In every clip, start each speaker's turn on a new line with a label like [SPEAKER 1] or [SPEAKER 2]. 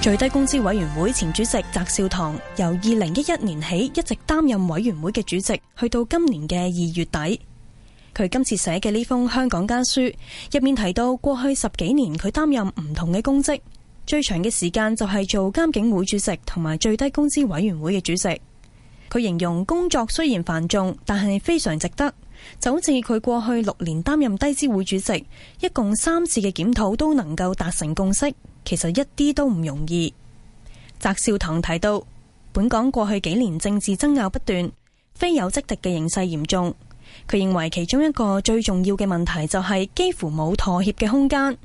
[SPEAKER 1] 最低工資委員會前主席翟少棠由二零一一年起一直擔任委員會嘅主席，去到今年嘅二月底。佢今次寫嘅呢封香港家書，入面提到過去十幾年佢擔任唔同嘅公職，最長嘅時間就係做監警會主席同埋最低工資委員會嘅主席。佢形容工作雖然繁重，但係非常值得。就好似佢過去六年擔任低資會主席，一共三次嘅檢討都能夠達成共識，其實一啲都唔容易。翟少棠提到，本港過去幾年政治爭拗不斷，非友即敵嘅形勢嚴重。佢認為其中一個最重要嘅問題就係幾乎冇妥協嘅空間。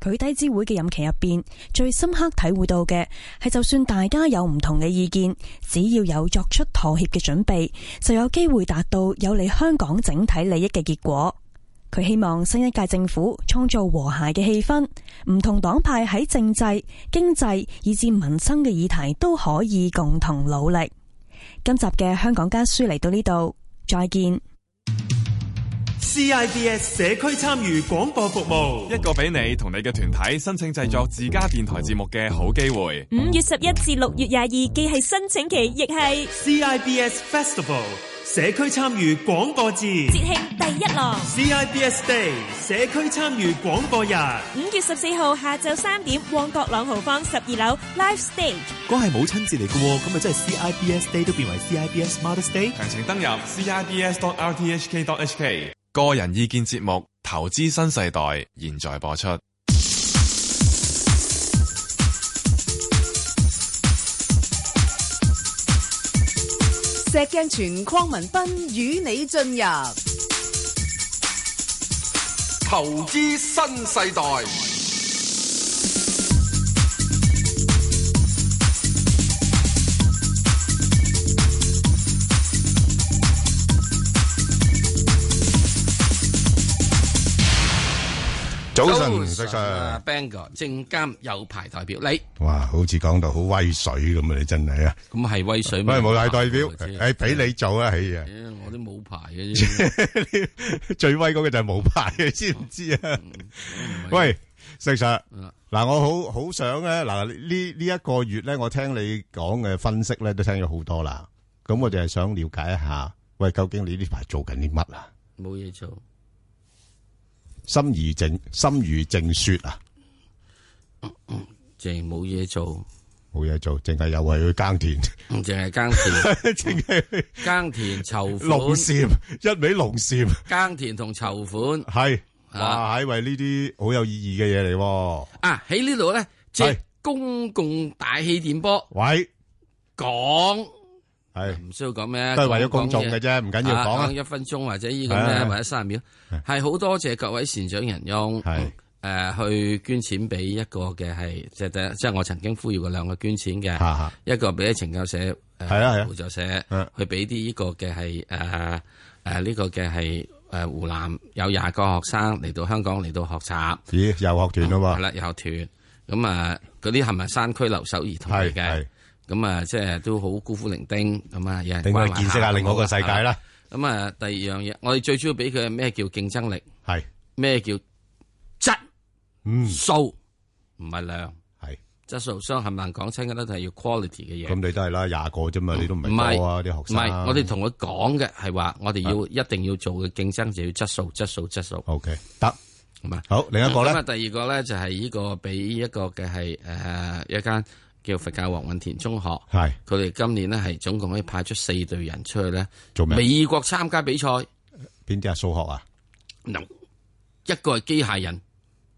[SPEAKER 1] 佢低資會嘅任期入邊，最深刻體會到嘅係，就算大家有唔同嘅意見，只要有作出妥協嘅準備，就有機會達到有利香港整體利益嘅結果。佢希望新一屆政府創造和諧嘅氣氛，唔同黨派喺政制、經濟以至民生嘅議題都可以共同努力。今集嘅香港家書嚟到呢度，再見。
[SPEAKER 2] CIBS 社區參與廣播服務，
[SPEAKER 3] 一個俾你同你嘅團體申請製作自家電台節目嘅好機會。
[SPEAKER 4] 五月十一至六月廿二既係申請期，亦係
[SPEAKER 2] CIBS Festival 社區參與廣播節
[SPEAKER 4] 節慶第一浪。
[SPEAKER 2] ，CIBS Day 社區參與廣播日，
[SPEAKER 4] 五月十四號下晝三點，旺角朗豪坊十二樓 Live Stage。
[SPEAKER 5] 嗰係母親節嚟嘅喎，咁咪真係 CIBS Day 都變為 CIBS Mother's Day。
[SPEAKER 3] 詳情登入 cibs.rthk.hk。個人意見節目《投資新世代》現在播出。
[SPEAKER 6] 石鏡泉鄺民彬與你進入
[SPEAKER 7] 投資新世代，
[SPEAKER 8] 早晨，石 Sir，
[SPEAKER 9] ，Bang 哥，證監有牌代表你，
[SPEAKER 8] 哇，好似講到好威水咁啊！你真係啊，
[SPEAKER 9] 咁係威水咩？
[SPEAKER 8] 喂，冇牌 代表，
[SPEAKER 9] 誒
[SPEAKER 8] 誒，俾你做啊，係啊，
[SPEAKER 9] 我都冇牌嘅啫，
[SPEAKER 8] 最威嗰個就係冇牌嘅，知唔知啊？喂，石 Sir，嗱，我好好想咧，嗱呢呢一個月咧，我聽你講嘅分析咧，都聽咗好多啦。咁我就係想了解一下，喂，究竟你呢排做緊啲乜啊？
[SPEAKER 9] 冇嘢做，
[SPEAKER 8] 心如靜，心如靜雪啊，
[SPEAKER 9] 淨係冇嘢做，
[SPEAKER 8] 冇嘢做，淨係又係去耕田，
[SPEAKER 9] 淨係耕田，
[SPEAKER 8] 淨係去
[SPEAKER 9] 耕田籌
[SPEAKER 8] 龍
[SPEAKER 9] 款，
[SPEAKER 8] 蟬，一味龍蟬。
[SPEAKER 9] 耕田同籌款
[SPEAKER 8] 系，
[SPEAKER 9] 啊
[SPEAKER 8] 哇！唉喂，呢啲好有意義嘅嘢嚟喎。
[SPEAKER 9] 啊！喺呢度咧，即
[SPEAKER 8] 係
[SPEAKER 9] 係公共大氣電波
[SPEAKER 8] 喂，
[SPEAKER 9] 講，
[SPEAKER 8] 係
[SPEAKER 9] 唔需要講咩，
[SPEAKER 8] 都係為咗公
[SPEAKER 9] 講
[SPEAKER 8] 眾
[SPEAKER 9] 嘢
[SPEAKER 8] 嘅啫，唔緊要
[SPEAKER 9] 啊
[SPEAKER 8] 講
[SPEAKER 9] 講
[SPEAKER 8] 啊。
[SPEAKER 9] 一分鐘或者呢
[SPEAKER 8] 係
[SPEAKER 9] 咁
[SPEAKER 8] 啊係
[SPEAKER 9] 咧，
[SPEAKER 8] 係
[SPEAKER 9] 或者三十秒，係好多謝各位善長人翁，
[SPEAKER 8] 係
[SPEAKER 9] 誒、去捐錢俾一個嘅係即係第一即係我曾經呼籲過兩個捐錢嘅，
[SPEAKER 8] 嚇嚇，
[SPEAKER 9] 一個俾懲教社，誒、
[SPEAKER 8] 係啊係啊
[SPEAKER 9] 輔助社
[SPEAKER 8] 嗯，
[SPEAKER 9] 去俾啲呢個嘅係誒誒呢個嘅係誒湖南有廿個學生嚟到香港嚟到學習，
[SPEAKER 8] 咦？遊學團
[SPEAKER 9] 哦係
[SPEAKER 8] 啊
[SPEAKER 9] 啦有團，咁啊嗰啲係咪山區留守兒童
[SPEAKER 8] 喎，
[SPEAKER 9] 嚟
[SPEAKER 8] 係
[SPEAKER 9] 嘅
[SPEAKER 8] 係？，
[SPEAKER 9] 咁啊，即係都好孤苦伶仃咁啊，有人
[SPEAKER 8] 令我
[SPEAKER 9] 關
[SPEAKER 8] 哋
[SPEAKER 9] 懷
[SPEAKER 8] 見識下另外一個世界啦。
[SPEAKER 9] 咁啊，第二樣嘢，我哋最主要俾佢係咩叫競爭力，
[SPEAKER 8] 係，
[SPEAKER 9] 咩叫質
[SPEAKER 8] 嗯，
[SPEAKER 9] 素，唔係量。
[SPEAKER 8] 係。
[SPEAKER 9] 質素相冚唪唥講親嘅都係要 quality 嘅
[SPEAKER 8] 咁
[SPEAKER 9] 嘢。
[SPEAKER 8] 你都係啦，廿個啫嘛，你都唔
[SPEAKER 9] 唔
[SPEAKER 8] 係
[SPEAKER 9] 係
[SPEAKER 8] 多啊，啲學
[SPEAKER 9] 唔
[SPEAKER 8] 生。啊
[SPEAKER 9] 係，我哋同佢講嘅係話，我哋要一定要做嘅競爭就要質素、質素、質素，
[SPEAKER 8] O K 得，
[SPEAKER 9] 係咪？
[SPEAKER 8] 好另一個咧
[SPEAKER 9] 咁啊，，第二個咧就係呢個俾一個嘅係誒一間叫佛教黃允田中學，
[SPEAKER 8] 係
[SPEAKER 9] 佢哋今年咧係總共可以派出四隊人出去咧，
[SPEAKER 8] 做咩？
[SPEAKER 9] 美國參加比賽，
[SPEAKER 8] 邊啲啊？數學啊？
[SPEAKER 9] 嗱一個係機械人，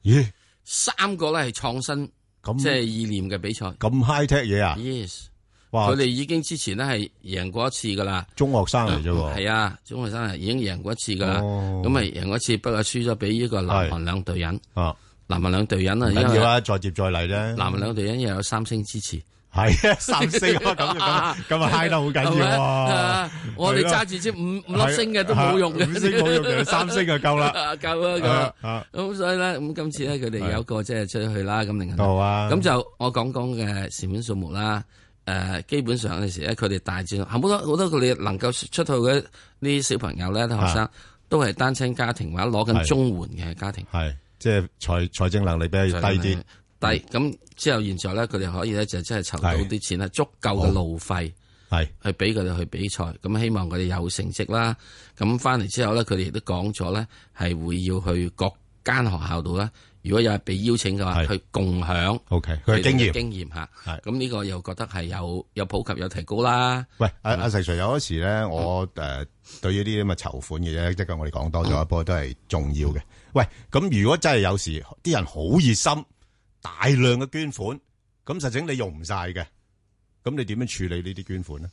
[SPEAKER 8] 咦，
[SPEAKER 9] 三個咧係創新，
[SPEAKER 8] 咁
[SPEAKER 9] 即係意念嘅比賽。
[SPEAKER 8] 咁 high tech 嘢啊？
[SPEAKER 9] Yes，
[SPEAKER 8] 哇
[SPEAKER 9] 佢！哋已經之前咧係贏過一次噶啦，
[SPEAKER 8] 中學生嚟啫喎，
[SPEAKER 9] 係啊，中學生係已經贏過一次噶啦，
[SPEAKER 8] 哦
[SPEAKER 9] 咁咪贏過一次，不過輸咗俾呢個南韓兩隊人，
[SPEAKER 8] 啊，
[SPEAKER 9] 南韓兩隊人啊，
[SPEAKER 8] 唔
[SPEAKER 9] 因
[SPEAKER 8] 緊要
[SPEAKER 9] 為
[SPEAKER 8] 啦，再接再厲啫。
[SPEAKER 9] 南韓兩隊人又有三星支持，
[SPEAKER 8] 係啊，三四個咁咁 咁啊 high 得好緊
[SPEAKER 9] 係咪
[SPEAKER 8] 要喎。
[SPEAKER 9] 啊我哋
[SPEAKER 8] 係咯
[SPEAKER 9] 揸住支五五粒星嘅都冇用嘅，
[SPEAKER 8] 五星冇用嘅，三星就夠啦。
[SPEAKER 9] 啊 夠啦夠啦
[SPEAKER 8] 啊啊，
[SPEAKER 9] 咁所以咧，咁今次咧佢哋有一個即係出去啦，咁另外。
[SPEAKER 8] 好啊，
[SPEAKER 9] 咁就我講講嘅成本數目啦。誒、呃基本上有陣時咧，佢哋大致上好多好多佢哋能夠出去嘅呢啲小朋友咧，啲學生都係單親家庭或者攞緊
[SPEAKER 8] 啊係
[SPEAKER 9] 綜援嘅家庭，
[SPEAKER 8] 係即係財財政能力比較低啲，嗯
[SPEAKER 9] 第咁之後，現在咧佢哋可以咧就真係籌到
[SPEAKER 8] 係
[SPEAKER 9] 啲錢啦，足夠嘅路費
[SPEAKER 8] 係
[SPEAKER 9] 去俾佢哋去比賽。咁希望佢哋有成績啦。咁翻嚟之後咧，佢哋亦都講咗咧，係會要去各間學校度咧，如果有人被邀請嘅話，
[SPEAKER 8] 係
[SPEAKER 9] 去共享
[SPEAKER 8] OK，佢嘅經
[SPEAKER 9] 哋嘅
[SPEAKER 8] 驗。
[SPEAKER 9] 經驗嚇。
[SPEAKER 8] 係
[SPEAKER 9] 咁呢個又覺得係有有普及有提高啦。
[SPEAKER 8] 喂，阿阿石 Sir 有嗰時咧，我誒對於呢啲咁嘅籌款嘅嘢，即係我哋講多咗，不過都係重要嘅。喂，咁如果真係有時啲人好熱心，大量嘅捐款，咁實整你用唔晒嘅，咁你點樣處理呢啲捐款咧？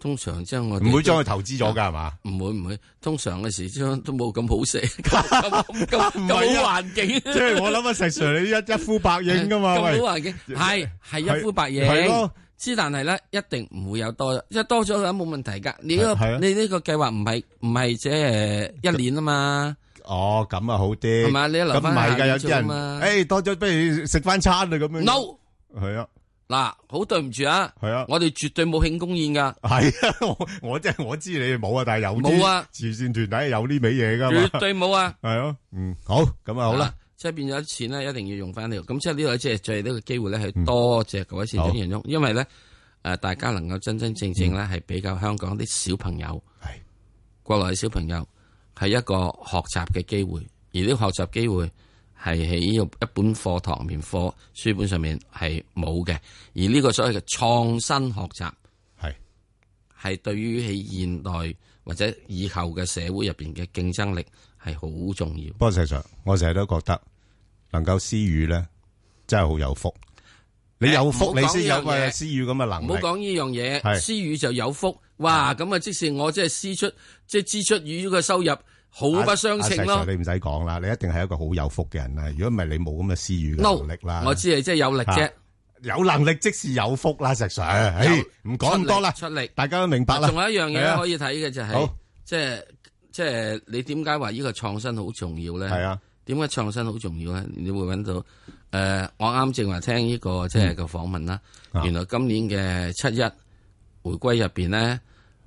[SPEAKER 9] 通常即係我哋
[SPEAKER 8] 唔會將佢投資咗㗎係嘛？
[SPEAKER 9] 唔會唔會，通常嘅 時鐘都冇咁 好食，咁咁咁
[SPEAKER 8] 係
[SPEAKER 9] 好
[SPEAKER 8] 啊
[SPEAKER 9] 環境，
[SPEAKER 8] 即係我諗啊，石 Sir 你一一呼百應㗎嘛？
[SPEAKER 9] 咁
[SPEAKER 8] 喂，
[SPEAKER 9] 好環境係係一呼百應，
[SPEAKER 8] 係咯，
[SPEAKER 9] 之但係咧一定唔會有多，因為多咗嘅話冇問題㗎。你呢
[SPEAKER 8] 係啊
[SPEAKER 9] 個你呢個計劃唔係唔係即係一年啊嘛，
[SPEAKER 8] 哦，咁啊好啲，
[SPEAKER 9] 係嘛你留
[SPEAKER 8] 咁唔
[SPEAKER 9] 返
[SPEAKER 8] 係
[SPEAKER 9] 下
[SPEAKER 8] 㗎，
[SPEAKER 9] 年
[SPEAKER 8] 有啲人
[SPEAKER 9] 做嘛
[SPEAKER 8] 誒多咗，不如食翻餐啊咁樣。
[SPEAKER 9] ？no
[SPEAKER 8] 係啊，
[SPEAKER 9] 嗱，好對唔住啊，
[SPEAKER 8] 係啊。
[SPEAKER 9] 我哋絕對冇慶功宴㗎，
[SPEAKER 8] 係啊， 我我即係我知你哋冇啊，但係有啲
[SPEAKER 9] 冇啊
[SPEAKER 8] 慈善團體係有呢味嘢噶嘛
[SPEAKER 9] 絕，對冇啊。
[SPEAKER 8] 係咯，嗯，好，咁啊好啦，，
[SPEAKER 9] 即係變咗錢咧，一定要用翻呢度。咁即係呢度即係最呢個機會咧，
[SPEAKER 8] 嗯
[SPEAKER 9] 係多謝各位善長人翁，因為咧誒大家能夠真真正正咧係比較香港啲小朋友，
[SPEAKER 8] 嗯係
[SPEAKER 9] 國內嘅小朋友係一個學習嘅機會，而呢個學習機會係喺呢個一本課堂入面課書本上面係冇嘅，而呢個所謂嘅創新學習
[SPEAKER 8] 係
[SPEAKER 9] 係對於喺現代或者以後嘅社會入邊嘅競爭力係好重要
[SPEAKER 8] 不。過事實上，我成日都覺得能夠私語咧，真係好有福。你有
[SPEAKER 9] 唔好
[SPEAKER 8] 福，
[SPEAKER 9] 講
[SPEAKER 8] 你先有
[SPEAKER 9] 呢樣嘢
[SPEAKER 8] 喂私語咁嘅能
[SPEAKER 9] 唔好
[SPEAKER 8] 力。
[SPEAKER 9] 講呢樣
[SPEAKER 8] 係
[SPEAKER 9] 嘢，私語就有福。哇！咁啊，即使我即係私出，即係支出與呢個收入好不相稱
[SPEAKER 8] 阿
[SPEAKER 9] 咯
[SPEAKER 8] 石 Sir，。你唔使講啦，你一定係一個好有福嘅人啦。如果唔係，你冇咁嘅私語嘅
[SPEAKER 9] no，
[SPEAKER 8] 能力啦。
[SPEAKER 9] 我知係即係有力啫，
[SPEAKER 8] 有能力即是有福啦，石 Sir。唉唔講咁多啦，
[SPEAKER 9] 出力。
[SPEAKER 8] 大家都明白啦
[SPEAKER 9] 仲。有一樣
[SPEAKER 8] 係啊
[SPEAKER 9] 嘢可以睇嘅就係
[SPEAKER 8] 好，
[SPEAKER 9] 即係即係你點解話呢個創新好重要咧？
[SPEAKER 8] 係啊，
[SPEAKER 9] 點解創新好重要咧？你會揾到誒、呃我啱正話聽呢、個即係個訪問啦。
[SPEAKER 8] 嗯啊
[SPEAKER 9] 原來今年嘅七一回歸入邊咧，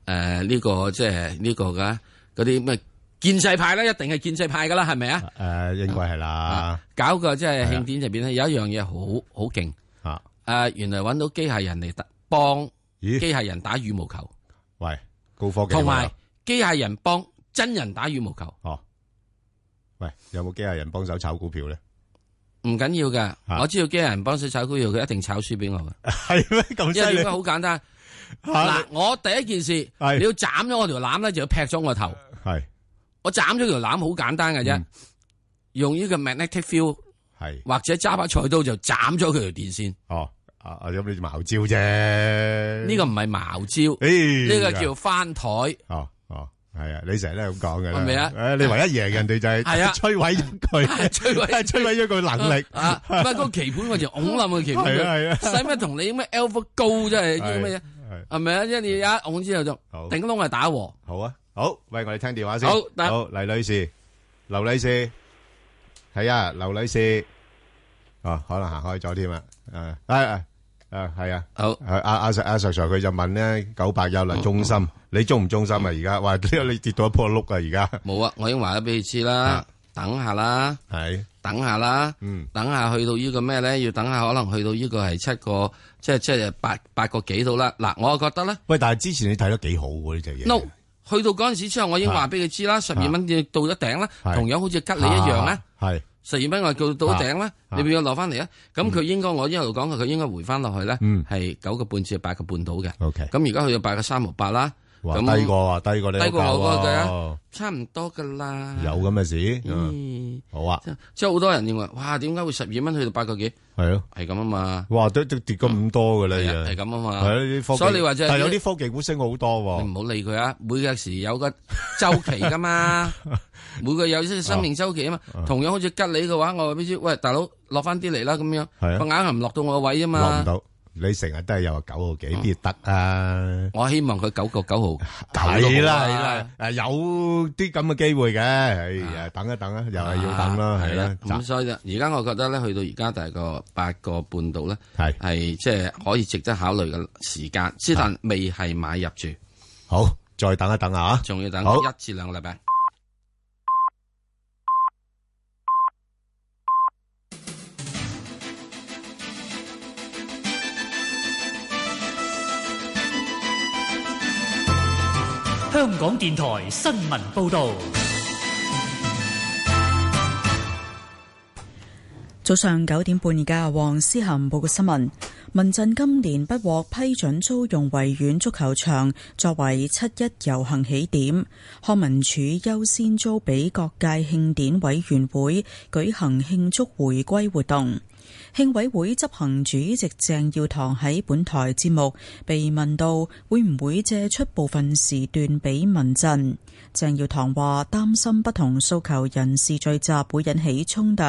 [SPEAKER 9] 誒、呢、個即係呢個嘅嗰啲咩建制派咧，一定係建制派噶啦，係咪啊？
[SPEAKER 8] 誒，應該係啦
[SPEAKER 9] 啊，搞個即係
[SPEAKER 8] 係啊
[SPEAKER 9] 慶典入邊咧，有一樣嘢好好勁。誒、
[SPEAKER 8] 啊
[SPEAKER 9] 原來揾到機械人嚟打幫
[SPEAKER 8] 咦
[SPEAKER 9] 機械人打羽毛球，
[SPEAKER 8] 喂，高科技
[SPEAKER 9] 同
[SPEAKER 8] 喎
[SPEAKER 9] 埋機械人幫真人打羽毛球，
[SPEAKER 8] 哦，喂，有冇機械人幫手炒股票咧？
[SPEAKER 9] 唔緊要㗎。
[SPEAKER 8] 啊
[SPEAKER 9] 我知道機械人幫手炒股票，佢一定炒輸俾我 嘅。
[SPEAKER 8] 系咩咁
[SPEAKER 9] 因為點解好簡單？嗱，我第一件事
[SPEAKER 8] 係
[SPEAKER 9] 你要斬咗我條攬咧，就要劈咗我頭。
[SPEAKER 8] 係
[SPEAKER 9] 我斬咗條攬好簡單嘅啫
[SPEAKER 8] 嗯，
[SPEAKER 9] 用呢個 magnetic field
[SPEAKER 8] 係
[SPEAKER 9] 或者揸把菜刀就斬咗佢條電線。
[SPEAKER 8] 哦，啊啊咁你茅招啫。
[SPEAKER 9] 呢個唔係茅招，
[SPEAKER 8] 誒
[SPEAKER 9] 呢個叫翻台。
[SPEAKER 8] 哦哦係啊，你成日都係咁講嘅啦。
[SPEAKER 9] 係咪啊
[SPEAKER 8] 誒你唯一贏人哋就係
[SPEAKER 9] 係啊
[SPEAKER 8] 摧毀 咗佢，
[SPEAKER 9] 摧毀
[SPEAKER 8] 摧毀咗佢
[SPEAKER 9] Ờ.
[SPEAKER 8] 能力。
[SPEAKER 9] 啊！唔係個棋盤，我就拱冧個棋盤
[SPEAKER 8] 係啊係啊
[SPEAKER 9] 佢。使乜同你咩 alpha 高啫？係啲咁嘅嘢
[SPEAKER 8] 係
[SPEAKER 9] 係咪啊？因為你一拱之後就
[SPEAKER 8] 好
[SPEAKER 9] 頂窿係打和。
[SPEAKER 8] 好啊，好，喂，我哋聽電話先。
[SPEAKER 9] 好得
[SPEAKER 8] 好，黎女士，劉女士，係啊，劉女士，哦，可能行開咗添啊，誒，誒，誒，係啊。
[SPEAKER 9] 好
[SPEAKER 8] 阿阿阿 Sir 阿 Sir Sir 佢就問咧九百有嚟中心，你中唔中心啊？而家哇， 呢個你跌到一坡碌啊！而家
[SPEAKER 9] 冇啊！我已經話咗俾你知啦，等下啦。
[SPEAKER 8] 係
[SPEAKER 9] 等下啦，
[SPEAKER 8] 嗯
[SPEAKER 9] 等下去到呢個咩咧？要等下可能去到呢個係七個，即係即係八八個幾度啦。嗱，我覺得咧
[SPEAKER 8] 喂，但係之前你睇得幾好喎呢隻嘢
[SPEAKER 9] ，no，去到嗰陣時之後，我已經話俾佢知啦，十二蚊要到咗頂啦，
[SPEAKER 8] 係
[SPEAKER 9] 同樣好似吉利一樣啦，，
[SPEAKER 8] 係
[SPEAKER 9] 十二蚊我叫到咗頂啦，
[SPEAKER 8] 啊
[SPEAKER 9] 你咪要落翻嚟啊。咁佢應該我一路講佢，佢應該回翻落去咧
[SPEAKER 8] 嗯，
[SPEAKER 9] 係九個半至八個半到嘅。
[SPEAKER 8] OK，
[SPEAKER 9] 咁而家去到八個三毫八啦，
[SPEAKER 8] 哇
[SPEAKER 9] 咁
[SPEAKER 8] 低過啊，低過你
[SPEAKER 9] 低過我嗰個
[SPEAKER 8] 價
[SPEAKER 9] 差唔多噶啦。
[SPEAKER 8] 喎有咁嘅事，嗯
[SPEAKER 9] 咦，
[SPEAKER 8] 好啊，
[SPEAKER 9] 即即係好多人認為，哇，點解會十二蚊去到八個幾？
[SPEAKER 8] 係咯，
[SPEAKER 9] 係咁啊嘛。
[SPEAKER 8] 哇，都都跌咁多㗎啦，
[SPEAKER 9] 係啊
[SPEAKER 8] 已
[SPEAKER 9] 係
[SPEAKER 8] 經
[SPEAKER 9] 咁啊嘛。
[SPEAKER 8] 係啊啲科技
[SPEAKER 9] 所以你話即係
[SPEAKER 8] 但係有啲科技股升好多
[SPEAKER 9] 你
[SPEAKER 8] 喎，
[SPEAKER 9] 唔好理佢啊！每個時有個周期噶 嘛，每個有啲生命周期啊嘛。同樣好似吉利嘅話，我話俾你知，喂大佬落翻啲嚟啦，咁樣
[SPEAKER 8] 係啊
[SPEAKER 9] 個硬係唔落到我個位啊
[SPEAKER 8] 落
[SPEAKER 9] 嘛
[SPEAKER 8] 唔。到，你成日都係又話九個幾邊得啊？
[SPEAKER 9] 我希望佢九個九毫九
[SPEAKER 8] 係
[SPEAKER 9] 都
[SPEAKER 8] 啦，
[SPEAKER 9] 好
[SPEAKER 8] 係啦，，誒有啲咁嘅機會嘅，哎呀，等一等啊，又係要等啦，係啦，
[SPEAKER 9] 咁所以就而家我覺得咧，去到而家大概八個半度咧，
[SPEAKER 8] 係
[SPEAKER 9] 係即係可以值得考慮嘅時間，之但
[SPEAKER 8] 啊
[SPEAKER 9] 未係買入住，
[SPEAKER 8] 好，再等一等啊，
[SPEAKER 9] 仲要等
[SPEAKER 8] 好
[SPEAKER 9] 一至兩個禮拜。
[SPEAKER 10] 香港電台新聞報道。
[SPEAKER 11] 早上九點半，而家黃思涵報告新聞。民陣今年不獲批准租用維園足球場作為七一遊行起點，康文署優先租俾各界慶典委員會舉行慶祝回歸活動。慶委會執行主席鄭耀棠喺本台節目被問到會唔會借出部分時段俾民陣，鄭耀棠話擔心不同訴求人士聚集會引起衝突，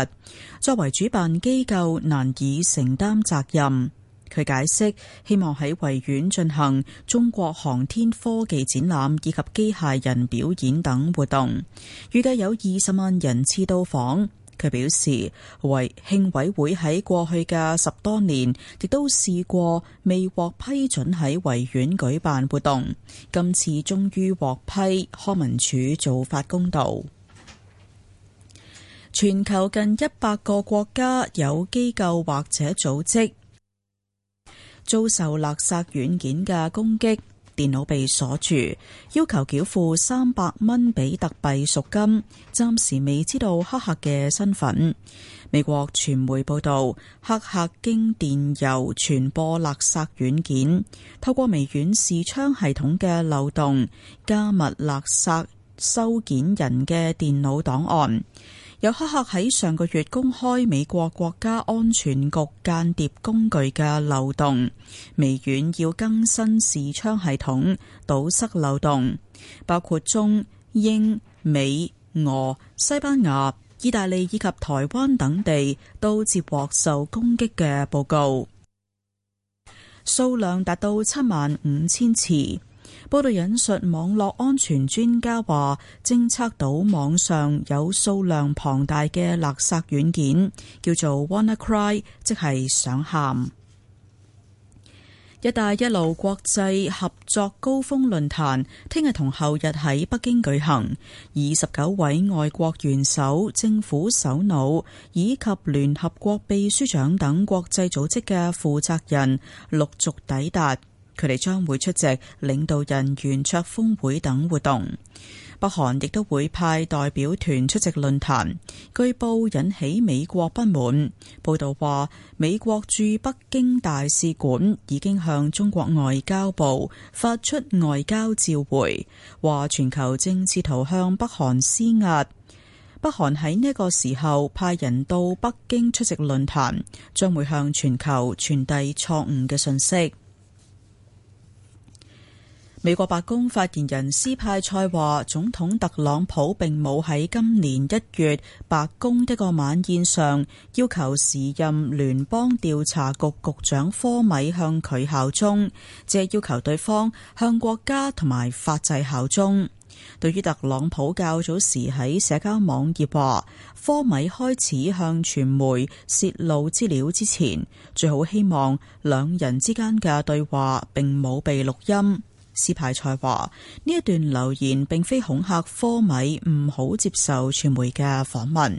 [SPEAKER 11] 作為主辦機構難以承擔責任。佢解釋希望喺維園進行中國航天科技展覽以及機械人表演等活動，預計有二十萬人次到訪。佢表示，為慶委會喺過去嘅十多年，亦都試過未獲批准喺維園舉辦活動，今次終於獲批，康文署做法公道。全球近一百個國家有機構或者組織遭受勒索軟件嘅攻擊。電腦被鎖住，要求繳付三百蚊比特幣贖金，暫時未知道黑客嘅身份。美國傳媒報道，黑客經電郵傳播勒索軟件，透過微軟視窗系統嘅漏洞加密勒索收件人嘅電腦檔案。有黑客喺上個月公開美國國家安全局間諜工具嘅漏洞，微軟要更新視窗系統堵塞漏洞，包括中、英、美、俄、西班牙、意大利以及台灣等地都接獲受攻擊嘅報告，數量達到七萬五千次。報道引述網絡安全專家話，偵測到網上有數量龐大嘅勒索軟件，叫做 WannaCry，即係想喊。「一帶一路」國際合作高峰論壇聽日同後日喺北京舉行，二十九位外國元首、政府首腦以及聯合國秘書長等國際組織嘅負責人陸續抵達。佢哋將會出席領導人圓桌峰會等活動，北韓亦都會派代表團出席論壇，據報引起美國不滿。報道話，美國駐北京大使館已經向中國外交部發出外交照回，話全球正試圖向北韓施壓。北韓喺呢個時候派人到北京出席論壇，將會向全球傳遞錯誤嘅信息。美國白宮發言人斯派塞話，總統特朗普並冇喺今年一月白宮一個晚宴上要求時任聯邦調查局局長科米向佢效忠，只係要求對方向國家同埋法制效忠。對於特朗普較早時喺社交網頁話，科米開始向傳媒泄露資料之前，最好希望兩人之間嘅對話並冇被錄音。斯派塞話：呢一段留言並非恐嚇科米唔好接受傳媒嘅訪問。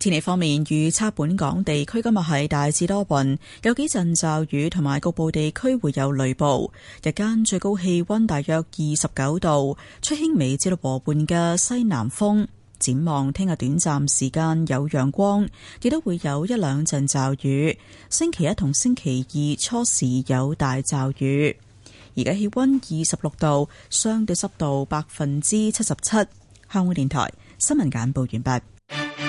[SPEAKER 11] 天氣方面，預測本港地區今日係大致多雲，有幾陣驟雨，同埋局部地區會有雷暴。日間最高氣溫大約二十九度，吹輕微至到和緩嘅西南風。展望聽日短暫時間有陽光，亦都會有一兩陣驟雨。星期一同星期二初時有大驟雨。而家氣溫二十六度，相對濕度百分之七十七。香港電台新聞簡報完畢。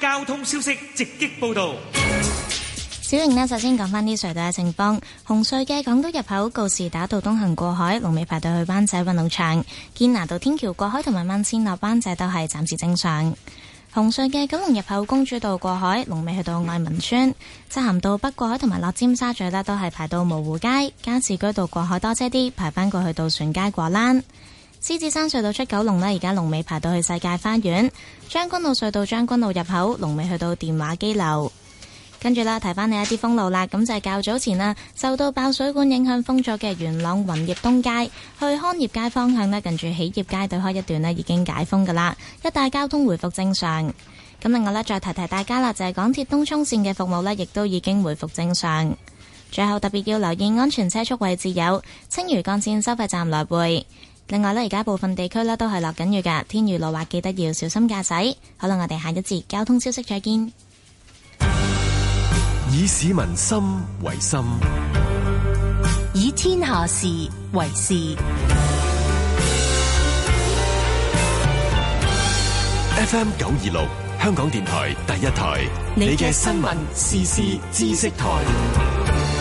[SPEAKER 12] 交通消息直擊報道。
[SPEAKER 13] 小瑩呢，首先講返啲隧道嘅情況。紅隧嘅港島入口告士打道東行過海，龍尾排到去灣仔運動場；堅拿道天橋過海同埋慢線落灣仔都係暫時正常。紅隧嘅九龍入口公主道過海，龍尾去到愛民村；漆咸道北過海同埋落尖沙咀呢，都係排到蕪湖街；加士居道過海多車啲，排返過去到船街果欄。獅子山隧道出九龍呢，而家龍尾排到去世界花園；將軍澳隧道將軍澳入口，龍尾去到電話機樓。跟住啦，提翻你一啲封路啦。咁就係較早前啦，受到爆水管影響封咗嘅元朗雲業東街去康業街方向呢，近住喜業街對開一段呢已經解封噶啦，一帶交通回復正常。咁另外呢，再提提大家啦，就係港鐵東涌線嘅服務呢，亦都已經回復正常。最後特別要留意安全車速位置有青嶼幹線收費站來回。另外呢，而家部分地區呢都係落緊雨㗎，天雨路滑，記得要小心駕駛。好啦，我哋下一節交通消息再見。
[SPEAKER 14] 以市民心為心，
[SPEAKER 15] 以天下事為事。
[SPEAKER 14] FM 九二六，香港電台第一台，你嘅新聞時事知識台。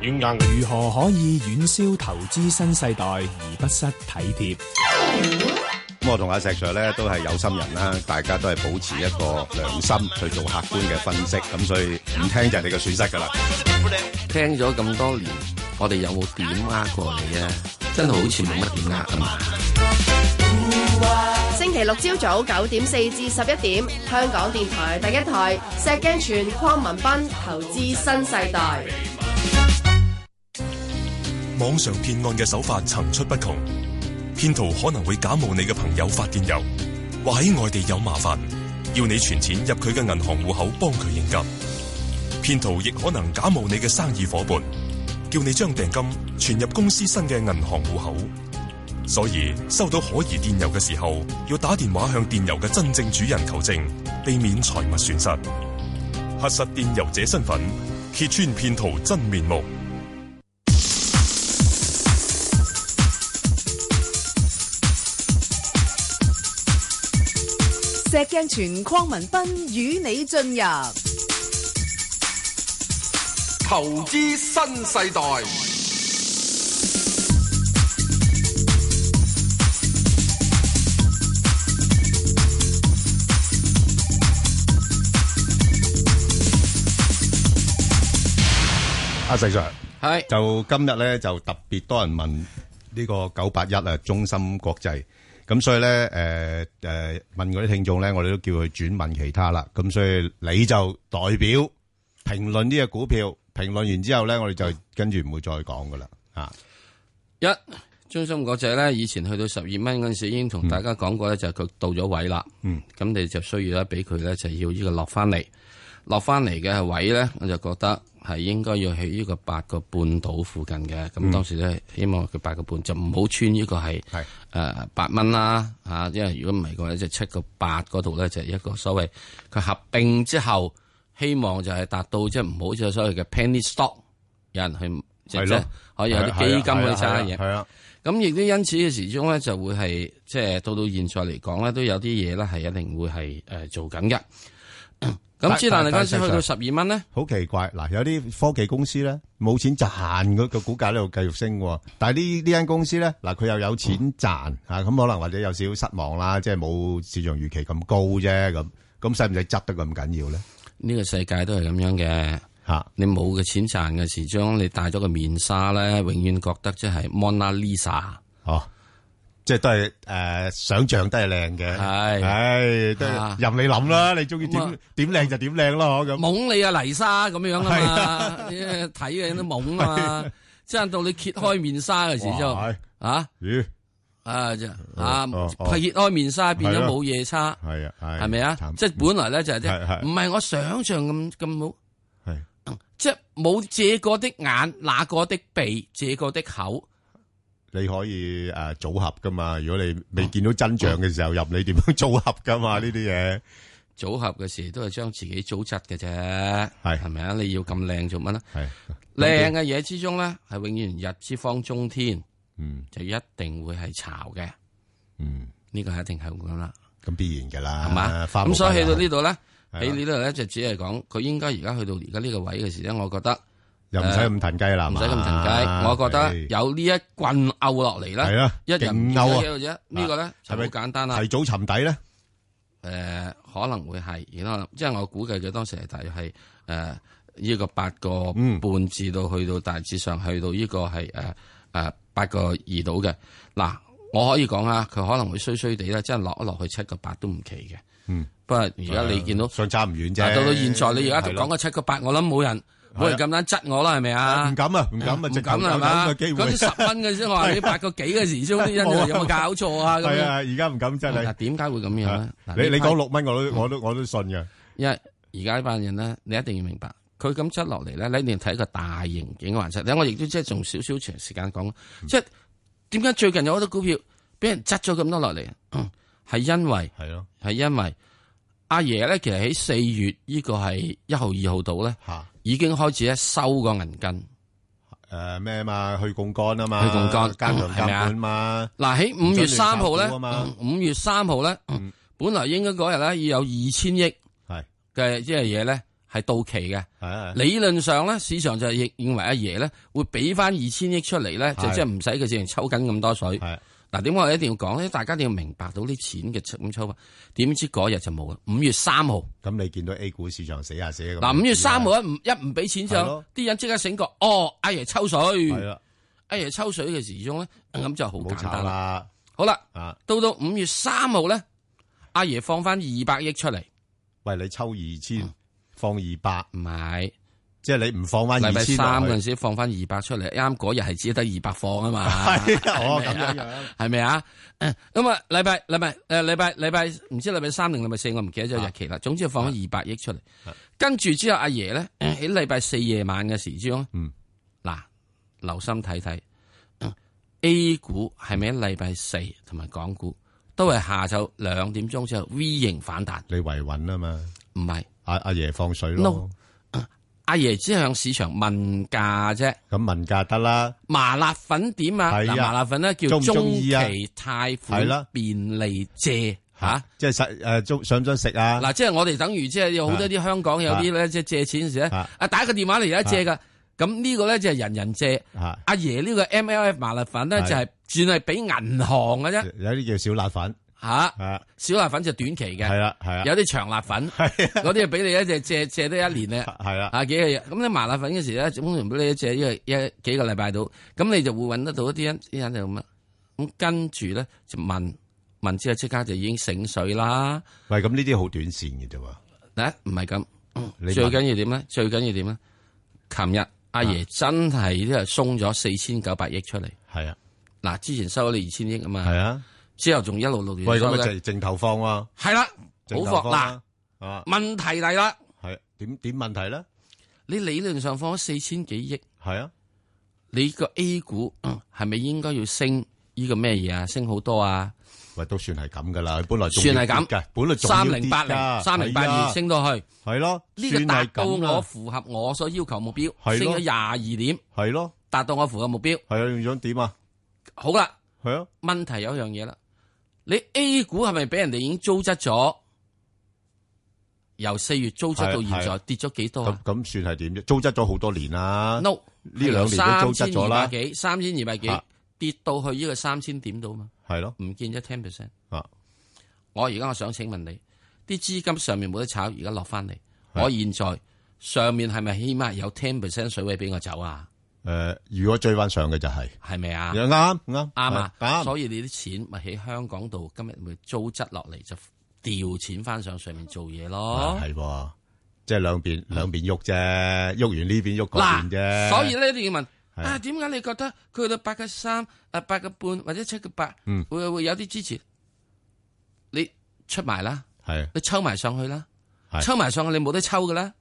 [SPEAKER 16] 如何可以遠銷投資新世代而不失體貼？
[SPEAKER 8] 咁我同阿石 Sir 咧都係有心人啦，大家都係保持一個良心去做客觀嘅分析，咁所以唔聽就係你嘅損失噶啦。
[SPEAKER 9] 聽咗咁多年，我哋有冇點呃過你啊？真係好似冇乜點呃啊嘛！
[SPEAKER 17] 星期六朝早九點四至十一點，香港電台第一台石鏡泉鄺文斌投資新世代。
[SPEAKER 18] 網上騙案嘅手法層出不窮，騙徒可能會假冒你嘅朋友發電郵，話喺外地有麻煩，要你存錢入佢嘅銀行戶口幫佢應急。騙徒亦可能假冒你嘅生意伙伴，叫你將訂金存入公司新嘅銀行戶口。所以收到可疑電郵嘅時候，要打電話向電郵嘅真正主人求證，避免財物損失。核實電郵者身份，揭穿騙徒真面目。
[SPEAKER 6] 石鏡泉鄺文斌與你進入
[SPEAKER 7] 投資新世代，
[SPEAKER 8] 阿石 Sir，
[SPEAKER 9] 係
[SPEAKER 8] 就今日咧就特別多人問呢個九八一啊，中芯國際。咁所以咧，誒、呃、誒、呃、問嗰啲聽眾咧，我哋都叫佢轉問其他啦。咁所以你就代表評論呢隻股票，評論完之後咧，我哋就跟住唔會再講噶啦。啊，
[SPEAKER 9] 一中芯國際咧，以前去到十二蚊嗰陣時，已經同大家講過咧，就係佢到咗位啦。
[SPEAKER 8] 嗯，
[SPEAKER 9] 咁你就需要咧，俾佢咧就要呢個落翻嚟，落翻嚟嘅位咧，我就覺得係應該要喺呢個八個半度附近嘅。咁
[SPEAKER 8] 嗯
[SPEAKER 9] 當時咧，希望佢八個半就唔好穿呢個係誒八蚊啦嚇，因為如果唔係嘅話，即係七個八嗰度咧就係一個所謂佢合併之後，希望就係達到即係唔好再所謂嘅 penny stock，有人去即
[SPEAKER 8] 係咯啊
[SPEAKER 9] 係可以有啲基金去揸嘢。
[SPEAKER 8] 係啊。
[SPEAKER 9] 咁亦都因此嘅時鐘咧，就會係即係到到現在嚟講咧，都有啲嘢咧係一定會係誒、呃做緊 嘅。咁之但係嗰陣時去到十二蚊咧，
[SPEAKER 8] 好奇怪嗱，有啲科技公司咧冇錢賺，個個股價呢度繼續升喎。但係呢呢間公司咧，嗱佢又有錢賺嚇，咁可能或者有少少失望啦，即係冇市場預期咁高啫。咁咁使唔使執得咁緊要咧？
[SPEAKER 9] 呢個世界都係咁樣嘅
[SPEAKER 8] 嚇，
[SPEAKER 9] 你冇嘅錢賺嘅時鐘，你戴咗個面紗咧，永遠覺得即係 Mona Lisa。
[SPEAKER 8] 哦，即係都係誒想像都係靚嘅，
[SPEAKER 9] 係
[SPEAKER 8] 係都
[SPEAKER 9] 啊
[SPEAKER 8] 任你諗啦，你中意
[SPEAKER 9] 咁
[SPEAKER 8] 點點靚就點靚咯咁。
[SPEAKER 9] 懵你啊泥沙咁樣啊 嘛，因為睇嘅人都懵啊嘛，即係到你揭開面紗嘅時就
[SPEAKER 8] 哇係
[SPEAKER 9] 啊
[SPEAKER 8] 咦
[SPEAKER 9] 啊就啊
[SPEAKER 8] 哦哦
[SPEAKER 9] 揭開面紗變咗
[SPEAKER 8] 係咯
[SPEAKER 9] 冇夜叉，
[SPEAKER 8] 係啊，係
[SPEAKER 9] 係咪啊？即係本來咧就係即
[SPEAKER 8] 係係
[SPEAKER 9] 係唔係我想象咁咁好，
[SPEAKER 8] 係
[SPEAKER 9] 即係冇這個的眼，那個的鼻，這個的口。
[SPEAKER 8] 你可以誒組合噶嘛？如果你未見到真相嘅時候，任你點樣組合噶嘛？呢啲嘢
[SPEAKER 9] 組合嘅時都係將自己組織嘅啫，係係咪啊？你要咁靚做乜咧？
[SPEAKER 8] 係
[SPEAKER 9] 靚嘅嘢之中咧，係永遠日之方中天，
[SPEAKER 8] 嗯，
[SPEAKER 9] 就一定會係潮嘅，
[SPEAKER 8] 嗯，
[SPEAKER 9] 呢個係一定係咁啦，
[SPEAKER 8] 咁必然噶啦，
[SPEAKER 9] 係嘛？
[SPEAKER 8] 花無
[SPEAKER 9] 咁所以
[SPEAKER 8] 百日
[SPEAKER 9] 去到呢度咧，
[SPEAKER 8] 係啊
[SPEAKER 9] 喺呢度咧就只係講佢應該而家去到而家呢個位嘅時咧，我覺得
[SPEAKER 8] 又唔使咁騰雞啦，
[SPEAKER 9] 唔使
[SPEAKER 8] 係
[SPEAKER 9] 咁
[SPEAKER 8] 嘛
[SPEAKER 9] 騰雞，我覺得
[SPEAKER 8] 係
[SPEAKER 9] 有呢一棍拗落嚟咧，
[SPEAKER 8] 係啊
[SPEAKER 9] 一人
[SPEAKER 8] 勁拗啊
[SPEAKER 9] 嘅啫，呢個咧就好
[SPEAKER 8] 咪
[SPEAKER 9] 簡單啦
[SPEAKER 8] 提。早沉底咧，
[SPEAKER 9] 誒、可能會係，而可能即係我估計佢當時係大約係誒呢個八個
[SPEAKER 8] 嗯
[SPEAKER 9] 半至到去到大致上去到呢個係誒誒八個二度嘅。嗱，我可以講啊，佢可能會衰衰地啦，即係落一落去七個八都唔奇嘅。
[SPEAKER 8] 嗯，
[SPEAKER 9] 不過而家你見到
[SPEAKER 8] 相差唔遠啫
[SPEAKER 9] 嗱到到現在你而家
[SPEAKER 8] 係咯
[SPEAKER 9] 講個七個八，我諗冇人
[SPEAKER 8] 啊
[SPEAKER 9] 冇人咁膽質我啦，係咪啊？
[SPEAKER 8] 唔敢啊唔敢啊直
[SPEAKER 9] 唔
[SPEAKER 8] 頭
[SPEAKER 9] 敢啦，係嘛？
[SPEAKER 8] 有咁嘅機會
[SPEAKER 9] 嗰啲十蚊嘅先，我話你
[SPEAKER 8] 係啊
[SPEAKER 9] 八個幾嘅時鐘啲 人
[SPEAKER 8] 冇啊
[SPEAKER 9] 有冇搞錯啊？咁
[SPEAKER 8] 係啊，
[SPEAKER 9] 樣
[SPEAKER 8] 而家唔敢真係。
[SPEAKER 9] 嗱點解會咁樣咧？嗱呢
[SPEAKER 8] 你你
[SPEAKER 9] 批
[SPEAKER 8] 講六蚊我都我都我都信嘅，
[SPEAKER 9] 因為而家呢班人咧，你一定要明白，佢咁出落嚟咧，你一定要睇一個大型景環出。你我亦都即係仲少少長時間講，
[SPEAKER 8] 嗯
[SPEAKER 9] 即係點解最近有好多股票俾人執咗咁多落嚟？嗯係因為
[SPEAKER 8] 係咯，
[SPEAKER 9] 係因為阿爺咧，其實喺四月呢個係一號二號度咧，已經開始咧收個銀根。
[SPEAKER 8] 诶咩嘛，去杠杆啊嘛，
[SPEAKER 9] 去嗯槓桿
[SPEAKER 8] 加強監管嘛。
[SPEAKER 9] 啊嗱喺五月三號咧，
[SPEAKER 8] 唔準亂炒股啊嘛
[SPEAKER 9] 嗯五月三號咧， 本來應該嗰日咧要有二千億嘅嗯即係嘢咧係到期嘅。理論上咧，市場就認認為阿爺咧會俾翻二千億出嚟咧，就
[SPEAKER 19] 係
[SPEAKER 9] 即係唔使佢淨係抽緊咁多水。嗱，點解我一定要講咧？大家一定要明白到啲錢嘅咁抽法。點知嗰日就冇啦，五月三號。
[SPEAKER 8] 咁你見到 A 股市場死下死下咁
[SPEAKER 9] 嗱，五月三號一唔一唔俾錢就
[SPEAKER 8] 係咯
[SPEAKER 9] 啲人即刻醒覺，哦，阿爺抽水。
[SPEAKER 8] 係啊啦
[SPEAKER 9] 阿爺抽水嘅時鐘咧，咁就好簡
[SPEAKER 8] 炒
[SPEAKER 9] 單啦。
[SPEAKER 8] 啦，
[SPEAKER 9] 好啦
[SPEAKER 8] 啊，
[SPEAKER 9] 到到五月三號咧，阿爺放翻二百億出嚟，
[SPEAKER 8] 喂你抽二千，放二百，
[SPEAKER 9] 唔係，
[SPEAKER 8] 即係你唔放翻
[SPEAKER 9] 禮
[SPEAKER 8] 二
[SPEAKER 9] 拜
[SPEAKER 8] 千
[SPEAKER 9] 三嗰陣時放翻二百出嚟，啱嗰日係只得二百放啊嘛。
[SPEAKER 8] 係 啊哦
[SPEAKER 9] 係咪啊
[SPEAKER 8] 咁樣樣
[SPEAKER 9] 係咪啊？咁啊，禮拜禮拜誒禮拜禮拜唔知禮拜三定禮拜四，我唔記得咗
[SPEAKER 8] 啊
[SPEAKER 9] 日期啦。總之放咗二百億出嚟，跟住之後阿爺咧喺禮拜四夜晚嘅時鐘，
[SPEAKER 8] 嗯
[SPEAKER 9] 嗱留心睇睇嗯 A 股係咪喺禮拜四同埋港股都係下晝兩點鐘之後 V 型反彈。
[SPEAKER 8] 你維穩啊嘛，
[SPEAKER 9] 唔係
[SPEAKER 8] 阿阿爺放水咯。
[SPEAKER 9] 阿爺只係向市場問價啫。
[SPEAKER 8] 咁問價得啦，
[SPEAKER 9] 麻辣粉點啊？
[SPEAKER 8] 係啊
[SPEAKER 9] 嗱麻辣粉咧叫
[SPEAKER 8] 中唔
[SPEAKER 9] 中
[SPEAKER 8] 中
[SPEAKER 9] 期
[SPEAKER 8] 意啊
[SPEAKER 9] 貸
[SPEAKER 8] 係啦
[SPEAKER 9] 款便利借嚇。
[SPEAKER 8] 即係實誒中想唔想食啊？
[SPEAKER 9] 嗱，即係我哋等於即係有好多啲香港有啲咧，即係借錢嗰時咧，啊打個電話嚟而家借噶。咁呢個咧就係人人借。
[SPEAKER 8] 啊
[SPEAKER 9] 阿爺呢個 MLF 麻辣粉咧
[SPEAKER 8] 係
[SPEAKER 9] 就係轉係俾銀行嘅啫。
[SPEAKER 8] 有啲叫小辣粉，啊
[SPEAKER 9] 嚇，小辣粉就短期嘅。
[SPEAKER 8] 係啦係啦啊
[SPEAKER 9] 有啲長辣 粉，嗰啲係俾你一隻借借得一年咧。
[SPEAKER 8] 係啦。
[SPEAKER 9] 啊幾個月，咁你麻辣粉嗰時咧，通常俾你一隻一個一幾個禮拜到，咁你就會揾得到一啲人，啲人就咁啊，咁跟住咧就問問之後，即刻就已經醒水啦。
[SPEAKER 8] 喂，咁呢啲好短線嘅啫喎。
[SPEAKER 9] 嗱，唔係咁，
[SPEAKER 8] 你
[SPEAKER 9] 最
[SPEAKER 8] 問啊
[SPEAKER 9] 緊要點咧？最緊要點咧？琴日阿爺真係即係鬆咗四千九百億出嚟。
[SPEAKER 8] 係啊，
[SPEAKER 9] 嗱，之前收咗你二千億啊嘛。
[SPEAKER 8] 係啊，
[SPEAKER 9] 之後仲一路六年
[SPEAKER 8] 喂，咁
[SPEAKER 9] 收
[SPEAKER 8] 咪
[SPEAKER 9] 咧
[SPEAKER 8] 淨淨投放喎。
[SPEAKER 9] 係啦，
[SPEAKER 8] 淨
[SPEAKER 9] 好
[SPEAKER 8] 投
[SPEAKER 9] 放
[SPEAKER 8] 放
[SPEAKER 9] 嗱
[SPEAKER 8] 啦，啊，
[SPEAKER 9] 問題嚟啦。
[SPEAKER 8] 係點點問題咧？
[SPEAKER 9] 你理論上放咗四千幾億，
[SPEAKER 8] 係啊，
[SPEAKER 9] 你個 A 股嗯係咪應該要升呢個咩嘢啊？升好多啊？
[SPEAKER 8] 喂，都算係咁噶啦，本來仲
[SPEAKER 9] 算
[SPEAKER 8] 要
[SPEAKER 9] 係咁
[SPEAKER 8] 跌㗎，本來仲要
[SPEAKER 9] 三
[SPEAKER 8] 跌
[SPEAKER 9] 零八零
[SPEAKER 8] 㗎
[SPEAKER 9] 三零八
[SPEAKER 8] 係
[SPEAKER 9] 二
[SPEAKER 8] 啊
[SPEAKER 9] 升到去，
[SPEAKER 8] 係咯，
[SPEAKER 9] 呢個
[SPEAKER 8] 算
[SPEAKER 9] 達
[SPEAKER 8] 係
[SPEAKER 9] 到
[SPEAKER 8] 咁啦
[SPEAKER 9] 我符合我所要求目標，
[SPEAKER 8] 係咯
[SPEAKER 9] 升咗廿二點，
[SPEAKER 8] 係咯，
[SPEAKER 9] 達到我符合目標。
[SPEAKER 8] 係啊，你想點啊？
[SPEAKER 9] 好啦，
[SPEAKER 8] 係啊，
[SPEAKER 9] 問題有一樣嘢啦，你 A 股係咪俾人哋已經糟質咗？由四月糟質到現
[SPEAKER 8] 係
[SPEAKER 9] 在
[SPEAKER 8] 係
[SPEAKER 9] 跌咗幾多
[SPEAKER 8] 咁
[SPEAKER 9] 啊
[SPEAKER 8] 咁算係點啫？糟質咗好多年啦。
[SPEAKER 9] ？No，
[SPEAKER 8] 呢兩年都糟質咗
[SPEAKER 9] 三千二百。
[SPEAKER 8] 啦
[SPEAKER 9] 幾三千二百幾
[SPEAKER 8] 啊
[SPEAKER 9] 跌到去呢個三千點度嘛？
[SPEAKER 8] 係咯，
[SPEAKER 9] 唔見咗 ten percent。
[SPEAKER 8] 啊，
[SPEAKER 9] 我而家我想請問你，啲資金上面冇得炒，而家落翻嚟，我現在上面係咪起碼有 ten percent 水位俾我走啊？
[SPEAKER 8] 誒，如果追翻上嘅就係
[SPEAKER 9] 係咪啊？
[SPEAKER 8] 啱啱啱
[SPEAKER 9] 啱啊！
[SPEAKER 8] 啱。
[SPEAKER 9] 所以你啲錢咪喺香港度，今日咪糟質落嚟就調錢翻上上面做嘢咯。
[SPEAKER 8] 啊係喎，即係兩邊兩邊喐啫，喐完呢邊喐嗰邊啫。
[SPEAKER 9] 嗯嗱，所以呢，你要問
[SPEAKER 8] 係
[SPEAKER 9] 啊，點解你覺得佢去到八個三、啊八個半或者七個八
[SPEAKER 8] 嗯，
[SPEAKER 9] 會會有啲支持？你出埋啦，
[SPEAKER 8] 係
[SPEAKER 9] 你抽埋上去啦，
[SPEAKER 8] 係
[SPEAKER 9] 抽埋上去你冇得抽噶啦，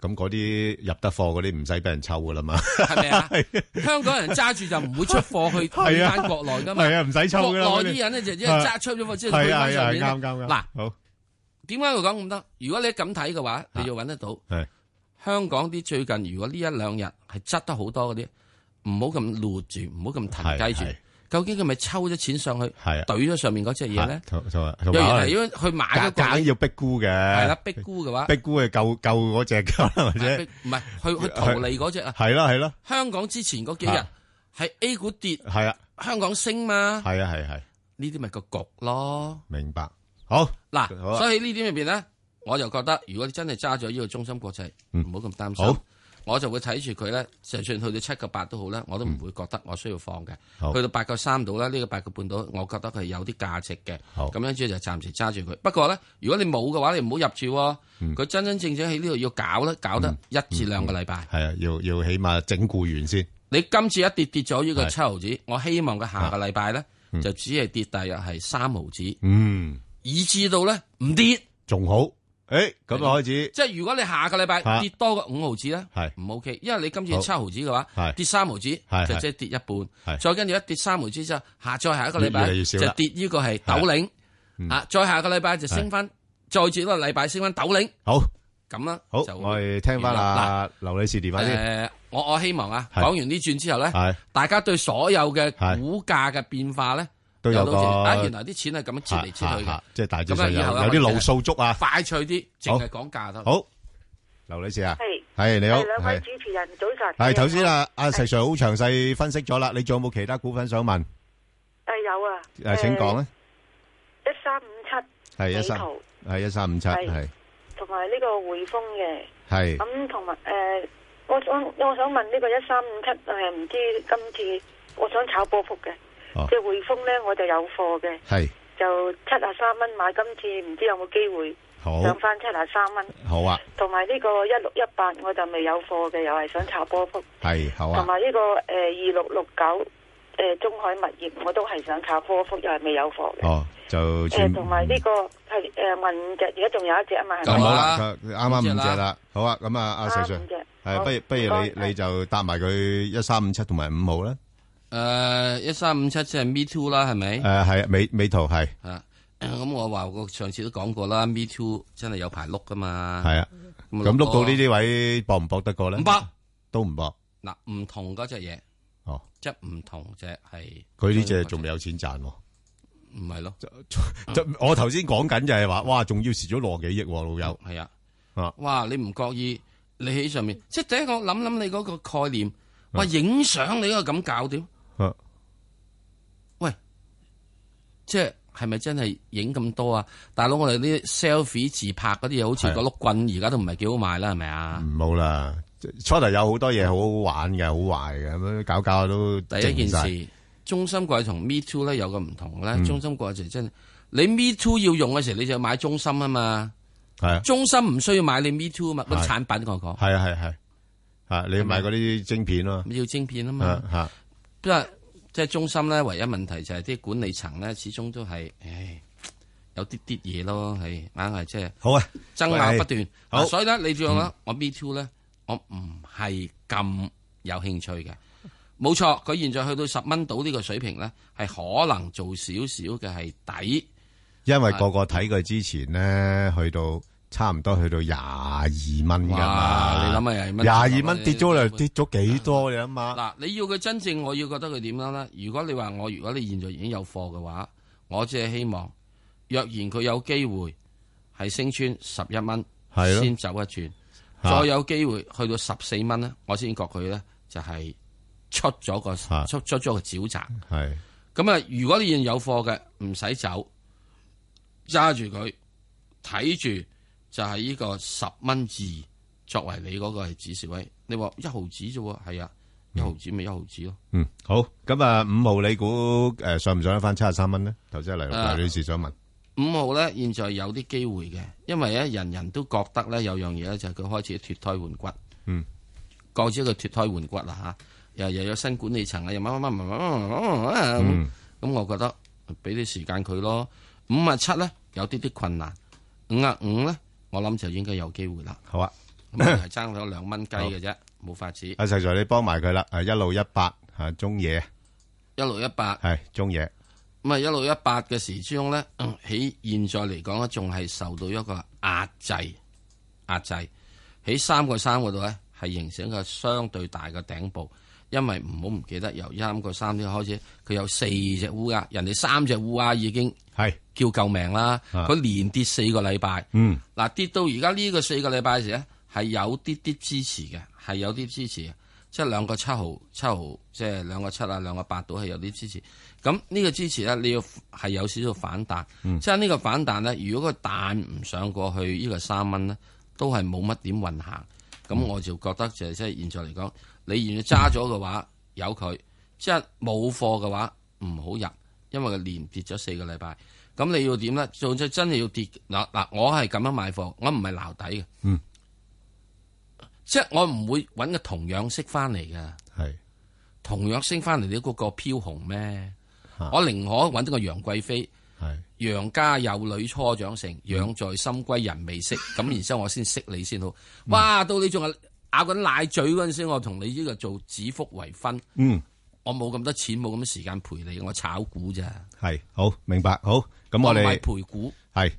[SPEAKER 8] 咁嗰啲入得貨嗰啲唔使俾人抽噶啦嘛。
[SPEAKER 9] 係 咪啊？香港人揸住就唔會出貨去去
[SPEAKER 8] 係啊
[SPEAKER 9] 翻國內噶嘛，
[SPEAKER 8] 係啊唔使抽㗎啦
[SPEAKER 9] 國
[SPEAKER 8] 我
[SPEAKER 9] 內
[SPEAKER 8] 哋
[SPEAKER 9] 啲人咧就因為揸出咗貨之後去
[SPEAKER 8] 係啊
[SPEAKER 9] 翻
[SPEAKER 8] 係
[SPEAKER 9] 上
[SPEAKER 8] 啊，
[SPEAKER 9] 面啦
[SPEAKER 8] 啱啱啱。
[SPEAKER 9] 嗱。
[SPEAKER 8] 好
[SPEAKER 9] 點解會講咁多？如果你咁睇嘅話，你要揾得到
[SPEAKER 8] 啊係。
[SPEAKER 9] 香港啲最近，如果呢一兩日係執得好多嗰啲，唔好咁攣住，唔好咁騰雞住
[SPEAKER 8] 係係。
[SPEAKER 9] 究竟佢咪抽咗錢上去，
[SPEAKER 8] 係啊
[SPEAKER 9] 懟咗上面嗰只嘢咧？
[SPEAKER 8] 同同埋
[SPEAKER 9] 有人
[SPEAKER 8] 同埋可
[SPEAKER 9] 係
[SPEAKER 8] 能
[SPEAKER 9] 因為去買嗰個
[SPEAKER 8] 夾硬要逼沽嘅。
[SPEAKER 9] 係啦，逼沽嘅話，
[SPEAKER 8] 逼沽係救救嗰只㗎，或者
[SPEAKER 9] 逼唔係去去逃利嗰只啊。
[SPEAKER 8] 係啦係啦，
[SPEAKER 9] 香港之前嗰幾日
[SPEAKER 8] 啊
[SPEAKER 9] 係 A 股跌，
[SPEAKER 8] 係啊
[SPEAKER 9] 香港升嘛，
[SPEAKER 8] 係啊係係，
[SPEAKER 9] 呢啲咪個局咯。
[SPEAKER 8] 明白。好
[SPEAKER 9] 嗱
[SPEAKER 8] 好啊，
[SPEAKER 9] 所以呢點入邊咧，我就覺得如果你真係揸咗呢個中心國際，
[SPEAKER 8] 嗯
[SPEAKER 9] 唔好咁擔心
[SPEAKER 8] 好。
[SPEAKER 9] 我就會睇住佢咧，就算去到七個八都好啦，我都唔會覺得我需要放嘅。
[SPEAKER 8] 好
[SPEAKER 9] 去到八個三度啦，呢個八個半度，我覺得佢有啲價值嘅。
[SPEAKER 8] 好
[SPEAKER 9] 咁樣之後就暫時揸住佢。不過咧，如果你冇嘅話，你唔好入住喎。
[SPEAKER 8] 嗯
[SPEAKER 9] 佢真真正正喺呢度要搞咧，搞得一至兩個禮拜。
[SPEAKER 8] 係啊，要要起碼整固完先。
[SPEAKER 9] 你今次一跌跌咗呢個
[SPEAKER 8] 係啊
[SPEAKER 9] 七毫子，我希望佢下個禮拜咧就只係跌大約係三毫子，
[SPEAKER 8] 嗯，
[SPEAKER 9] 以至到咧唔跌。
[SPEAKER 8] 仲好诶，咁就開始
[SPEAKER 9] 即係如果你下個禮拜
[SPEAKER 8] 嚇
[SPEAKER 9] 跌多個五毫子咧，
[SPEAKER 8] 係
[SPEAKER 9] 唔 OK，因為你今次
[SPEAKER 8] 好
[SPEAKER 9] 七毫子嘅話，
[SPEAKER 8] 係
[SPEAKER 9] 跌三毫子
[SPEAKER 8] 係
[SPEAKER 9] 就即係跌一半，再跟住一跌三毫子之後，下再下一個禮
[SPEAKER 8] 越
[SPEAKER 9] 拜
[SPEAKER 8] 嚟越少啦
[SPEAKER 9] 就跌呢個係豆領
[SPEAKER 8] 嗯
[SPEAKER 9] 啊，再下個禮拜就升翻，再至多個禮拜升翻豆領
[SPEAKER 8] 好，
[SPEAKER 9] 咁啦。
[SPEAKER 8] 好，
[SPEAKER 9] 就
[SPEAKER 8] 我哋聽翻阿劉女士電話先。
[SPEAKER 9] 誒，我我希望啊，
[SPEAKER 8] 係
[SPEAKER 9] 講完呢轉之後咧
[SPEAKER 8] 係，
[SPEAKER 9] 大家對所有嘅股價嘅變化咧，
[SPEAKER 8] 都有
[SPEAKER 9] 到
[SPEAKER 8] 個
[SPEAKER 9] 啊，原來啲錢係咁樣切嚟切
[SPEAKER 8] 嚇
[SPEAKER 9] 去嘅
[SPEAKER 8] 嚇嚇，即係大致
[SPEAKER 9] 咁啊
[SPEAKER 8] 上有
[SPEAKER 9] 以後咧
[SPEAKER 8] 有啲
[SPEAKER 9] 我哋
[SPEAKER 8] 路數足啊。
[SPEAKER 9] 快脆啲，淨係講價得。
[SPEAKER 8] 好，劉女士啊，
[SPEAKER 19] 係
[SPEAKER 8] 係你好，
[SPEAKER 19] 係兩
[SPEAKER 8] 係
[SPEAKER 19] 位主持人早晨。
[SPEAKER 8] 係頭先啊，阿石 Sir 好詳細分析咗啦，你仲有冇其他股份想問？
[SPEAKER 19] 誒有啊，
[SPEAKER 8] 誒，請講啊。
[SPEAKER 19] 一三五七
[SPEAKER 8] 係一三，係一三五七，
[SPEAKER 19] 係
[SPEAKER 8] 係
[SPEAKER 19] 同埋呢個匯豐嘅，
[SPEAKER 8] 係
[SPEAKER 19] 咁同埋誒，我我我想問呢個一三五七誒，唔知今次我想炒波幅嘅，即係匯豐咧我就有貨嘅，
[SPEAKER 8] 哦係
[SPEAKER 19] 就七啊三蚊買，今次唔知有冇機會
[SPEAKER 8] 好
[SPEAKER 19] 上翻七啊三蚊，
[SPEAKER 8] 好啊，
[SPEAKER 19] 同埋呢個一六一八我就未有貨嘅，又係想炒波幅，
[SPEAKER 8] 係好啊
[SPEAKER 19] 同。埋呢個誒二六六九誒中海物業我都係想炒波幅，又係未有貨嘅。
[SPEAKER 8] 哦，就全
[SPEAKER 19] 誒，同埋呢個係誒問隻，而家仲有一隻啊嘛，係
[SPEAKER 8] 咁
[SPEAKER 19] 咪
[SPEAKER 8] 好啦，佢啱啱五隻啦，好啊，咁啊，阿石 Sir，
[SPEAKER 19] 五隻
[SPEAKER 8] 係
[SPEAKER 19] 好
[SPEAKER 8] 不如不如
[SPEAKER 19] 唔
[SPEAKER 8] 你
[SPEAKER 19] 該
[SPEAKER 8] 你就搭埋佢一三五七同埋五號啦，
[SPEAKER 9] 誒，一三五七即係 Me Too 啦，係咪？
[SPEAKER 8] 誒係美美圖係
[SPEAKER 9] 嗯啊，咁我話我上次都講過啦，Me Too 真係有排碌噶嘛。
[SPEAKER 8] 係啊，
[SPEAKER 9] 咁
[SPEAKER 8] 咁碌到
[SPEAKER 9] 多
[SPEAKER 8] 呢啲位搏唔搏得過咧？
[SPEAKER 9] 唔搏，
[SPEAKER 8] 都唔搏，
[SPEAKER 9] 嗱，唔同嗰只嘢，
[SPEAKER 8] 哦，
[SPEAKER 9] 即係唔同隻係
[SPEAKER 8] 佢呢只仲未有錢賺喎。
[SPEAKER 9] 唔係咯？
[SPEAKER 8] 就 我頭先講緊就係話，哇，仲要蝕咗六十幾億喎，老友。
[SPEAKER 9] 係啊，
[SPEAKER 8] 啊，
[SPEAKER 9] 哇！你唔覺意，你喺上
[SPEAKER 8] 嗯
[SPEAKER 9] 面，即係第一個諗諗你嗰個概念，哇！影相你嗰個咁搞掂
[SPEAKER 8] 啊，
[SPEAKER 9] 喂，即係係咪真係影咁多啊？大佬，我哋啲 selfie 自拍嗰啲嘢，好似
[SPEAKER 8] 係
[SPEAKER 9] 個碌棍，而家都唔係幾好賣啦，係咪啊？
[SPEAKER 8] 唔好啦，初頭有好多嘢好好玩嘅，好壞嘅，咁樣搞搞下都
[SPEAKER 9] 第一件
[SPEAKER 8] 靜晒
[SPEAKER 9] 事，中心櫃同 Me Too 咧有個唔同咧，
[SPEAKER 8] 嗯
[SPEAKER 9] 中心櫃就真係你 Me Too 要用嘅時候，你就買中心啊嘛，
[SPEAKER 8] 係啊
[SPEAKER 9] 中心唔需要買你 Me Too 啊嘛，嗰啲
[SPEAKER 8] 係
[SPEAKER 9] 產品我講
[SPEAKER 8] 係啊係啊係啊，你要買嗰啲晶片啊
[SPEAKER 9] 要晶片啊
[SPEAKER 8] 嘛，
[SPEAKER 9] 嘛
[SPEAKER 8] 啊，嚇
[SPEAKER 9] 即係即係中心咧，唯一問題就係啲管理層咧，始終都係唉有啲啲嘢咯，係硬係即係
[SPEAKER 8] 好啊，
[SPEAKER 9] 爭拗不
[SPEAKER 8] 喂
[SPEAKER 9] 斷。
[SPEAKER 8] 好嗯
[SPEAKER 9] 嗱所以咧，你仲有啦，我 Me Too 咧，我唔係咁有興趣嘅。冇錯，佢現在去到十蚊到呢個水平咧，係可能做少少嘅係底。
[SPEAKER 8] 因為個個睇佢之前咧，去到差唔多去到廿二蚊㗎嘛。
[SPEAKER 9] 哇你諗下22蚊
[SPEAKER 8] 廿二蚊跌咗嚟，跌咗幾多你諗下？
[SPEAKER 9] 嗱，你要佢真正，我要覺得佢點樣咧？如果你話我，如果你現在已經有貨嘅話，我只係希望，若然佢有機會係升穿十一蚊，
[SPEAKER 8] 係咯
[SPEAKER 9] 先走一轉，
[SPEAKER 8] 嚇
[SPEAKER 9] 再有機會去到十四蚊咧，我先覺佢咧就係出咗個出出咗個沼澤。
[SPEAKER 8] 係
[SPEAKER 9] 咁啊，如果你現有貨嘅，唔使走，揸住佢，睇住就係呢個十蚊二作為你嗰個係指示位。你話一毫子啫喎，係啊，一毫子咪一毫子咯。
[SPEAKER 8] 嗯，好。咁啊，五號你估誒上唔上得翻七十三蚊咧？頭先黎
[SPEAKER 9] 啊
[SPEAKER 8] 黎女士想問。
[SPEAKER 9] 五號咧，現在有啲機會嘅，因為咧人人都覺得咧有樣嘢咧就係佢開始脱胎換骨，
[SPEAKER 8] 嗯，
[SPEAKER 9] 講咗佢脱胎換骨啦嚇，又又有新管理層啊，又乜乜乜乜乜乜乜乜乜咁
[SPEAKER 20] 嗯，
[SPEAKER 9] 咁我覺得俾啲時間佢咯。五啊七咧有啲啲困難，五啊五咧我諗就應 該有機會啦。
[SPEAKER 8] 好啊，
[SPEAKER 9] 咁係爭咗兩蚊雞嘅啫，冇法子。
[SPEAKER 8] 阿石 Sir，你幫埋佢啦。誒，一路一八嚇中野
[SPEAKER 9] 一六一八。
[SPEAKER 8] 係中野。
[SPEAKER 9] 咁啊，一六一八嘅時鐘咧，嗯喺現在嚟講咧，仲係受到一個壓制，壓制喺三個三嗰度咧，係形成一個相對大嘅頂部。因為唔好唔記得，由三個三呢開始，佢有四隻烏鴉，人哋三隻烏鴉已經
[SPEAKER 8] 係
[SPEAKER 9] 叫救命啦。
[SPEAKER 20] 啊
[SPEAKER 9] 佢連跌四個禮拜，
[SPEAKER 20] 嗯
[SPEAKER 9] 嗱跌到而家呢個四個禮拜時咧，係有啲啲支持嘅，係有啲支持嘅，即係兩個七毫七毫，即係兩個七啊，兩個八度係有啲支持。咁呢個支持咧，你要係有少少反彈，
[SPEAKER 20] 嗯
[SPEAKER 9] 即係呢個反彈咧，如果佢彈唔上過去呢個三蚊咧，都係冇乜點運行。咁
[SPEAKER 20] 嗯
[SPEAKER 9] 我就覺得就係即係現在嚟講，你現在揸咗嘅 話，由佢；即係冇貨嘅話，唔好入，因為佢連跌咗四個禮拜。咁你要點咧？做咗真係要跌嗱嗱，我係咁樣買貨，我唔係撈底嘅。
[SPEAKER 8] 嗯，
[SPEAKER 9] 即係我唔會揾個同樣色翻嚟嘅。
[SPEAKER 8] 係
[SPEAKER 9] 同樣升翻嚟，你嗰個飄紅咩？我寧可揾到個楊貴妃，楊家有女初長成，養在深閨人未識。咁然之後我先識你先好。哇，到你仲係咬緊奶嘴嗰陣時，我同你呢個做指腹為婚。
[SPEAKER 8] 嗯，
[SPEAKER 9] 我冇咁多錢，冇咁多時間陪你，我炒股咋。
[SPEAKER 8] 系好明白，好咁我
[SPEAKER 9] 唔
[SPEAKER 8] 哋
[SPEAKER 9] 係陪股
[SPEAKER 8] 系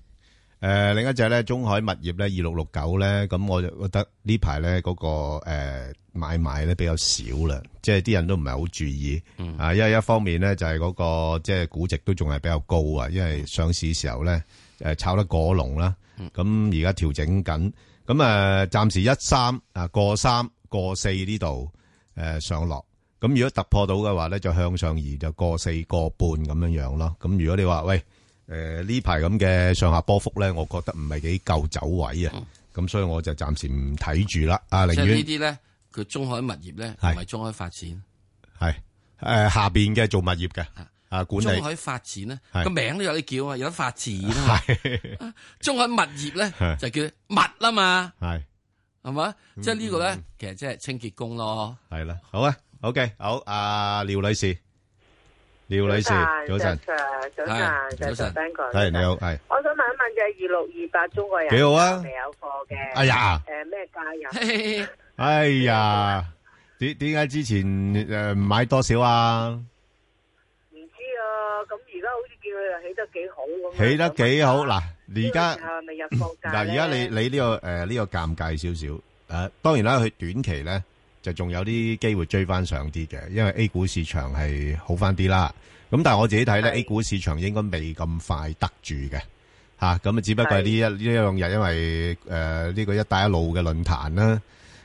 [SPEAKER 8] 诶另一隻咧中海物業咧二六六九咧，咁我就覺得呢排咧嗰個诶买卖咧比較少啦，即係啲人都唔係好注意、
[SPEAKER 9] 嗯
[SPEAKER 8] 啊，因為一方面咧就係嗰、個即係估值都仲係比較高啊，因
[SPEAKER 9] 嗯
[SPEAKER 8] 為上市時候咧诶炒得過龍啦，咁而家調整緊，咁诶暫時一三啊過三過四呢度诶上落。咁如果突破到嘅話咧，就向上移就過四個半咁樣樣咯。咁如果你話喂誒呢排咁嘅上下波幅咧，我覺得唔係幾夠走位啊。咁、所以我就暫時唔睇住啦。啊，
[SPEAKER 9] 嗯即
[SPEAKER 8] 寧
[SPEAKER 9] 係呢
[SPEAKER 8] 願
[SPEAKER 9] 啲咧，佢中海物業咧，唔
[SPEAKER 8] 係
[SPEAKER 9] 係中海發展，
[SPEAKER 8] 係誒、下邊嘅做物業嘅啊管
[SPEAKER 9] 中
[SPEAKER 8] 理
[SPEAKER 9] 海發展咧
[SPEAKER 8] 係
[SPEAKER 9] 個名都有你叫啊，有得發展啊嘛。中海物業咧
[SPEAKER 8] 係嗯
[SPEAKER 9] 就叫物啦嘛，
[SPEAKER 8] 係
[SPEAKER 9] 係嘛？即係呢個咧，其實即係清潔工咯。
[SPEAKER 8] 係啦。好啊，OK，好啊，廖女士，廖女士，早晨，
[SPEAKER 20] 早晨，早晨，Ben 哥，
[SPEAKER 8] 係你好，係
[SPEAKER 20] 我想問一問嘅二六二八中國人
[SPEAKER 8] 幾好啊
[SPEAKER 20] 未有貨嘅，
[SPEAKER 8] 哎呀
[SPEAKER 20] 誒咩價入？
[SPEAKER 8] 哎呀，點點解之前誒唔買多少啊？
[SPEAKER 20] 唔知啊，咁而家好似見佢又起得幾好咁樣，
[SPEAKER 8] 起得幾好嗱，而家
[SPEAKER 20] 係咪入貨價
[SPEAKER 8] 嗱，而家你
[SPEAKER 20] 咧
[SPEAKER 8] 你呢個诶呢個尷尬少少诶，當然啦，佢短期咧就仲有啲機會追翻上啲嘅，因為 A 股市場係好翻啲啦。咁但係我自己睇咧，A 股市場應該未咁快得住嘅。吓，咁啊，只不過係呢一呢一兩日，因為诶呢個一帶一路嘅論壇啦，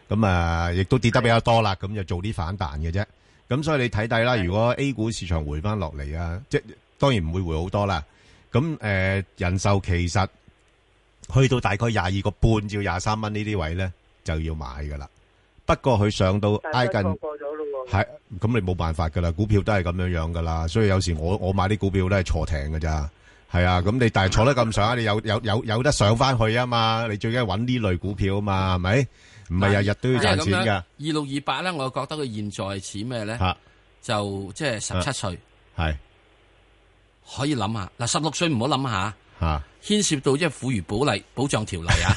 [SPEAKER 8] 咁啊亦都跌得比較多啦，咁就做啲反彈嘅啫。咁所以你睇睇啦，如果 A 股市場回翻落嚟啊，即當然唔會回好多啦。咁诶人壽其實去到大概廿二個半至廿三蚊呢啲位咧，就要買噶啦。不過佢上到挨近係咁，你冇辦法噶啦，股票都係咁樣樣噶啦。所以有時我我買啲股票都係坐艇噶咋，係啊。咁你 但係坐得咁上下，你有有有有得上翻去啊嘛。你最緊要揾呢類股票啊嘛，係咪？唔係日日都要賺錢
[SPEAKER 9] 二
[SPEAKER 8] 噶，
[SPEAKER 9] 六二八咧，我覺得佢現在似咩咧
[SPEAKER 8] 嚇？啊
[SPEAKER 9] 就即係十七歲
[SPEAKER 8] 係
[SPEAKER 9] 可以諗下。嗱，十六歲唔好諗下，
[SPEAKER 8] 嚇
[SPEAKER 9] 牽涉到即係婦孺保例保障條例 啊。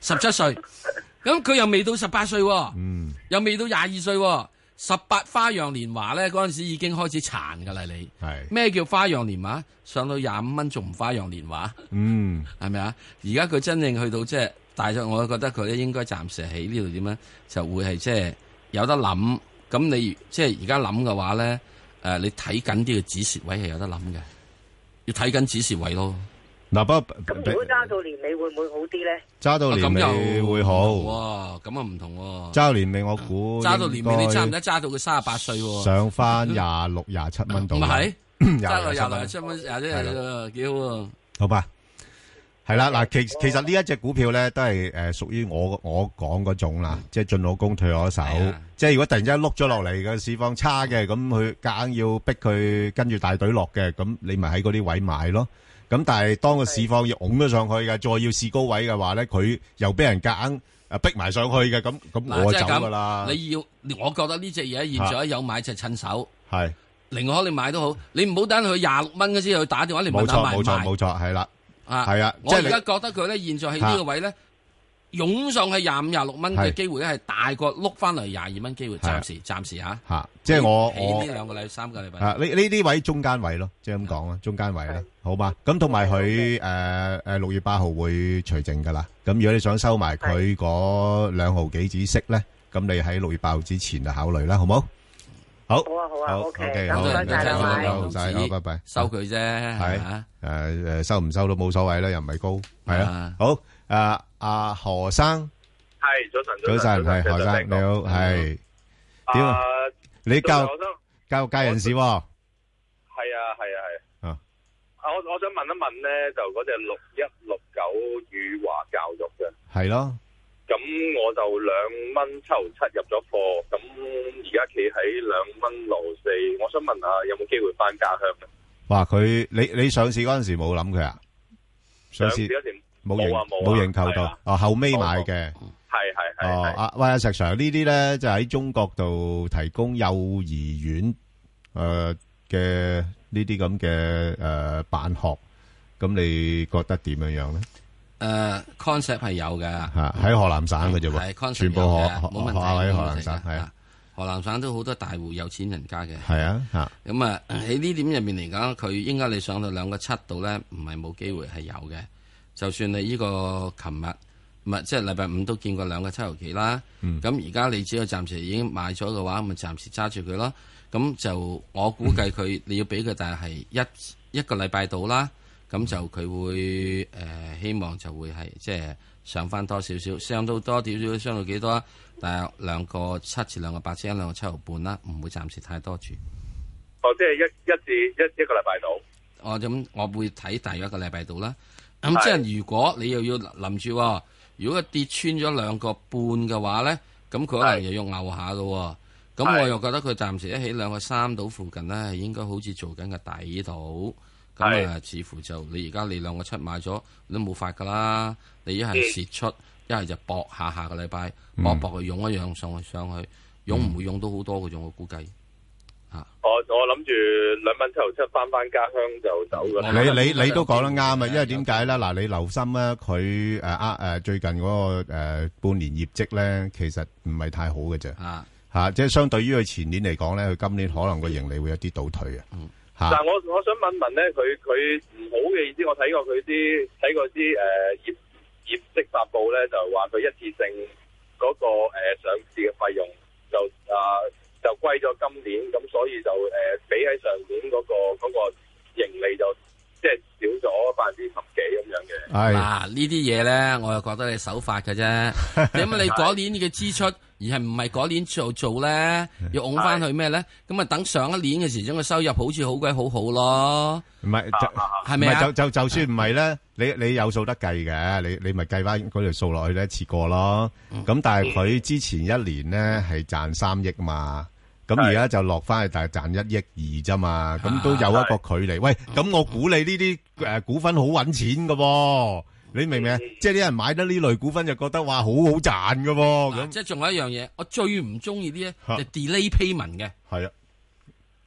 [SPEAKER 9] 十七歲，咁佢又未到十八歲喎，
[SPEAKER 8] 嗯
[SPEAKER 9] 又未到廿二歲喎。十八花樣年華咧，嗰陣時已經開始殘噶啦，你
[SPEAKER 8] 係
[SPEAKER 9] 咩叫花樣年華？上到廿五蚊仲唔花樣年華？
[SPEAKER 8] 嗯
[SPEAKER 9] 係咪啊？而家佢真正去到即係大咗，我覺得佢咧應該暫時喺呢度點咧，就會係即係有得諗。咁你即係而家諗嘅話咧，誒、你睇緊啲嘅指示位係有得諗嘅，要睇緊指示位咯。
[SPEAKER 8] 嗱，不
[SPEAKER 20] 咁如果揸到年尾會唔會好啲咧？
[SPEAKER 8] 揸到年尾會好
[SPEAKER 9] 哇，咁啊唔同喎。
[SPEAKER 8] 揸到年尾我估
[SPEAKER 9] 揸到年尾，你揸唔
[SPEAKER 8] 應該
[SPEAKER 9] 得？揸到佢三十八歲喎。
[SPEAKER 8] 上翻廿六廿七蚊度
[SPEAKER 9] 唔
[SPEAKER 8] 啦，
[SPEAKER 9] 係揸
[SPEAKER 8] 廿六
[SPEAKER 9] 到
[SPEAKER 8] 廿
[SPEAKER 9] 廿
[SPEAKER 8] 七
[SPEAKER 9] 六
[SPEAKER 8] 蚊。
[SPEAKER 9] 七蚊，廿一廿六幾好喎。
[SPEAKER 8] 好吧，系啦，嗱，其其实呢一只股票咧，都系诶属于我我讲嗰種啦，即係進老公退我手，即係如果突然之間碌咗落嚟嘅市況差嘅，咁佢夾硬要逼佢跟住大隊落嘅，咁你咪喺嗰啲位買咯。咁但係當個市況要拱咗上去嘅，再要試高位嘅話咧，佢又俾人夾硬诶逼埋上去嘅，咁咁
[SPEAKER 9] 嗱，
[SPEAKER 8] 我
[SPEAKER 9] 即係
[SPEAKER 8] 走
[SPEAKER 9] 咁
[SPEAKER 8] 噶啦，
[SPEAKER 9] 你要，我覺得呢只嘢現在有買就趁手，
[SPEAKER 8] 係
[SPEAKER 9] 寧可你買都好，你唔好等佢廿六蚊嗰時去打電話你
[SPEAKER 8] 冇
[SPEAKER 9] 問下
[SPEAKER 8] 錯
[SPEAKER 9] 買唔
[SPEAKER 8] 冇錯
[SPEAKER 9] 買。
[SPEAKER 8] 冇錯，係啦，
[SPEAKER 9] 啊
[SPEAKER 8] 係啊，
[SPEAKER 9] 我
[SPEAKER 8] 即係
[SPEAKER 9] 而
[SPEAKER 8] 你
[SPEAKER 9] 家覺得佢咧，現在喺呢個位咧，湧上去廿五、廿六蚊嘅
[SPEAKER 8] 係
[SPEAKER 9] 機會咧，係大過碌翻嚟廿二蚊機會。
[SPEAKER 8] 係啊
[SPEAKER 9] 暫時，暫時嚇。
[SPEAKER 8] 嚇即係我我
[SPEAKER 9] 喺呢兩個禮、三個禮拜。
[SPEAKER 8] 啊，呢呢啲位中間位咯，即係咁講啦，中間位啦，好嘛？咁同埋佢誒誒六月八號會除淨噶啦。咁如果你想收埋佢嗰兩毫幾紙息咧，咁你喺六月八號之前就考慮啦，好冇？好，
[SPEAKER 20] 好啊好啊，OK，
[SPEAKER 8] OK，
[SPEAKER 20] 咁
[SPEAKER 8] 好
[SPEAKER 20] 唔該晒兩位
[SPEAKER 8] 唔該晒好拜拜。
[SPEAKER 9] 收佢啫，
[SPEAKER 8] 係
[SPEAKER 9] 係
[SPEAKER 8] 誒誒，收唔收都冇所謂啦，又唔係高，係啊
[SPEAKER 9] 啊。
[SPEAKER 8] 好誒，阿何生，
[SPEAKER 21] 系早晨，
[SPEAKER 8] 早晨，係何生，你好，係點啊？你教
[SPEAKER 21] 我想
[SPEAKER 8] 教育界人士喎，
[SPEAKER 21] 系啊，系啊，系。
[SPEAKER 8] 啊
[SPEAKER 21] 啊，我我想問一問咧，就嗰只六一六九宇華教育嘅，
[SPEAKER 8] 係咯，
[SPEAKER 21] 咁我就兩蚊七毫七入咗貨，咁而家企喺兩蚊六四，我想問下有冇機會翻家鄉嘅？
[SPEAKER 8] 哇！佢你你上市嗰陣時冇諗佢啊？上市
[SPEAKER 21] 上市嗰時
[SPEAKER 8] 冇
[SPEAKER 21] 冇
[SPEAKER 8] 認
[SPEAKER 21] 啊冇啊
[SPEAKER 8] 冇認購
[SPEAKER 21] 係
[SPEAKER 8] 到
[SPEAKER 21] 啊，
[SPEAKER 8] 哦後尾買嘅。
[SPEAKER 21] 係係係
[SPEAKER 8] 哦，啊喂，阿石 Sir 呢啲咧就喺中國度提供幼兒園誒呃嘅呢啲咁嘅誒辦學，咁你覺得點樣樣咧？
[SPEAKER 9] 誒 concept 係有嘅，
[SPEAKER 8] 嚇喺河南省嘅啫
[SPEAKER 9] 係
[SPEAKER 8] 喎，
[SPEAKER 9] concept
[SPEAKER 8] 全部
[SPEAKER 9] 有
[SPEAKER 8] 河
[SPEAKER 9] 嘅
[SPEAKER 8] 河
[SPEAKER 9] 冇
[SPEAKER 8] 河
[SPEAKER 9] 問題冇
[SPEAKER 8] 喺河
[SPEAKER 9] 問
[SPEAKER 8] 南
[SPEAKER 9] 題
[SPEAKER 8] 省，係啊
[SPEAKER 9] 啊河南省都好多大戶有錢人家嘅。
[SPEAKER 8] 係啊嚇。
[SPEAKER 9] 咁啊，喺呢點入面嚟講，佢應該你上到兩個七度咧，唔係冇機會係有嘅。就算你呢個琴日，唔係即係禮拜五都見過兩個七毫幾啦。咁而家你只要暫時已經買咗嘅話，咪暫時揸住佢咯。咁就我估計佢、你要俾佢，但係一一個禮拜到啦。咁就佢會誒、呃希望就會係即係上翻多少少，上到多少少，上到幾多啊？但係兩個七至兩個八千，兩個七毫半啦，唔會暫時太多住。
[SPEAKER 21] 哦，即係一一至一一個禮拜到。
[SPEAKER 9] 我哦咁我會睇大約一個禮拜到啦。咁即係如果你又要諗住喎，如果跌穿咗兩個半嘅話咧，咁佢可能又要拗下嘅喎。咁我又覺得佢暫時一起兩個三度附近咧，係應該好似做緊個底度。咁啊，似乎就你而家你兩個七買咗，你都冇法噶啦。你一係蝕出，一係就搏下下個禮拜搏一搏佢湧一湧上去上去，湧唔會湧到好多嘅，用我估計。
[SPEAKER 21] 我我諗住兩蚊七毫七翻翻家鄉就走㗎啦。
[SPEAKER 8] 你你你都講得啱啊，因為點解咧？嗱，你留心咧，佢誒呃誒最近嗰個誒半年業績咧，其實唔係太好嘅啫。
[SPEAKER 9] 啊
[SPEAKER 8] 嚇，即係相對於佢前年嚟講咧，佢今年可能個盈利會有啲倒退啊。
[SPEAKER 21] 但
[SPEAKER 8] 嚇，
[SPEAKER 21] 係我我想問問咧，佢佢唔好嘅意思，我睇過佢啲睇過啲誒、呃、業業績發布咧，就話佢一次性嗰、個、呃、上市嘅費用就啊、就歸咗今年，咁所以就誒、呃比喺上年嗰、個嗰、個盈利就即係少咗百分之十幾咁樣嘅。
[SPEAKER 9] 嗱呢啲嘢咧，我又覺得你手法嘅啫。 點解你嗰年嘅支出，而係唔係嗰年做做咧？要拱翻去咩咧？咁啊，等上一年嘅時鐘嘅收入好似好鬼好好咯。
[SPEAKER 8] 唔係就
[SPEAKER 9] 係咪啊
[SPEAKER 8] 唔係就就就算唔係咧， 你你有數得計嘅，你你咪計翻嗰條數落去咧，一次過咯。咁但係佢之前一年咧係賺三億嘛。咁而家就落翻去，但係賺一億二啫嘛，咁都有一個距離。喂，咁我估你呢啲誒股份好揾錢嘅喎，你明唔明啊？即係啲人買得呢類股份就覺得哇，好好賺嘅喎，
[SPEAKER 9] 嗱
[SPEAKER 8] 咁
[SPEAKER 9] 即係仲有一樣嘢，我最唔中意啲咧就 delay payment 嘅。
[SPEAKER 8] 係啊，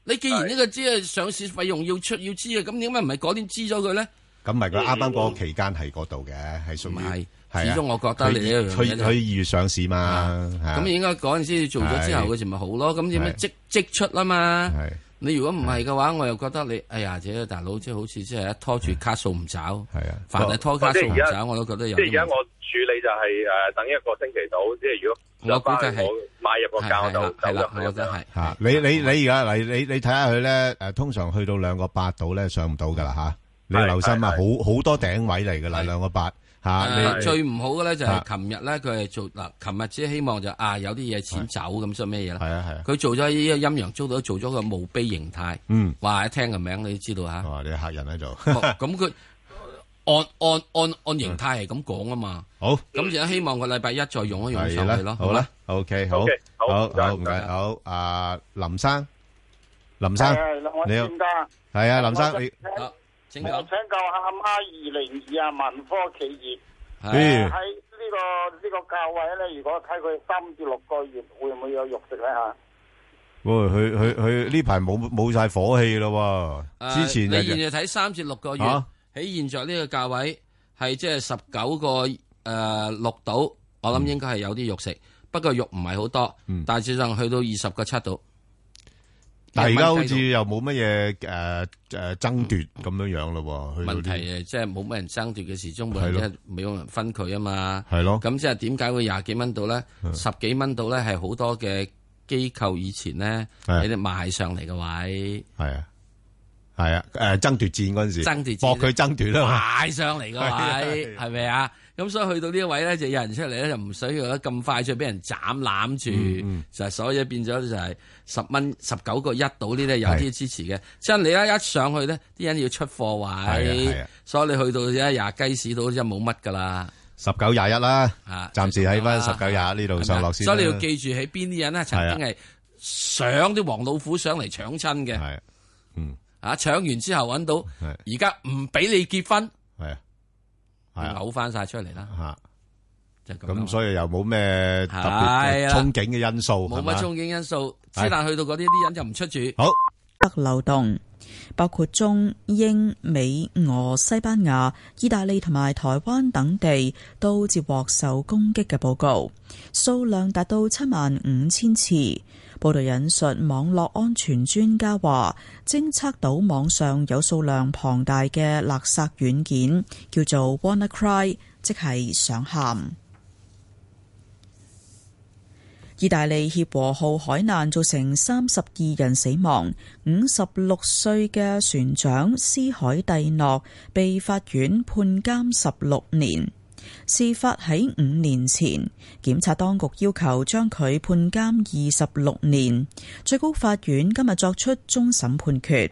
[SPEAKER 9] 你既然呢個只係上市費用要出要知嘅，咁點解唔係嗰年知咗佢嗯咧？
[SPEAKER 8] 咁咪佢啱啱嗰個期間係嗰度嘅，係屬於係啊
[SPEAKER 9] 始終我覺得你呢樣嘢
[SPEAKER 8] 佢
[SPEAKER 9] 就
[SPEAKER 8] 佢佢二月上市嘛，係啊
[SPEAKER 9] 咁應該嗰陣時做咗之後嘅時咪好咯。咁點解
[SPEAKER 8] 係
[SPEAKER 9] 即即出啦嘛？你如果唔係嘅話，我又覺得你哎呀，這大佬即係好似即係一拖住卡數唔找，係
[SPEAKER 8] 啊，
[SPEAKER 9] 凡係拖卡數唔找，我都覺得有
[SPEAKER 21] 即
[SPEAKER 9] 啲
[SPEAKER 21] 哦係而家我處理就係、誒、等一個星期到，即係如果
[SPEAKER 9] 我估計係
[SPEAKER 21] 我買入個價我就走
[SPEAKER 9] 係啦
[SPEAKER 21] 咗，
[SPEAKER 9] 我覺得係。
[SPEAKER 8] 吓你你你而家嚟你你睇下佢咧，誒通常去到兩個八度咧上唔到噶啦吓，你要留心啊，好好多頂位嚟噶啦，兩個八吓，
[SPEAKER 9] 誒
[SPEAKER 8] 啊你啊
[SPEAKER 9] 最唔好嘅咧就係琴日咧，佢係做嗱，琴日只希望就啊有啲嘢錢走咁，所以咩嘢咧？
[SPEAKER 8] 係啊係啊，
[SPEAKER 9] 佢做咗呢個陰陽租到，做咗個墓碑形態。
[SPEAKER 8] 嗯，
[SPEAKER 9] 哇！一聽個名你都知道嚇。哦
[SPEAKER 8] 哇！你客人喺度。
[SPEAKER 9] 咁佢按按按按形態係咁講啊嘛。
[SPEAKER 8] 好。
[SPEAKER 9] 咁就希望個禮拜一再用一用
[SPEAKER 8] 係
[SPEAKER 9] 上去咯。
[SPEAKER 8] 好啦，OK，好，好，好，唔該，好，啊，林生，林生，
[SPEAKER 22] Ờ,
[SPEAKER 8] 你好，係啊，林生，你，
[SPEAKER 9] 請
[SPEAKER 23] 我請教下孖二零二啊，文科企業誒
[SPEAKER 8] 係
[SPEAKER 23] 喺
[SPEAKER 22] Ờ,
[SPEAKER 23] 呢個呢個價位咧，如果睇佢三至六個月，會唔會有肉食咧啊嚇？
[SPEAKER 8] 喂，佢佢佢呢排冇冇晒火氣咯喎，
[SPEAKER 9] 誒
[SPEAKER 8] 之前
[SPEAKER 9] 啊你現在睇三至六個月
[SPEAKER 8] 啊
[SPEAKER 9] 喺現在呢個價位係即係十九個誒六度，我
[SPEAKER 8] 嗯
[SPEAKER 9] 諗應該係有啲肉食，不過肉唔係好多，大致上去到二十個七度。
[SPEAKER 8] 但係而家好似又冇乜嘢誒誒爭奪咁樣樣咯喎，去到
[SPEAKER 9] 問
[SPEAKER 8] 呢
[SPEAKER 9] 題誒，即係冇乜人爭奪嘅時鐘，冇
[SPEAKER 8] 係咯
[SPEAKER 9] 人冇人分佢啊嘛。
[SPEAKER 8] 係咯嗯
[SPEAKER 9] 咁即係點解會廿幾蚊到咧？十幾蚊到咧係好多嘅機構以前咧
[SPEAKER 8] 係
[SPEAKER 9] 喺度賣上嚟嘅位，
[SPEAKER 8] 係啊，係啊，誒爭奪戰嗰陣時，
[SPEAKER 9] 爭奪戰啊
[SPEAKER 8] 搏佢爭奪啦嘛，
[SPEAKER 9] 賣上嚟嘅 位係咪啊？咁所以去到呢個位咧，就有人出嚟咧，就唔使佢得咁快就俾人斬攬
[SPEAKER 8] 嗯
[SPEAKER 9] 住，就係所以變咗就係十蚊十九個一到呢啲有啲支持嘅。即係你一一上去咧，啲人要出貨
[SPEAKER 8] 係啊係
[SPEAKER 9] 位
[SPEAKER 8] 啊，
[SPEAKER 9] 所以你去到一廿雞市到真係冇乜㗎啦。
[SPEAKER 8] 十九廿一啦
[SPEAKER 9] 啊，
[SPEAKER 8] 暫時喺翻
[SPEAKER 9] 19
[SPEAKER 8] 十九廿一呢度上落先啦，
[SPEAKER 9] 啊
[SPEAKER 8] 啊
[SPEAKER 9] 所以你要記住喺邊啲人咧，曾經係上啲黃老虎上嚟搶親嘅。
[SPEAKER 8] 係，嗯，
[SPEAKER 9] 啊搶完之後揾到，而家唔俾你結婚，
[SPEAKER 8] 係啊，係啊
[SPEAKER 9] 嘔翻晒出嚟啦。
[SPEAKER 8] 吓，
[SPEAKER 9] 就係咁樣
[SPEAKER 8] 咁所以又冇咩特別
[SPEAKER 9] 係
[SPEAKER 8] 嘅
[SPEAKER 9] 啦
[SPEAKER 8] 憧憬嘅因素，
[SPEAKER 9] 冇
[SPEAKER 8] 係嘛啊
[SPEAKER 9] 乜憧憬因素，
[SPEAKER 8] 係
[SPEAKER 9] 之但去到嗰啲啲人就唔出住。
[SPEAKER 8] 好。
[SPEAKER 11] 北流動，包括中、英、美、俄、西班牙、意大利同埋台灣等地都接獲受攻擊嘅報告，數量達到七萬五千次。報道引述網絡安全專家話，偵測到網上有數量龐大嘅勒索軟件，叫做 WannaCry，即係想喊。意大利協和號海難造成三十二人死亡，五十六歲嘅船長斯海蒂諾被法院判監十六年。事發喺五年前，檢察當局要求將佢判監二十六年。最高法院今日作出終審判決。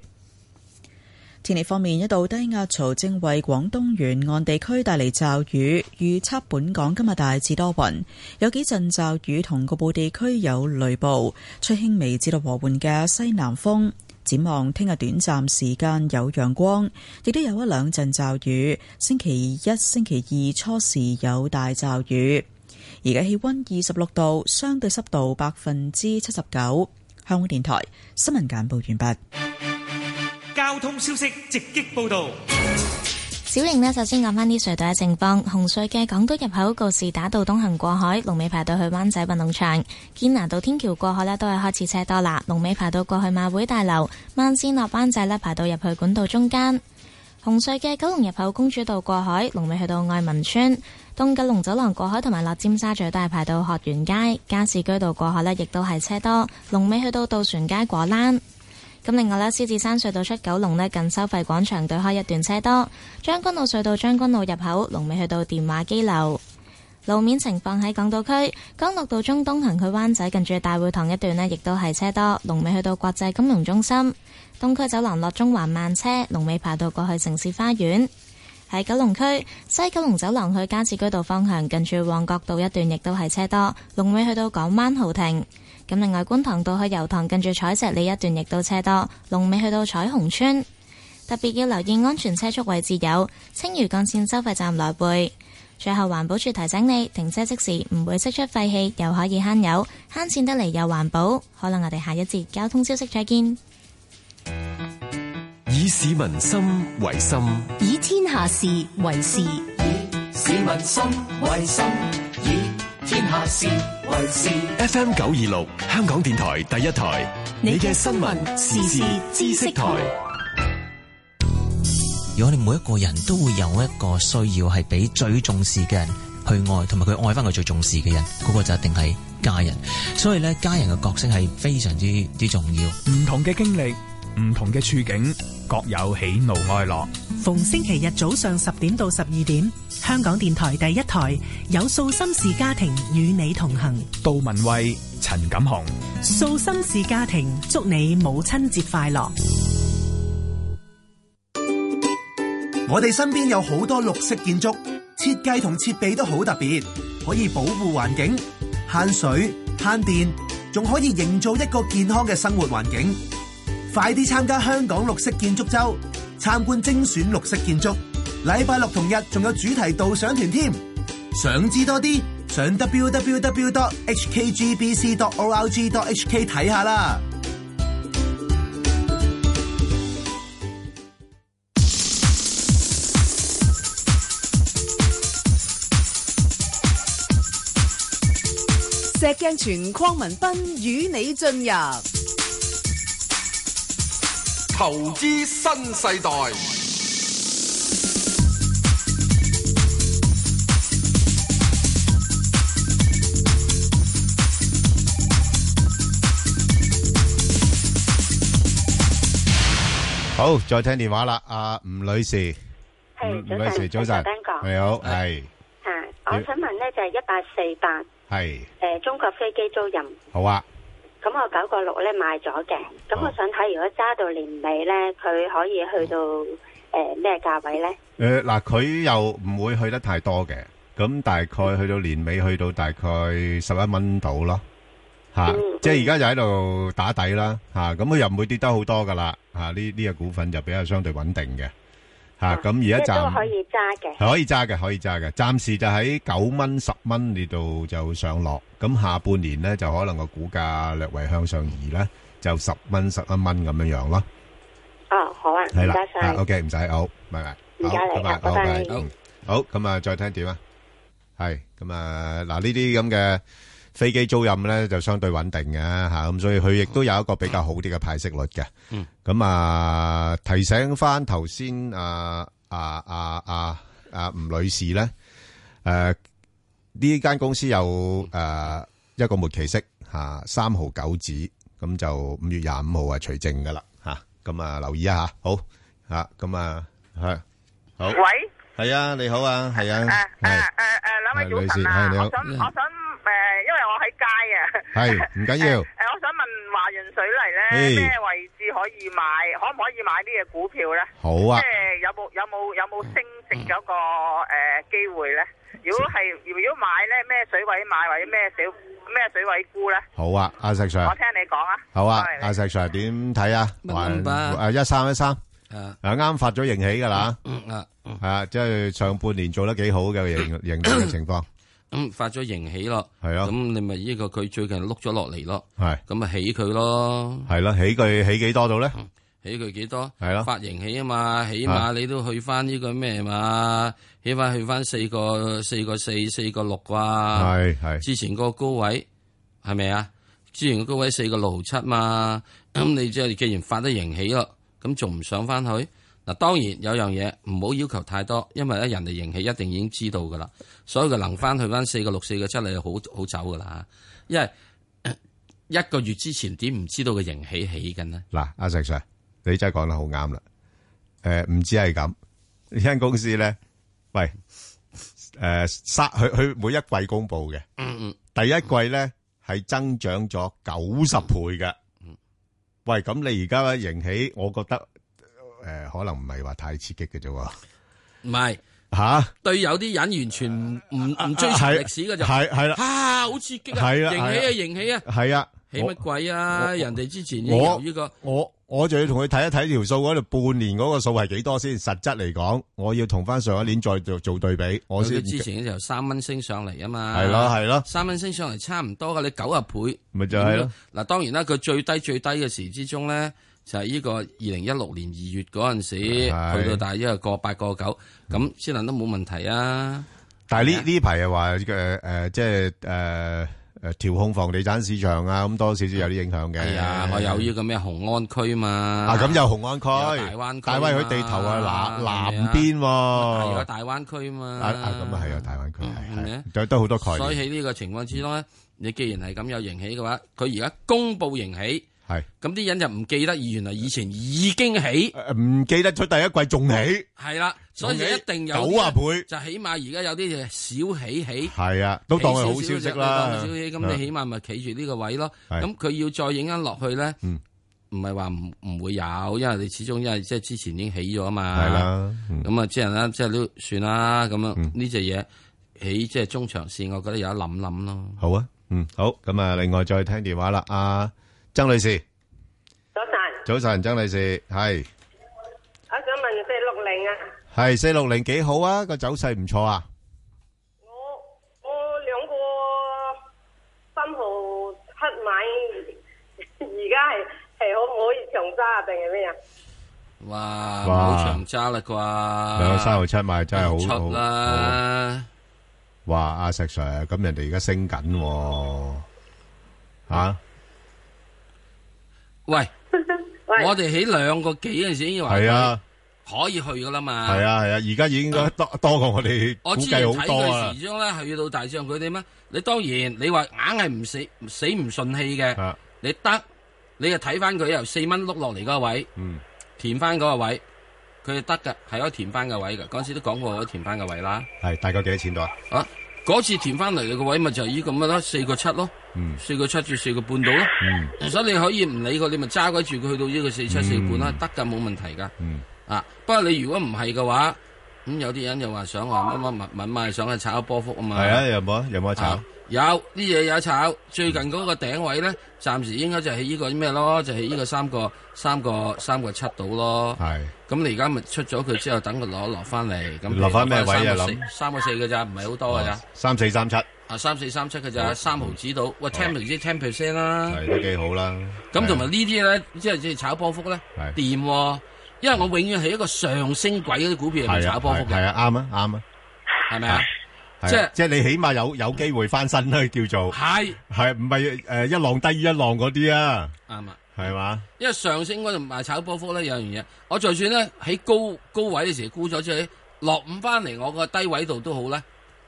[SPEAKER 11] 天氣方面，一道低壓槽正為廣東沿岸地區帶嚟驟雨。預測本港今日大致多雲，有幾陣驟雨同局部地區有雷暴，吹輕微至到和緩嘅西南風。展望聽日短暫時間有陽光，亦都有一兩陣驟雨。星期一、星期二初時有大驟雨。而家氣溫二十六度，相對濕度百分之七十九。香港電台新聞簡報完畢。
[SPEAKER 12] 交通消息直擊報道。
[SPEAKER 13] 小玲呢，就先講翻啲隧道嘅情況。紅隧嘅港島入口告士打道東行過海，龍尾排到去灣仔運動場；堅拿道天橋過海呢，都係開始車多啦。龍尾排到過去馬會大樓，慢線落灣仔呢，排到入去管道中間。紅隧嘅九龍入口公主道過海，龍尾去到愛民村；東九龍走廊過海同埋落尖沙咀都係排到鶴園街，加士居道過海呢，亦都係車多。龍尾去到渡船街果欄。咁另外咧，獅子山隧道出九龍呢，近收費廣場對開一段車多；將軍澳隧道將軍澳入口龍尾去到電話機樓。路面情況喺港島區，干諾道中東行去灣仔近住大會堂一段呢，亦都係車多；龍尾去到國際金融中心。東區走廊落中環慢車，龍尾排到過去城市花園。喺九龍區西九龍走廊去加士居道方向，近住旺角道一段亦都係車多；龍尾去到港灣豪庭。咁另外，觀塘道去油塘近住彩石里一段亦都車多，龍尾去到彩虹村。特別要留意安全車速位置有青嶼幹線收費站來回。最後，環保署提醒你，停車即時唔會釋出廢氣，又可以慳油，慳錢得嚟又環保。可能我哋下一節交通消息再見。
[SPEAKER 14] 以市民心為心，
[SPEAKER 15] 以天下事為事，
[SPEAKER 24] 以市民心為心，以天下事為事。
[SPEAKER 14] FM 九二六，香港電台第一台，你嘅新聞時事知識台。
[SPEAKER 25] 而我哋每一個人都會有一個需要係俾最重視嘅人去愛，同埋佢愛翻佢最重視嘅人，嗰、那個就一定係家人。所以咧，家人嘅角色係非常之之重要。
[SPEAKER 3] 唔同嘅經歷，唔同嘅處境，各有喜怒哀樂。
[SPEAKER 26] 逢星期日早上十點到十二點，香港電台第一台有《訴心事家庭與你同行》，
[SPEAKER 3] 杜文慧、陳錦雄，
[SPEAKER 26] 《訴心事家庭》祝你母親節快樂。
[SPEAKER 27] 我哋身邊有好多綠色建築，設計同設備都好特別，可以保護環境、慳水、慳電，仲可以營造一個健康嘅生活環境。快啲參加香港綠色建築周！參觀精選綠色建築，禮拜六同日仲有主題導賞團添。想知多啲，上 www.hkgbc.org.hk 睇下啦。
[SPEAKER 6] 石鏡泉鄺民彬與你進入
[SPEAKER 7] 投資新世代，
[SPEAKER 8] 好，再聽電話啦，阿吳女士，
[SPEAKER 28] 係
[SPEAKER 8] 吳女士，早晨
[SPEAKER 28] 早晨，講
[SPEAKER 8] 你好，係
[SPEAKER 28] 啊，我想問咧就係一八四八，
[SPEAKER 8] 係
[SPEAKER 28] 誒中國飛機租賃，
[SPEAKER 8] 好啊，
[SPEAKER 28] 咁我九個六咧買咗嘅，咁我想睇如果揸到年尾咧，佢可以去到
[SPEAKER 8] 嗯
[SPEAKER 28] 誒咩價位
[SPEAKER 8] 誒
[SPEAKER 28] 咧？
[SPEAKER 8] 嗱，佢又唔會去得太多嘅，咁大概去到年尾去到大概十一蚊到咯，吓，即係而家就喺度打底啦，吓，咁佢又唔會跌得好多噶啦，吓呢呢個股份就比較相對穩定嘅，吓，咁而
[SPEAKER 28] 即
[SPEAKER 8] 家
[SPEAKER 28] 係都
[SPEAKER 8] 暫
[SPEAKER 28] 可以揸嘅。
[SPEAKER 8] 係可以揸嘅，可以揸嘅。暫時就喺九蚊、十蚊呢度就上落，咁下半年呢，就可能個股價略為向上移啦。就十蚊十一蚊咁樣樣咯。
[SPEAKER 28] 哦，好啊，唔
[SPEAKER 8] 係啦
[SPEAKER 22] Dạ,
[SPEAKER 28] 該晒
[SPEAKER 8] 啊。，OK，唔使，à, 好，拜拜，
[SPEAKER 28] 唔該
[SPEAKER 8] 好拜
[SPEAKER 28] 你啊
[SPEAKER 8] 拜，好，
[SPEAKER 28] 拜拜
[SPEAKER 8] 拜拜，嗯好，咁啊，再聽點啊？係，咁啊，嗱，呢啲咁嘅飛機租賃咧就相對穩定嘅吓，咁所以佢亦都有一個比較好啲嘅派息率嘅。
[SPEAKER 9] 嗯，
[SPEAKER 8] 咁啊，提醒翻頭先啊啊啊啊啊吳女士咧，誒呢間公司有誒一個末期息吓三毫九子，咁就五月廿五號啊除證噶啦吓，咁啊留意一下，好吓，咁啊係好，
[SPEAKER 29] 喂，
[SPEAKER 8] 係啊，你好啊，係啊，係
[SPEAKER 29] 诶，两
[SPEAKER 8] 係
[SPEAKER 29] 位
[SPEAKER 8] 女
[SPEAKER 29] 早
[SPEAKER 8] 士，
[SPEAKER 29] 晨啊
[SPEAKER 8] 係，你
[SPEAKER 29] 我想
[SPEAKER 8] 好
[SPEAKER 29] 我，想诶，因为我喺街啊，
[SPEAKER 8] 係唔緊要。
[SPEAKER 29] 诶，我想问华潤水泥咧，咩位置可以買？可唔可以買呢只股票咧？
[SPEAKER 8] 好啊
[SPEAKER 29] 即係有冇有冇有冇升值嗰個诶机会咧？如果係如果買咧，咩水位買或者咩水咩水位沽咧？
[SPEAKER 8] 好啊，阿石 Sir，
[SPEAKER 29] 我聽你講啊。
[SPEAKER 8] 好啊
[SPEAKER 29] 係，
[SPEAKER 8] 阿石 Sir 點睇啊？
[SPEAKER 29] 乜
[SPEAKER 8] 還
[SPEAKER 29] 咁吧
[SPEAKER 8] 誒一三一三，
[SPEAKER 9] 啊
[SPEAKER 8] 啱發咗盈起噶啦，
[SPEAKER 9] 啊
[SPEAKER 8] 係啊，即係上半年做得幾好 嘅盈盈利嘅情況，
[SPEAKER 9] 咁發咗盈起咯，
[SPEAKER 8] 係啊
[SPEAKER 9] 咁你咪呢個佢最近碌咗落嚟咯，
[SPEAKER 8] 係
[SPEAKER 9] 咁咪起佢咯，
[SPEAKER 8] 係啦，起佢起幾多度咧？
[SPEAKER 9] 起佢幾多？
[SPEAKER 8] 係咯
[SPEAKER 9] 發盈起啊嘛，起
[SPEAKER 8] 啊
[SPEAKER 9] 碼你都去翻呢個咩嘛，起翻去翻四個四個四四個六啩，
[SPEAKER 8] 係係
[SPEAKER 9] 之前個高位係咪啊？之前個高位四個六毫七嘛， 咁你即係既然發得盈起咯，咁仲唔上翻去？嗱，當然有樣嘢唔好要求太多，因為咧人哋盈起一定已經知道噶啦，所以佢能翻去翻四個六、四個七，你就好好走噶啦。因為 一個月之前點唔知道個盈起起緊呢？
[SPEAKER 8] 嗱，阿石 Sir，你真係講得好啱啦。誒，唔止係咁，呢間公司咧，喂，誒，三佢佢每一季公佈嘅，
[SPEAKER 9] 嗯嗯。
[SPEAKER 8] 第一季咧係增長咗九
[SPEAKER 9] 嗯
[SPEAKER 8] 十倍嘅。喂，咁你而家盈起，我覺得誒可能唔係話太刺激嘅啫喎。
[SPEAKER 9] 唔係
[SPEAKER 8] 吓，
[SPEAKER 9] 對有啲人完全唔唔唔追求歷史嘅就
[SPEAKER 8] 係係啦
[SPEAKER 9] 啊好刺激啊，
[SPEAKER 8] 係
[SPEAKER 9] 迎
[SPEAKER 8] 啦
[SPEAKER 9] 起
[SPEAKER 8] 係
[SPEAKER 9] 啊
[SPEAKER 8] 啦
[SPEAKER 9] 迎起啊，
[SPEAKER 8] 係啊，
[SPEAKER 9] 起乜鬼
[SPEAKER 8] 我
[SPEAKER 9] 啊？
[SPEAKER 8] 我
[SPEAKER 9] 人哋之前已經
[SPEAKER 8] 我
[SPEAKER 9] 由呢個
[SPEAKER 8] 我我就要同佢睇一睇條數嗰度半年嗰個數係幾多先，實質嚟講，我要同翻上一年再做做對比，我
[SPEAKER 9] 佢
[SPEAKER 8] 先
[SPEAKER 9] 之前由三蚊升上嚟啊嘛，
[SPEAKER 8] 係咯係咯
[SPEAKER 9] 三蚊升上嚟差唔多噶，你九啊倍，
[SPEAKER 8] 咪就係咯
[SPEAKER 9] 點樣。嗱，當然啦，佢最低最低嘅時之中咧，就係呢個二零一六年二月嗰陣時，
[SPEAKER 8] 係
[SPEAKER 9] 去到大約個八個九，咁先能都冇問題啊。
[SPEAKER 8] 但係呢呢排又話誒誒，即係誒誒調控房地產市場啊，咁多少少有啲影響嘅。
[SPEAKER 9] 係啊，我有呢個咩紅安區嘛，
[SPEAKER 8] 啊，咁有紅安區、
[SPEAKER 9] 有大灣區
[SPEAKER 8] 大灣區地頭啊，
[SPEAKER 9] 嘛係
[SPEAKER 8] 南
[SPEAKER 9] 咪
[SPEAKER 8] 南
[SPEAKER 9] 啊
[SPEAKER 8] 邊
[SPEAKER 9] 係有
[SPEAKER 8] 喎。
[SPEAKER 9] 大灣區嘛，
[SPEAKER 8] 啊啊，咁啊係啊，大灣區
[SPEAKER 9] 係
[SPEAKER 8] 係
[SPEAKER 9] 咪啊
[SPEAKER 8] 係，都都好多概
[SPEAKER 9] 所以
[SPEAKER 8] 念。
[SPEAKER 9] 喺呢個情況之中咧，你既然係咁有盈起嘅話，佢而家公布盈起，
[SPEAKER 8] 係
[SPEAKER 9] 咁啲人就唔記得原來以前已經起，
[SPEAKER 8] 呃唔記得出第一季仲起，
[SPEAKER 9] 係啦，所以就一定有
[SPEAKER 8] 九啊倍，
[SPEAKER 9] 就起碼而家有啲嘢小起起，
[SPEAKER 8] 係啊，都當係好消
[SPEAKER 9] 起少
[SPEAKER 8] 息啦。嗯
[SPEAKER 9] 少就當係小起，咁你起碼咪企住呢個位咯。
[SPEAKER 8] 係
[SPEAKER 9] 咁佢要再影緊落去咧
[SPEAKER 8] 嗯，
[SPEAKER 9] 唔係話唔唔會有，因為你始終因為即係之前已經起咗啊嘛。
[SPEAKER 8] 係啦嗯
[SPEAKER 9] 咁啊，即係啦，即係都算啦。咁樣呢隻嘢起即係中長線，我覺得有得諗諗咯。
[SPEAKER 8] 好啊，嗯，好，咁啊，另外再聽電話啦，阿曾女士，
[SPEAKER 4] 早晨，
[SPEAKER 8] 早晨，曾女士，係
[SPEAKER 4] 我想問四六零啊，
[SPEAKER 8] 係四六零幾好啊，個走勢唔錯啊，
[SPEAKER 4] 我兩個三號七買，而家係係可唔可以長揸啊定係咩啊？
[SPEAKER 9] 哇，
[SPEAKER 8] 哇
[SPEAKER 9] 好啊長揸啦啩，
[SPEAKER 8] 兩個三毫七賣真係好
[SPEAKER 9] 出啦。
[SPEAKER 8] 哇，阿石 Sir，咁人哋而家升緊喎，吓，
[SPEAKER 9] 喂，我哋喺兩個幾嗰陣時已經話
[SPEAKER 8] 係啊，
[SPEAKER 9] 可以去噶啦嘛。
[SPEAKER 8] 係啊，係啊，而家已經多多過我哋估
[SPEAKER 9] 我之前
[SPEAKER 8] 計好
[SPEAKER 9] 睇
[SPEAKER 8] 多
[SPEAKER 9] 佢
[SPEAKER 8] 啊
[SPEAKER 9] 時，鐘咧，去到大致上佢哋咩？你當然你話硬係唔死死唔順氣
[SPEAKER 8] 啊
[SPEAKER 9] 嘅，你得你就睇翻佢由四蚊碌落嚟嗰個位，
[SPEAKER 8] 嗯，
[SPEAKER 9] 填翻嗰個位，佢係得嘅，係可以填翻個位嘅。嗰陣時都講過可以填翻個位啦。
[SPEAKER 8] 係大概幾多錢度啊？
[SPEAKER 9] 啊，嗰次填翻嚟個位咪就係依咁嘅咯，四個七咯，
[SPEAKER 8] 嗯
[SPEAKER 9] 四個七至四個半到 咯。
[SPEAKER 8] 嗯
[SPEAKER 9] 所以你可以唔理佢，你咪揸鬼住佢去到呢個四七四半啦，得噶冇問題噶。
[SPEAKER 8] 嗯
[SPEAKER 9] 啊，不過你如果唔係嘅話，咁有啲人又話想話乜乜物物咪想去炒波幅啊嘛。
[SPEAKER 8] 哦係啊，有冇啊有冇得炒
[SPEAKER 9] 啊？有呢嘢有得炒，最近嗰個頂位咧，暫時應該就係呢個咩咯，就係呢個三個三個三個七度咯。
[SPEAKER 8] 係。
[SPEAKER 9] 咁你而家咪出咗佢之後，等佢攞落翻嚟。咁
[SPEAKER 8] 落返咩位啊
[SPEAKER 9] 落返三個四
[SPEAKER 8] 諗哦
[SPEAKER 9] 三個四嘅咋，唔係好多嘅咋。
[SPEAKER 8] 三四三七，
[SPEAKER 9] 啊三四三七嘅咋，三毫子到，喂 ten percent ten percent 啦，
[SPEAKER 8] 哦係都幾好啦。
[SPEAKER 9] 咁同埋呢啲咧，即係即係炒波幅咧，掂喎，因為我永遠係一個上升軌嗰啲股票入面
[SPEAKER 8] 係啊，
[SPEAKER 9] 炒波幅
[SPEAKER 8] 係
[SPEAKER 9] 嘅，
[SPEAKER 8] 係啊，啱啊，啱啊，
[SPEAKER 9] 係咪啊？
[SPEAKER 8] 係啊
[SPEAKER 9] 即係
[SPEAKER 8] 即係你起碼有有機會翻身啦，叫做
[SPEAKER 9] 係
[SPEAKER 8] 係唔係誒一浪低於一浪嗰啲啊？
[SPEAKER 9] 啱啊，
[SPEAKER 8] 係嘛？
[SPEAKER 9] 因為上升嗰度賣炒波幅咧有樣嘢，我就算咧喺高高位嘅時候沽咗之後，落五翻嚟我個低位度都好啦，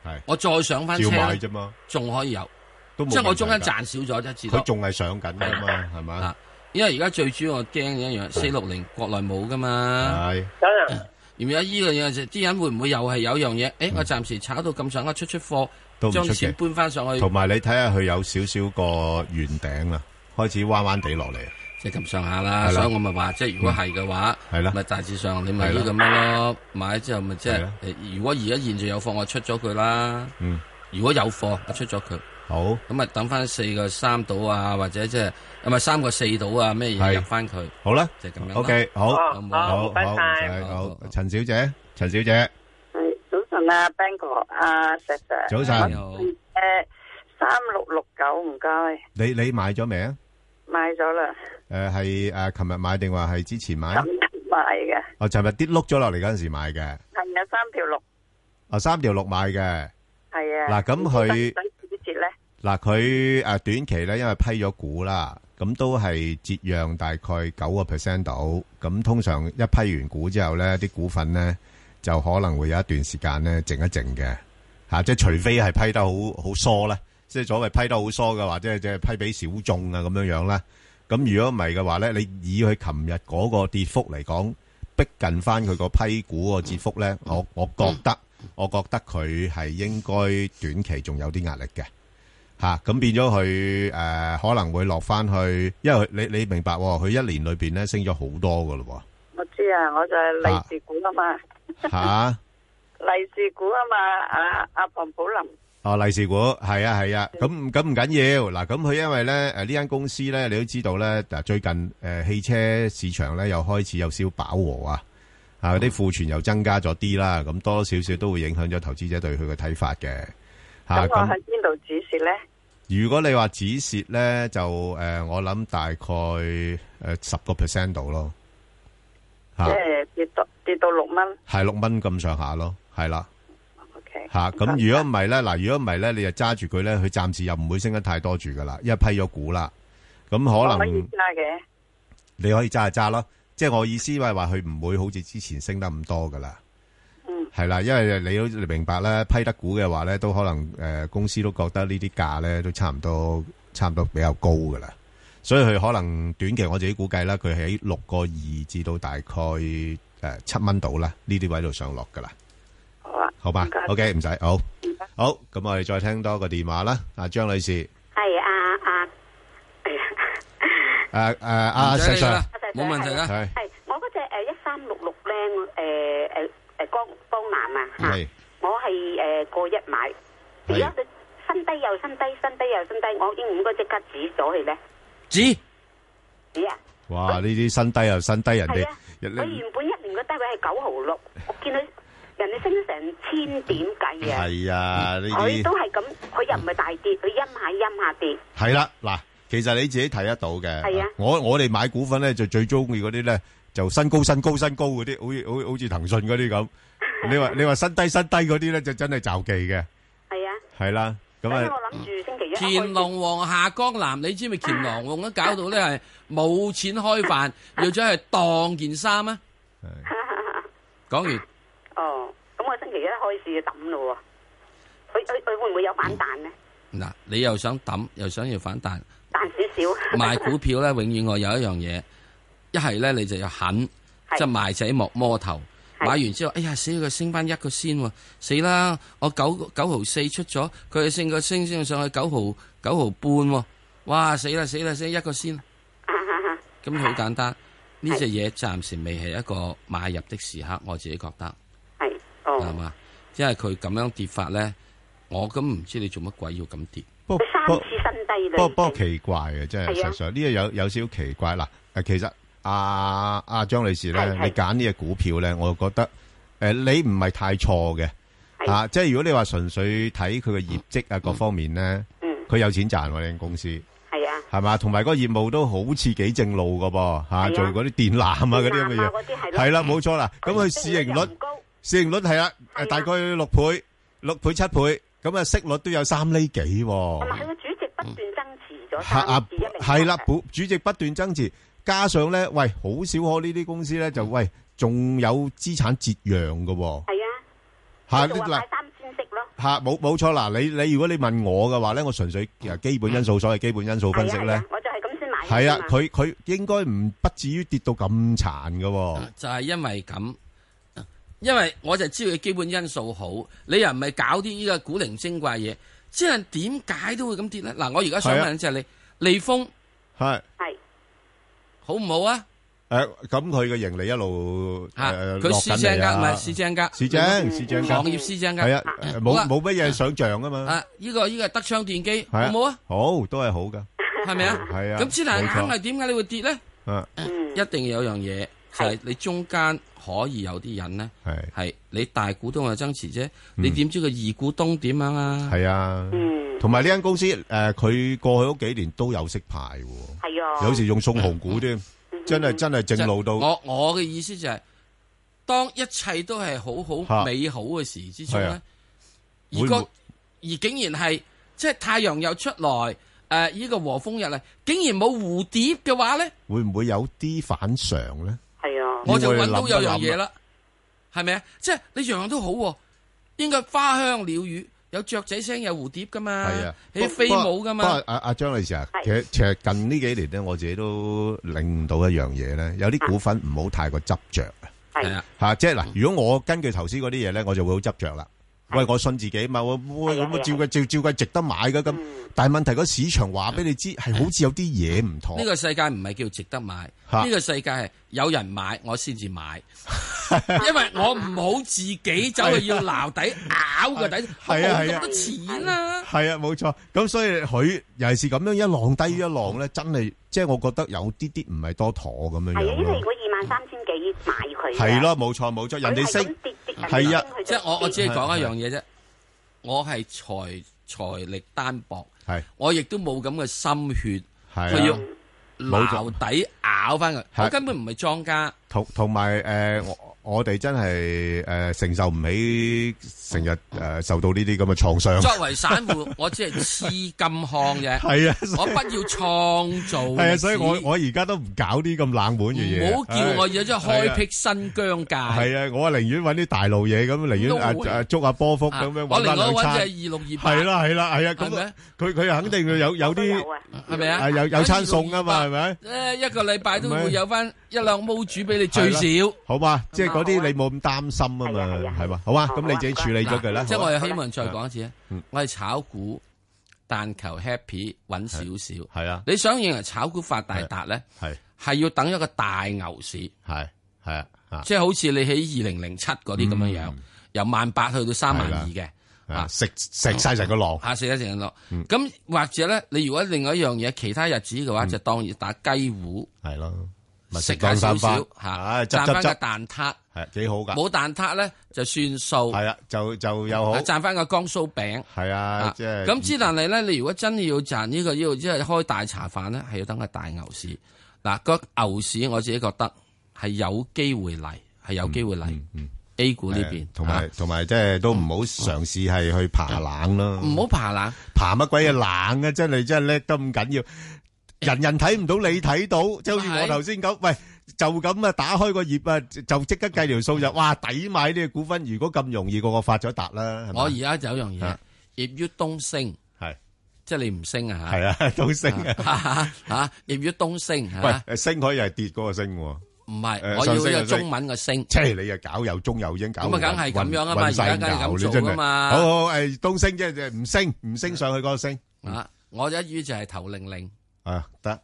[SPEAKER 8] 係
[SPEAKER 9] 我再上翻
[SPEAKER 8] 照
[SPEAKER 9] 車呢
[SPEAKER 8] 買啫嘛，
[SPEAKER 9] 仲可以有，
[SPEAKER 8] 都冇
[SPEAKER 9] 即係我中間
[SPEAKER 8] 問題㗎
[SPEAKER 9] 賺少咗一次。
[SPEAKER 8] 佢仲係上緊 㗎嘛，係嘛？
[SPEAKER 9] 因為而家最主要我驚一樣，四六零國內冇噶嘛。
[SPEAKER 8] 係。
[SPEAKER 9] 而家依個嘢就啲人會唔會又係有樣嘢？誒，我暫時炒到咁上下出出貨
[SPEAKER 8] 嗯都，唔出
[SPEAKER 9] 將
[SPEAKER 8] 奇
[SPEAKER 9] 錢搬翻上去。
[SPEAKER 8] 同埋你睇下佢有少少個圓頂啦，開始彎彎地落嚟，
[SPEAKER 9] 即係咁上下啦所以我咪話即係如果係嘅話，
[SPEAKER 8] 係啦，
[SPEAKER 9] 咪大致上你咪
[SPEAKER 8] 係啦
[SPEAKER 9] 呢咁樣咯，買之後咪即
[SPEAKER 8] 係啊
[SPEAKER 9] 係
[SPEAKER 8] 啦
[SPEAKER 9] 誒如果而家現在有貨，我出咗佢啦。
[SPEAKER 8] 嗯，
[SPEAKER 9] 如果有貨，我出咗佢。
[SPEAKER 8] 好。
[SPEAKER 9] 咁啊，等翻四個三到啊，或者即係唔係三個四到啊，咩嘢
[SPEAKER 8] 係
[SPEAKER 9] 入翻佢。
[SPEAKER 8] 好啦，
[SPEAKER 9] 就係咁樣啦。
[SPEAKER 8] OK，好，
[SPEAKER 9] 好唔好
[SPEAKER 8] 好，好，
[SPEAKER 9] 唔該晒
[SPEAKER 8] 唔使好，陳小姐，陳小姐，
[SPEAKER 22] 早晨啊，Bang 哥，阿石 Sir，
[SPEAKER 8] 早晨你好
[SPEAKER 22] 诶，三六六九唔該，
[SPEAKER 8] 你你買咗未啊？
[SPEAKER 22] 買咗啦，
[SPEAKER 8] 誒係誒，琴日買定話係之前買啊
[SPEAKER 22] 咁？買嘅，
[SPEAKER 8] 哦，尋日跌碌咗落嚟嗰陣時買嘅，
[SPEAKER 22] 係有三條六，
[SPEAKER 8] 啊三條六買嘅。
[SPEAKER 22] 係啊。
[SPEAKER 8] 嗱咁佢
[SPEAKER 22] 等幾折咧？
[SPEAKER 8] 嗱，佢誒短期咧，因為批咗股啦，咁都係折讓大概九個 percent 到。咁通常一批完股之後咧，啲股份咧就可能會有一段時間咧靜一靜嘅嚇、啊即係除非係批得好好疏咧，即係所謂批得好疏嘅話，即係即係批俾小眾啊咁樣樣啦。咁如果唔係嘅話咧，你以佢琴日嗰個跌幅嚟講，逼近翻佢個批股個跌幅咧，我我覺得我覺得佢係應該短期仲有啲壓力嘅。吓，咁、變咗佢诶可能會落翻去，因為佢你你明白喎，佢一年裏边咧升咗好多噶咯
[SPEAKER 22] 我知啊，我就係利是股啊嘛，
[SPEAKER 8] 喎， 吓，
[SPEAKER 22] 利是股啊嘛，阿阿龐寶林
[SPEAKER 8] 哦利是股係啊係啊，咁咁唔緊要，嗱咁佢因為咧诶呢間公司咧，你都知道咧，嗱最近诶、呃汽車市場咧又開始有少飽和啊。啊，嗰啲庫存又增加咗啲啦，咁多多少少都會影響咗投資者對佢嘅睇法嘅。嚇
[SPEAKER 22] 咁我喺邊度指示咧？
[SPEAKER 8] 如果你話止蝕咧，就誒、呃我諗大概誒十個 percent 度咯，
[SPEAKER 22] 即
[SPEAKER 8] 嚇
[SPEAKER 22] 係跌到跌到六蚊
[SPEAKER 8] 係六蚊咁上下咯，係啦
[SPEAKER 22] ，OK，
[SPEAKER 8] 嚇。咁、如果唔係咧，嗱，如果唔係咧，你就揸住佢咧，佢暫時又唔會升得太多住噶啦，因為批咗股啦。咁可
[SPEAKER 22] 可以
[SPEAKER 8] 能
[SPEAKER 22] 揸嘅，
[SPEAKER 8] 你可以揸就揸咯，即係我意思係話佢唔會好似之前升得咁多噶啦。
[SPEAKER 22] 嗯，
[SPEAKER 8] 係啦，因為你都明白啦，批得股嘅話咧，都可能誒、呃公司都覺得呢啲價咧都差唔多，差唔多比較高噶啦，所以佢可能短期我自己估計啦，佢喺六個二至到大概誒七蚊度啦，呢啲位度上落噶啦。
[SPEAKER 22] 好啊，
[SPEAKER 8] 好吧
[SPEAKER 22] 唔該
[SPEAKER 8] ，OK，唔使，好，好，咁我哋再聽多個電話啦，阿張女士，
[SPEAKER 10] 系啊啊，
[SPEAKER 8] 誒誒呃阿
[SPEAKER 9] 唔使
[SPEAKER 8] 啊石
[SPEAKER 9] 理佢
[SPEAKER 8] Sir，
[SPEAKER 9] 啦冇問題啦
[SPEAKER 8] 係
[SPEAKER 10] 系我嗰只诶一三六六咧，呃诶诶诶江江南啊，
[SPEAKER 8] 係
[SPEAKER 10] 我係诶過一買，而家佢新低又新低，新低又新低，我應唔應該即刻止咗佢咧？
[SPEAKER 9] 止
[SPEAKER 10] 止啊！
[SPEAKER 8] 哇！呢啲新低又新低，人哋
[SPEAKER 10] 係啊
[SPEAKER 8] 人
[SPEAKER 10] 我原本一年個低位係九毫六，我見佢人哋升咗成千點計啊！
[SPEAKER 8] 係啊，呢
[SPEAKER 10] 佢
[SPEAKER 8] 啲
[SPEAKER 10] 都。係咁，佢又唔係大跌，佢陰下陰下跌。
[SPEAKER 8] 系啦，嗱，其實你自己睇得到嘅。
[SPEAKER 10] 係啊
[SPEAKER 8] 我我哋買股份咧，就最中意嗰啲咧，就新高新高新高嗰啲，好似好似好似騰訊嗰啲 咁。你話你話新低新低嗰啲咧，就真係就忌嘅。
[SPEAKER 10] 係啊，
[SPEAKER 8] 係啦，咁
[SPEAKER 10] 所以
[SPEAKER 8] 啊，
[SPEAKER 10] 我諗住星期一
[SPEAKER 9] 乾隆王下江南，你知唔知乾隆王都搞到咧係冇錢開 飯，要咗去當件衫啊！講完
[SPEAKER 10] 哦，咁我星期一開始就抌咯喎。佢佢佢會唔會有反彈咧？
[SPEAKER 9] 嗱，你又想抌，又想要反彈，
[SPEAKER 10] 彈少少。
[SPEAKER 9] 賣股票咧，永遠我有一樣嘢，一係咧你就要狠，即係賣仔莫摸頭。買完之後，哎呀死佢升翻一個先喎，死啦！我九九毫四出咗，佢升個升升上去九毫九毫半喎，哇死啦死啦死一 個先，咁好簡單。呢只嘢暫時未係一個買入的時刻，我自己覺得
[SPEAKER 10] 係
[SPEAKER 9] 係嘛，因為佢咁樣跌法咧，我咁唔知你做乜鬼要咁跌。
[SPEAKER 8] 不
[SPEAKER 10] 三次新低
[SPEAKER 8] 不過
[SPEAKER 10] 啦。
[SPEAKER 8] 不過奇怪嘅，真係
[SPEAKER 10] 係啊
[SPEAKER 8] 實上呢個有有少少奇怪嗱。誒，其實阿阿張女士咧，
[SPEAKER 10] 係係
[SPEAKER 8] 你揀呢只股票咧，我覺得誒你唔係太錯嘅，吓、即係如果你話純粹睇佢嘅業績啊，各方面咧，佢、有錢賺喎，呢間公司
[SPEAKER 10] 係啊，
[SPEAKER 8] 係嘛，同埋嗰個業務都好似幾正路噶噃吓，做嗰啲電缆啊嗰啲咁嘅
[SPEAKER 10] 電纜啊嗰啲
[SPEAKER 8] 嘢，
[SPEAKER 10] 係咯
[SPEAKER 8] 係啦，冇錯啦。咁佢市盈率，市盈率係啦，誒大概六倍、六倍、七倍，咁啊息率都有三厘幾喎。
[SPEAKER 10] 同埋佢個主席不斷增持咗
[SPEAKER 8] 係
[SPEAKER 10] 三
[SPEAKER 8] 啊
[SPEAKER 10] 至一零，
[SPEAKER 8] 系啦，保主席不斷增持，加上咧，喂，好少可呢啲公司咧就喂，仲有資產折讓噶喎。
[SPEAKER 10] 係啊，
[SPEAKER 8] 吓
[SPEAKER 10] 就
[SPEAKER 8] 呢
[SPEAKER 10] 話
[SPEAKER 8] 嗱
[SPEAKER 10] 買三千息咯，
[SPEAKER 8] 吓冇冇错嗱，你你如果你問我嘅話咧，我純粹由基本因素，所謂基本因素分析咧，
[SPEAKER 10] 我就係咁先買㗎嘛。
[SPEAKER 8] 係啊，佢佢应该唔不至於跌到咁殘噶喎。
[SPEAKER 9] 就係因為咁，因為我就知道佢基本因素好，你又唔係搞啲呢個古靈精怪嘢，即係點解都會咁跌咧？嗱，我而家想
[SPEAKER 8] 係
[SPEAKER 9] 問
[SPEAKER 8] 啊
[SPEAKER 9] 就係你，利豐
[SPEAKER 8] 係
[SPEAKER 10] 係
[SPEAKER 9] 好唔好啊？
[SPEAKER 8] 诶，咁佢嘅盈利一路
[SPEAKER 9] 嚇
[SPEAKER 8] 诶
[SPEAKER 9] 佢市正價唔係市正價，
[SPEAKER 8] 市正市正價
[SPEAKER 9] 行業市正價
[SPEAKER 8] 係啊，誒冇
[SPEAKER 9] 好啦
[SPEAKER 8] 冇乜嘢想象啊嘛。
[SPEAKER 9] 啊，呢個呢個德昌電機好
[SPEAKER 8] 係啊，
[SPEAKER 9] 唔好啊？
[SPEAKER 8] 好都係好 噶。
[SPEAKER 9] 係咪啊？
[SPEAKER 8] 係啊
[SPEAKER 9] 咁之但
[SPEAKER 8] 冇錯
[SPEAKER 9] 係硬係點解你會跌咧？
[SPEAKER 8] 啊
[SPEAKER 10] 嗯
[SPEAKER 9] 一定有樣嘢就係你中間可以有啲人咧，係你大股東嘅增持啫，
[SPEAKER 8] 嗯
[SPEAKER 9] 你點知個二股東點樣啊？
[SPEAKER 8] 係啊，同埋呢間公司诶，佢、過去嗰幾年都有息派喎，
[SPEAKER 10] 係啊，
[SPEAKER 8] 有時用送紅股添，真係真係正路到。
[SPEAKER 9] 我我嘅意思就係，當一切都係好
[SPEAKER 8] 嚇
[SPEAKER 9] 好美好嘅時之中
[SPEAKER 8] 係
[SPEAKER 9] 咧
[SPEAKER 8] 啊，
[SPEAKER 9] 而
[SPEAKER 8] 會
[SPEAKER 9] 個
[SPEAKER 8] 唔
[SPEAKER 9] 而竟然係即係太陽又出來，誒呢個和風日嚟，竟然冇蝴蝶嘅話咧，
[SPEAKER 8] 會唔會有啲反常咧？
[SPEAKER 10] 係啊
[SPEAKER 9] 我就揾到有樣嘢啦，係咪啊？即係你樣樣都好喎，應該花香鳥語，有雀仔聲，有蝴蝶噶嘛，
[SPEAKER 8] 係啊，
[SPEAKER 9] 有啲飛舞噶
[SPEAKER 8] 不過
[SPEAKER 9] 嘛，
[SPEAKER 8] 阿阿張女士啊，其實其實近呢幾年咧，我自己都領悟到一樣嘢咧，有啲股份唔好太過執着啊。
[SPEAKER 9] 係啊。
[SPEAKER 8] 吓、即係嗱，如果我根據頭先嗰啲嘢咧，我就會好執着啦。喂，我信自己嘛，我我咁啊我照佢照照佢值得買嘅咁。但係問題個市場話俾你知，係好似有啲嘢唔妥
[SPEAKER 9] 呢。個世界唔係叫值得買，
[SPEAKER 8] 嚇
[SPEAKER 9] 呢個世界係有人買我先至買，因為我唔好自己走去要撈底咬個底，
[SPEAKER 8] 係啊
[SPEAKER 9] 我冇
[SPEAKER 8] 係啊
[SPEAKER 9] 咁多錢啦。
[SPEAKER 8] 系啊，冇錯。咁所以佢尤其是咁樣一浪低於一浪咧，真係即係我覺得有啲啲唔係多妥咁樣
[SPEAKER 10] 係啊，
[SPEAKER 8] 樣
[SPEAKER 10] 因為
[SPEAKER 8] 咯。
[SPEAKER 10] 我二萬三千幾買佢嘅，
[SPEAKER 8] 係咯，冇錯冇錯，人哋
[SPEAKER 10] 佢係咁
[SPEAKER 8] 升
[SPEAKER 10] 跌跌緊
[SPEAKER 8] 係啊
[SPEAKER 10] 升佢，
[SPEAKER 9] 即係我我只係講一樣嘢啫，我係財財力單薄，
[SPEAKER 8] 係
[SPEAKER 9] 我亦都冇咁嘅心血，
[SPEAKER 8] 啊
[SPEAKER 9] 佢要撈底咬翻佢，我根本唔係莊家。
[SPEAKER 8] 同同埋誒，我我哋真係誒承受唔起，成日誒受到呢啲咁嘅創傷。
[SPEAKER 9] 作為散户，我只係黐金礦啫，
[SPEAKER 8] 係啊
[SPEAKER 9] 我不要創造歷史，
[SPEAKER 8] 係啊，所以我我而家都唔搞啲咁冷門嘅嘢。
[SPEAKER 9] 唔好叫我嘢即係開辟新疆界。
[SPEAKER 8] 係啊，我寧願揾啲大路嘢咁，寧願
[SPEAKER 9] 都
[SPEAKER 8] 啊
[SPEAKER 9] 會
[SPEAKER 8] 啊捉下波幅
[SPEAKER 9] 啊
[SPEAKER 8] 咁
[SPEAKER 9] 我另
[SPEAKER 8] 樣揾翻
[SPEAKER 9] 外
[SPEAKER 8] 兩
[SPEAKER 9] 揾
[SPEAKER 8] 餐。
[SPEAKER 9] 隻二六二八，
[SPEAKER 8] 係啦係啦係啊，
[SPEAKER 9] 係
[SPEAKER 8] 咁
[SPEAKER 9] 咪
[SPEAKER 8] 佢佢肯定有有啲
[SPEAKER 9] 係咪啊？
[SPEAKER 8] 有有餐餸啊嘛，係咪？
[SPEAKER 9] 誒一個禮拜都
[SPEAKER 8] 係咪
[SPEAKER 9] 會有翻一兩毛主俾你最少。
[SPEAKER 8] 係啦好嘛，即係嗰啲你冇咁擔心啊嘛，係嘛？好啊，咁你自己處理咗佢啦。
[SPEAKER 9] 嗱即係
[SPEAKER 8] 好啊
[SPEAKER 9] 我又希望再講一次啊，我係炒股，但求 happy 揾少少。
[SPEAKER 8] 係啊，
[SPEAKER 9] 你想認為炒股發大達咧，
[SPEAKER 8] 係
[SPEAKER 9] 係要等一個大牛市。係
[SPEAKER 8] 係啊，
[SPEAKER 9] 即係好似你喺二零零七嗰啲咁樣樣，由萬八去到三萬二嘅。啊！
[SPEAKER 8] 食食晒成個浪，嗯
[SPEAKER 9] 啊食晒成個浪。咁或者咧，你如果另外一樣嘢，其他日子嘅話，就當然打雞糊，
[SPEAKER 8] 嗯係咯，咪
[SPEAKER 9] 食下
[SPEAKER 8] 食當
[SPEAKER 9] 少
[SPEAKER 8] 三
[SPEAKER 9] 少
[SPEAKER 8] 花
[SPEAKER 9] 嚇，
[SPEAKER 8] 唉執
[SPEAKER 9] 賺
[SPEAKER 8] 執
[SPEAKER 9] 翻個
[SPEAKER 8] 執
[SPEAKER 9] 蛋撻。
[SPEAKER 8] 係幾好㗎。
[SPEAKER 9] 冇蛋撻咧就算數。係
[SPEAKER 8] 啊，就就又好
[SPEAKER 9] 賺翻個江蘇餅。
[SPEAKER 8] 係啊，即係
[SPEAKER 9] 咁之但係咧，你如果真係要賺呢個呢度，即係開大茶飯咧，係要等個大牛市。嗱，個牛市我自己覺得係有機會嚟，係有機會嚟 A 股呢邊啊
[SPEAKER 8] 嗯係，同埋同埋即係都唔好嘗試係去爬冷咯，
[SPEAKER 9] 唔好爬冷，
[SPEAKER 8] 爬乜鬼嘢冷啊！真係真係叻得咁緊要，人人睇唔到你睇到，即係好似我頭先咁，喂就咁啊打開個頁啊，就即刻計條數就哇抵買呢個股份，如果咁容易個個發咗達啦，係咪
[SPEAKER 9] 我而家就有樣嘢，業於東升，
[SPEAKER 8] 係
[SPEAKER 9] 即係你唔升啊嚇
[SPEAKER 8] 係啊都升啊，
[SPEAKER 9] 嚇業於東升嚇，
[SPEAKER 8] 喂升可以係跌嗰個升喎。
[SPEAKER 9] 唔係
[SPEAKER 8] 誒
[SPEAKER 9] 我
[SPEAKER 8] 上
[SPEAKER 9] 要
[SPEAKER 8] 升
[SPEAKER 9] 有
[SPEAKER 8] 就升
[SPEAKER 9] 中文嘅升，
[SPEAKER 8] 即係你又搞又中又英搞
[SPEAKER 9] 咁啊梗係咁樣啊嘛
[SPEAKER 8] 混混
[SPEAKER 9] 而家梗係咁
[SPEAKER 8] 世牛你真係
[SPEAKER 9] 做啊嘛
[SPEAKER 8] 好好誒，東升即係唔升，唔升上去嗰個升
[SPEAKER 9] 啊！我一於就係頭令令，
[SPEAKER 8] 啊，得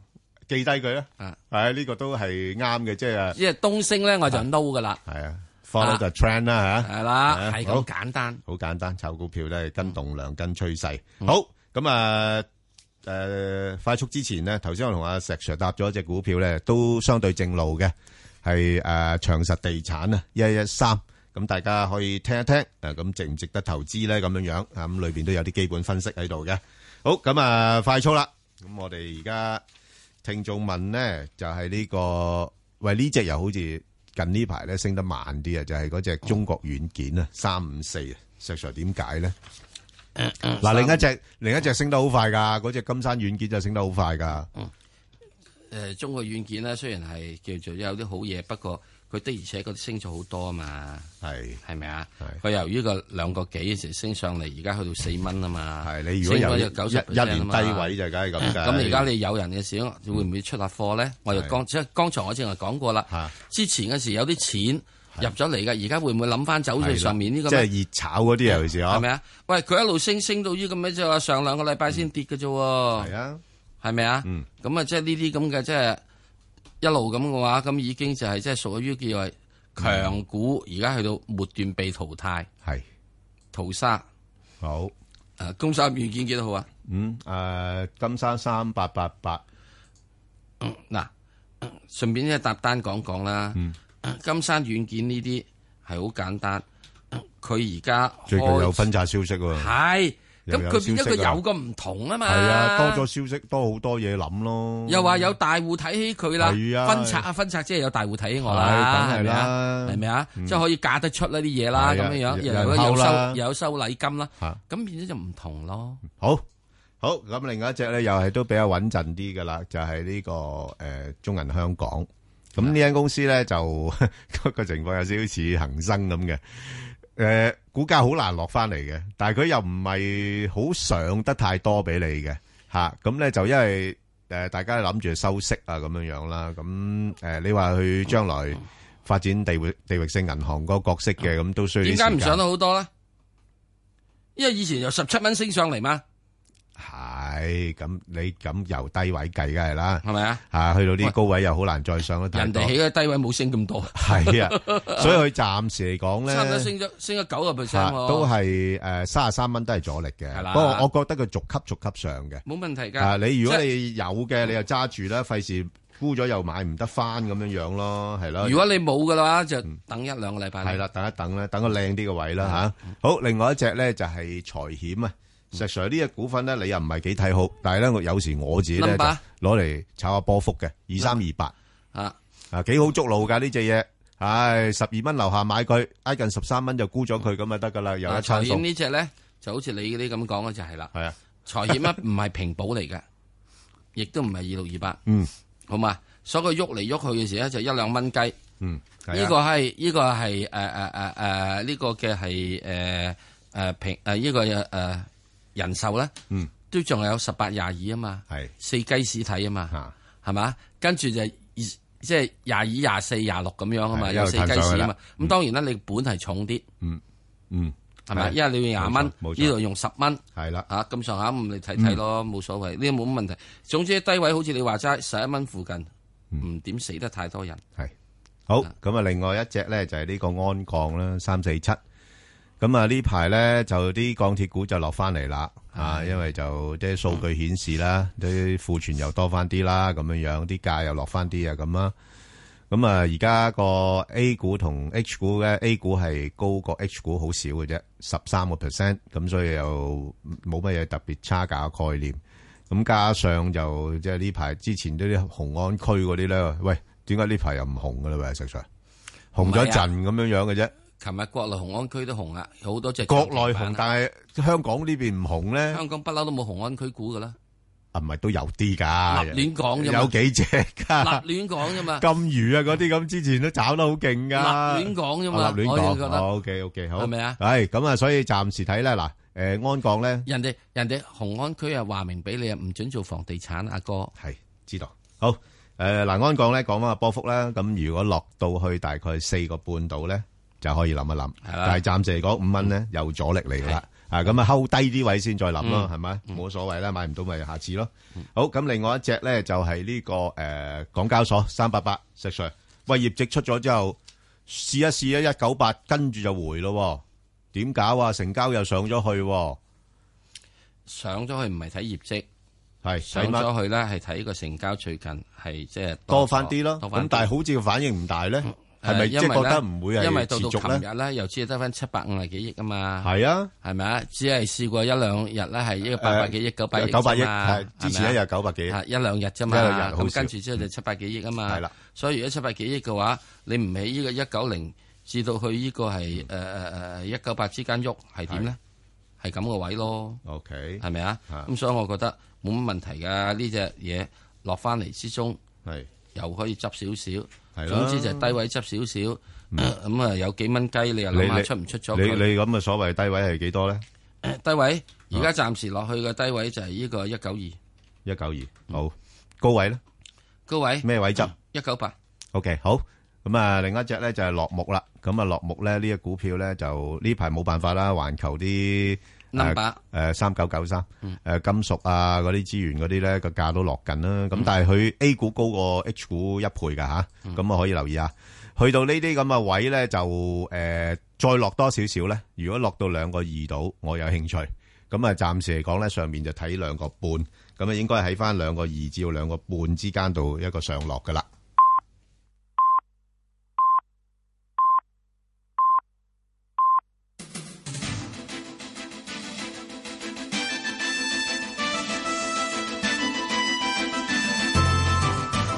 [SPEAKER 8] 記低佢啦。
[SPEAKER 9] 啊，
[SPEAKER 8] 係呢個都係啱嘅，即
[SPEAKER 9] 即
[SPEAKER 8] 係
[SPEAKER 9] 係東升咧我就 no 噶啦。
[SPEAKER 8] 係啊，follow the trend 啦嚇。
[SPEAKER 9] 係啦係咁
[SPEAKER 8] 好
[SPEAKER 9] 簡單，
[SPEAKER 8] 好簡單，炒股票都係跟動量、跟趨勢。好咁啊。誒快速之前呢，頭先我同阿石 Sir 搭咗一隻股票咧，都相對正路嘅，係誒長實地產啊，一一三。咁大家可以聽一聽，誒咁值唔值得投資咧？咁樣樣啊，咁裏邊都有啲基本分析喺度嘅。好，咁啊快速啦，咁我哋而家聽眾問咧，就係呢個喂呢只又好似近呢排咧升得慢啲啊，就係嗰隻中國軟件啊，三五四啊，石 Sir 點解咧？
[SPEAKER 9] 嗯
[SPEAKER 8] 嗱，另一隻另一隻升得好快㗎，嗰隻金山軟件就升得好快㗎。
[SPEAKER 9] 誒、中國軟件咧，雖然係叫做有啲好嘢，不過佢的而且確升咗好多啊嘛。
[SPEAKER 8] 係
[SPEAKER 9] 係咪啊？佢由於個兩個幾時升上嚟，而家去到四蚊啊嘛。係
[SPEAKER 8] 你如果有
[SPEAKER 9] 九十啊
[SPEAKER 8] 一一年低位就梗係咁㗎
[SPEAKER 9] 咁而家你有人嘅時候，會唔會出下貨咧？我又剛即係剛才我正話講過啦。之前嘅時有啲錢入咗嚟嘅，而家會唔會諗翻走
[SPEAKER 8] 係
[SPEAKER 9] 去
[SPEAKER 8] 啦
[SPEAKER 9] 上面呢個
[SPEAKER 8] 即
[SPEAKER 9] 咩？
[SPEAKER 8] 係熱炒嗰啲尤其是啊，
[SPEAKER 9] 係咪啊？喂，佢一路升升到呢咁嘅，即係話上兩個禮拜先跌嘅啫喎。係
[SPEAKER 8] 啊，
[SPEAKER 9] 係咪啊？咁啊，即係呢啲咁嘅，即係一路咁嘅話，咁已經就係即係屬於叫係強股，而家去到末段被淘汰。
[SPEAKER 8] 係
[SPEAKER 9] 淘沙
[SPEAKER 8] 好。
[SPEAKER 9] 誒，金山軟件幾多號啊？
[SPEAKER 8] 嗯，誒，金山三八八八。
[SPEAKER 9] 嗯嗱，順便一搭單講講啦。
[SPEAKER 8] 嗯
[SPEAKER 9] 嗯金山軟件呢啲係好簡單，嗯佢而家
[SPEAKER 8] 最近有
[SPEAKER 9] 開
[SPEAKER 8] 分拆消息喎。
[SPEAKER 9] 係
[SPEAKER 8] 又
[SPEAKER 9] 咁
[SPEAKER 8] 有
[SPEAKER 9] 佢變咗
[SPEAKER 8] 消息
[SPEAKER 9] 佢
[SPEAKER 8] 啊
[SPEAKER 9] 有個唔同啊嘛。
[SPEAKER 8] 係啊，多咗消息，多好多嘢諗咯。
[SPEAKER 9] 又話有大户睇起佢啦，
[SPEAKER 8] 係啊
[SPEAKER 9] 分拆啊分拆，即係有大户睇起我啦，
[SPEAKER 8] 係梗
[SPEAKER 9] 咪
[SPEAKER 8] 係啦
[SPEAKER 9] 啊？係咪啊？
[SPEAKER 8] 嗯
[SPEAKER 9] 即係可以嫁得出呢啲嘢啦，
[SPEAKER 8] 係
[SPEAKER 9] 咁
[SPEAKER 8] 啊
[SPEAKER 9] 樣樣，
[SPEAKER 8] 有
[SPEAKER 9] 又
[SPEAKER 8] 人
[SPEAKER 9] 有
[SPEAKER 8] 溝啦
[SPEAKER 9] 收又有收禮金啦，
[SPEAKER 8] 嚇
[SPEAKER 9] 咁變咗就唔同咯。
[SPEAKER 8] 好，好，咁另一隻咧又係都比較穩陣啲噶啦，就係呢個誒中銀香港。咁呢間公司咧就 個情況有少少似恒生咁嘅，誒股價好難落翻嚟嘅，但係佢又唔係好上得太多俾你嘅吓，咁咧就因為誒大家諗住收息啊咁樣樣啦，咁誒你話佢將來發展地域地域性銀行個角色嘅，咁都需要啲
[SPEAKER 9] 點解唔
[SPEAKER 8] 時間
[SPEAKER 9] 上得好多咧？因為以前由十七蚊升上嚟嘛，
[SPEAKER 8] 係，咁你咁由低位計梗係啦。啊
[SPEAKER 9] 喂。
[SPEAKER 8] 啊，去到啲高位又好難再上得太多。
[SPEAKER 9] 人哋起嘅低位冇升咁多，
[SPEAKER 8] 係啊，所以佢暫時嚟講呢，
[SPEAKER 9] 差唔多升咗升咗九個 percent 喎，
[SPEAKER 8] 啊，都係，誒，33蚊都係阻力嘅。
[SPEAKER 9] 係啦。
[SPEAKER 8] 不過我覺得佢逐級逐級上嘅。
[SPEAKER 9] 冇問題㗎。
[SPEAKER 8] 啊，你如果
[SPEAKER 9] 即係
[SPEAKER 8] 你有嘅，你又揸住啦，費事沽咗又買唔得返咁樣樣咯，係咯。
[SPEAKER 9] 如果你冇嘅話，就等一兩個禮拜啦。
[SPEAKER 8] 係啦，等一等啦，等個靚啲嘅位啦，吓。好，另外一隻呢，就係財險啊。石 Sir，呢隻股份呢，你又唔係幾睇好，但係呢，我有時我自己呢，
[SPEAKER 9] Number？
[SPEAKER 8] 就攞嚟炒下波幅嘅，2328
[SPEAKER 9] 啊。
[SPEAKER 8] 啊，幾好捉路㗎呢隻嘢。唉，12蚊樓下買佢，挨近13蚊就沽咗佢，咁就得㗎啦，有
[SPEAKER 9] 啊財
[SPEAKER 8] 一餐餸。
[SPEAKER 9] 險呢只咧就好似你嗰啲咁講嘅就係啦。
[SPEAKER 8] 係啊，
[SPEAKER 9] 財險啊 唔係平保嚟嘅，亦都唔係二六二八，
[SPEAKER 8] 嗯，
[SPEAKER 9] 好嘛？所以佢喐嚟喐去嘅時咧就一兩蚊雞。
[SPEAKER 8] 嗯，係啊。
[SPEAKER 9] 呢個係呢個係誒誒誒誒呢個嘅係誒誒平誒呢個誒誒人壽咧，
[SPEAKER 8] 嗯，
[SPEAKER 9] 都仲有十八廿二啊嘛，
[SPEAKER 8] 係
[SPEAKER 9] 四雞屎睇啊嘛，係嘛？跟住就二即係廿二廿四廿六咁樣啊嘛，有
[SPEAKER 8] 係一路
[SPEAKER 9] 四雞
[SPEAKER 8] 褪上去
[SPEAKER 9] 屎啊
[SPEAKER 8] 啦
[SPEAKER 9] 嘛。咁當然啦，你本係重啲。
[SPEAKER 8] 嗯，
[SPEAKER 9] 係咪？
[SPEAKER 8] 係
[SPEAKER 9] 因為你要廿蚊，
[SPEAKER 8] 冇錯冇錯
[SPEAKER 9] 呢度用十蚊，
[SPEAKER 8] 係啦，嗯
[SPEAKER 9] 嚇咁上下咁你睇睇咯，冇所謂，呢個冇乜問題。總之低位好似你話齋十一蚊附近，
[SPEAKER 8] 嗯
[SPEAKER 9] 唔點死得太多人。
[SPEAKER 8] 好，咁啊，另外一隻呢，就係呢個鞍鋼啦，347。咁啊，呢排呢，就啲鋼鐵股就落返嚟啦，啊，因為就啲數據顯示啦，啲庫存又多返啲啦，咁樣樣，啲價又落返啲啊，咁啦。咁啊，而家個A 股同H股呢，A 股係高過 H 股好少嘅啫，13%，咁所以又冇乜嘢特別差價嘅概念。咁加上就即係呢排之前都啲紅安區嗰啲咧，喂，點解呢排又唔紅噶啦？喂，石 Sir，紅咗一陣咁樣樣嘅啫。
[SPEAKER 9] 琴日國內紅安區都紅啊，有好多隻漲
[SPEAKER 8] 國
[SPEAKER 9] 停
[SPEAKER 8] 內
[SPEAKER 9] 板
[SPEAKER 8] 紅，
[SPEAKER 9] 啊
[SPEAKER 8] 但係香港呢邊唔紅咧，
[SPEAKER 9] 香港不嬲都冇紅安區股噶啦，
[SPEAKER 8] 啊唔係都有啲㗎，
[SPEAKER 9] 亂講啫嘛
[SPEAKER 8] 有幾隻㗎，
[SPEAKER 9] 立亂講啫嘛，
[SPEAKER 8] 金魚啊嗰啲咁之前都炒得好勁㗎，
[SPEAKER 9] 立亂講啫嘛
[SPEAKER 8] 啊立亂
[SPEAKER 9] 我就覺
[SPEAKER 8] 講
[SPEAKER 9] 得
[SPEAKER 8] ，OK OK 好，
[SPEAKER 9] 係咪啊
[SPEAKER 8] 係咁啊，所以暫時睇咧嗱，誒安港咧。
[SPEAKER 9] 人哋人哋紅安區啊話明俾你啊，唔准做房地產啊，阿哥。
[SPEAKER 8] 係知道。好，诶，嗱，安港咧講翻個波幅啦，咁如果落到去大概四個半度咧，就可以諗一諗。但係暫時嚟講，五蚊咧又阻力嚟噶啦。啊，咁啊，睺低啲位先再諗咯，
[SPEAKER 14] 嗯
[SPEAKER 8] 係咪？冇所謂啦，買唔到咪下次咯。好，咁另外一隻咧就係呢個诶港交所三八八石 Sir，喂，業績出咗之後試一試啊一一九八，跟住就回咯喎。點搞啊？成交又上咗去喎，
[SPEAKER 9] 上咗去唔係睇業績，
[SPEAKER 8] 係
[SPEAKER 9] 上
[SPEAKER 8] 睇乜
[SPEAKER 9] 咗去咧係睇個成交最近係即係
[SPEAKER 8] 多
[SPEAKER 9] 咗
[SPEAKER 8] 翻啲咯。
[SPEAKER 9] 多返
[SPEAKER 8] 咁但係好似個反應唔大咧。係咪
[SPEAKER 9] 誒
[SPEAKER 8] 即係
[SPEAKER 9] 因為呢
[SPEAKER 8] 覺得唔會係
[SPEAKER 9] 因為到到
[SPEAKER 8] 持續呢
[SPEAKER 9] 琴日咧，又只係得翻七百五十幾億啊嘛。
[SPEAKER 8] 係啊，
[SPEAKER 9] 係咪啊？只係試過一兩日咧，係一個八百幾億、九百億
[SPEAKER 8] 九百億
[SPEAKER 9] 啫嘛啊
[SPEAKER 8] 係之前一日九百幾億
[SPEAKER 9] 係一兩日啫
[SPEAKER 8] 一
[SPEAKER 9] 嘛。
[SPEAKER 8] 兩日
[SPEAKER 9] 咁
[SPEAKER 8] 好少嗯
[SPEAKER 9] 跟住之後就七百幾億啊嘛。係啦。所以如果七百幾億嘅話，你唔喺呢個一九零至到去呢個係誒誒
[SPEAKER 8] 嗯
[SPEAKER 9] 誒一九八之間喐，係點咧？係咁個位咯。
[SPEAKER 8] OK，
[SPEAKER 9] 係咪啊？咁所以我覺得冇乜問題㗎。呢只嘢落翻嚟之中，
[SPEAKER 8] 係
[SPEAKER 9] 又可以執少少。
[SPEAKER 8] 係啦
[SPEAKER 9] 總之就係低位執少少。咁啊，有幾蚊雞你又
[SPEAKER 8] 你
[SPEAKER 9] 諗下
[SPEAKER 8] 你
[SPEAKER 9] 出唔出咗
[SPEAKER 8] 你
[SPEAKER 9] 佢
[SPEAKER 8] 你咁嘅所謂低位係幾多咧？
[SPEAKER 9] 低位，
[SPEAKER 8] 啊
[SPEAKER 9] 而家暫時落去嘅低位就係呢個一九二
[SPEAKER 8] 一九二，好高位咧？
[SPEAKER 9] 高位
[SPEAKER 8] 咩位執？
[SPEAKER 9] 一九八，
[SPEAKER 8] OK，好。咁啊，另一隻咧就係落木啦。咁啊，落木咧呢只股票咧就呢排冇辦法啦，環球啲
[SPEAKER 9] Number
[SPEAKER 8] 誒三九九三
[SPEAKER 9] 嗯
[SPEAKER 8] 誒金屬啊嗰啲資源嗰啲咧個價都落緊啦。咁但係佢 A 股高過 H 股一倍㗎吓，咁啊可以留意啊。去到呢啲咁嘅位咧就誒再落多少少咧，如果落到兩個二度，我有興趣。咁啊，暫時嚟講咧，上面就睇兩個半，咁啊應該喺翻兩個二至到兩個半之間度一個上落㗎啦。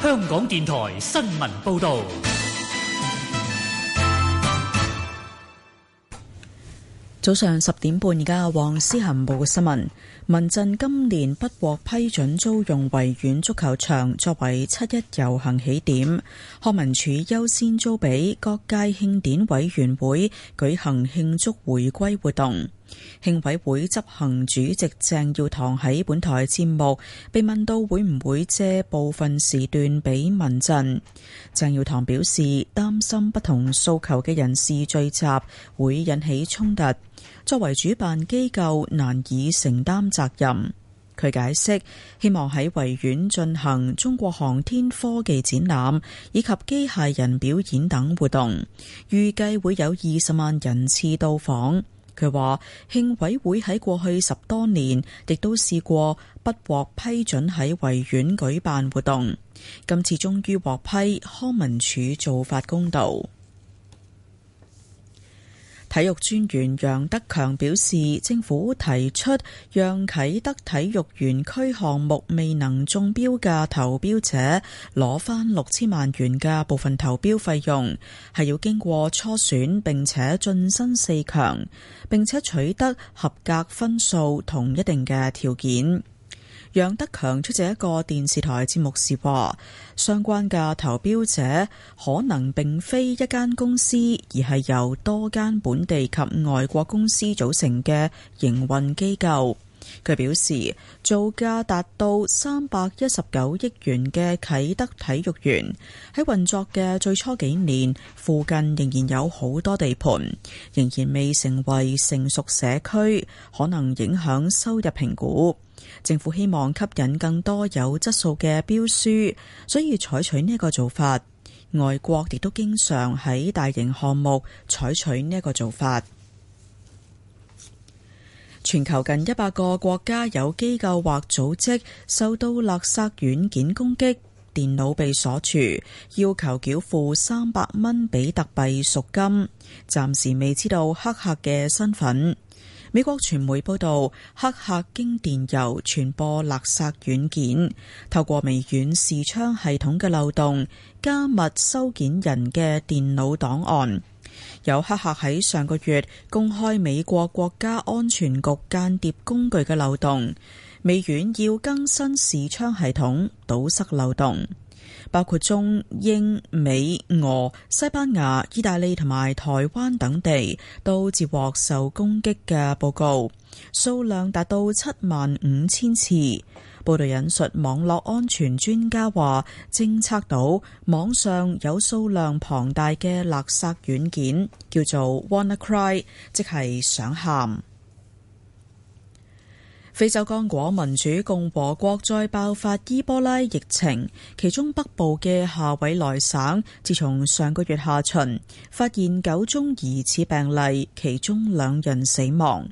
[SPEAKER 12] 香港電台新聞報導，
[SPEAKER 11] 早上十點半，而家黃思恒報嘅新聞，民陣今年不獲批准租用維園足球場作為七一遊行起點，康文署優先租俾各界慶典委員會舉行慶祝回歸活動。慶委會執行主席鄭耀棠喺本台節目被問到會唔會借部分時段俾民陣，鄭耀棠表示擔心不同訴求嘅人士聚集會引起衝突，作為主辦機構難以承擔責任。佢解釋，希望喺維園進行中國航天科技展覽以及機械人表演等活動，預計會有二十萬人次到訪。佢話，慶委會喺過去十多年亦都試過不獲批准喺維園舉辦活動，今次終於獲批，康文署做法公道。體育專員楊德強表示，政府提出讓啟德體育園區項目未能中標嘅投標者攞返六千萬元嘅部分投標費用，係要經過初選並且晉身四強，並且取得合格分數同一定嘅條件。楊德強出席一個電視台節目時話，相關嘅投標者可能並非一間公司，而係由多間本地及外國公司組成嘅營運機構。佢表示，造價達到三百一十九億元嘅啟德體育園喺運作嘅最初幾年，附近仍然有好多地盤，仍然未成為成熟社區，可能影響收入評估。政府希望吸引更多有質素嘅標書，所以採取呢個做法。外國亦都經常喺大型項目採取呢個做法。全球近一百個國家有機構或組織受到勒索軟件攻擊，電腦被鎖住，要求繳付三百蚊比特幣贖金。暫時未知道黑客嘅身份。美國傳媒報道，黑客經電郵傳播勒索軟件，透過微軟視窗系統嘅漏洞加密收件人嘅電腦檔案。有黑客喺上個月公開美國國家安全局間諜工具嘅漏洞，微軟要更新視窗系統，堵塞漏洞。包括中、英、美、俄、西班牙、意大利同埋台灣等地，都接獲受攻擊嘅報告，數量達到七萬五千次。報道引述網絡安全專家話，偵測到網上有數量龐大嘅勒索軟件，叫做 WannaCry，即係想喊。非洲剛果民主共和國再爆發伊波拉疫情，其中北部嘅夏委內省，自從上個月下旬發現九宗疑似病例，其中兩人死亡。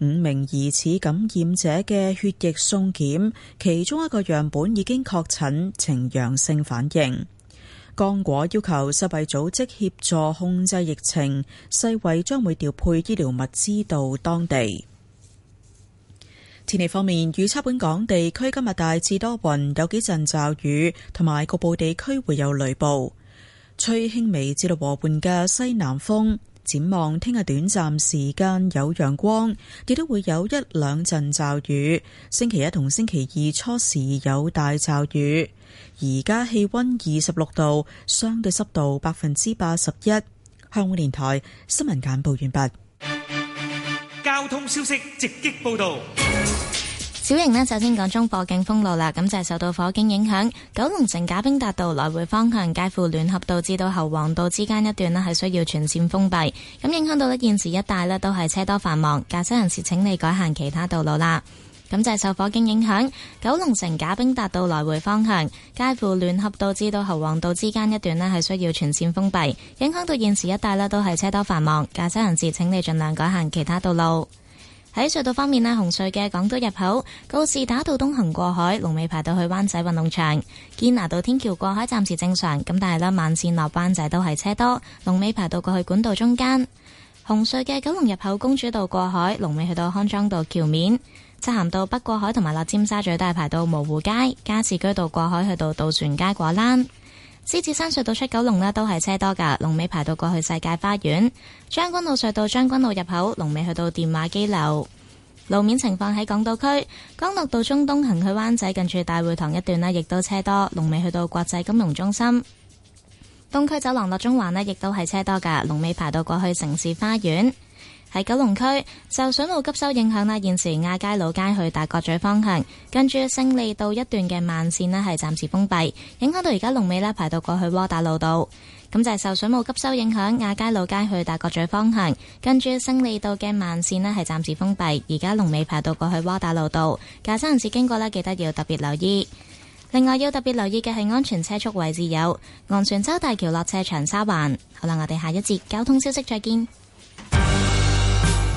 [SPEAKER 11] 五名疑似感染者嘅血液送檢，其中一個樣本已經確診呈陽性反應。剛果要求世衛組織協助控制疫情，世衛將會調配醫療物資到當地。天氣方面，預測本港地區今日大致多雲，有幾陣驟雨，同埋局部地區會有雷暴，吹輕微至到和緩嘅西南風。展望聽日短暫時間有陽光，亦都會有一兩陣驟雨。星期一同星期二初時有大驟雨。而家氣溫二十六度，相對濕度百分之八十一。香港電台新聞簡報完畢。
[SPEAKER 12] 交通消息直擊報道。
[SPEAKER 13] 小瑩呢，首先講中火警封路啦，咁就係受到火警影響，九龍城賈炳達道來回方向介乎聯合道至到侯王道之間一段呢係需要全線封閉，咁影響到呢現時一帶呢都係車多繁忙，駕駛人士請你改行其他道路啦。咁就係受火警影響，九龍城賈炳達道來回方向介乎聯合道至到侯王道之間一段呢係需要全線封閉，影響到現時一帶呢都係車多繁忙，駕駛人士請你盡量改行其他道路。喺隧道方面呢，紅隧嘅港島入口告士打道東行過海，龍尾排到去灣仔運動場；堅拿道天橋過海暫時正常，咁但係咧慢線落灣仔都係車多，龍尾排到過去管道中間。紅隧嘅九龍入口公主道過海，龍尾去到康莊道橋面；漆咸道北過海同埋落尖沙咀都係排到蕪湖街；加士居道過海去到渡船街果欄。獅子山隧道出九龍呢都係車多噶，龍尾排到過去世界花園；將軍澳隧道將軍澳入口，龍尾去到電話機樓。路面情況喺港島區，江樂道中東行去灣仔近住大會堂一段呢，亦都車多，龍尾去到國際金融中心。東區走廊落中環呢，亦都係車多噶，龍尾排到過去城市花園。喺九龍區受水務急修影響呢，現時亞皆老街去大角咀方向，跟住勝利道一段嘅慢線呢係暫時封閉，影響到而家龍尾呢排到過去窩打老道。咁就係受水務急修影響，亞皆老街去大角咀方向，跟住勝利道嘅慢線呢係暫時封閉，而家龍尾排到過去窩打老道。駕車人士經過呢，記得要特別留意。另外要特別留意嘅係安全車速位置有昂船洲大橋落斜長沙灣。好啦，我哋下一節交通消息再見。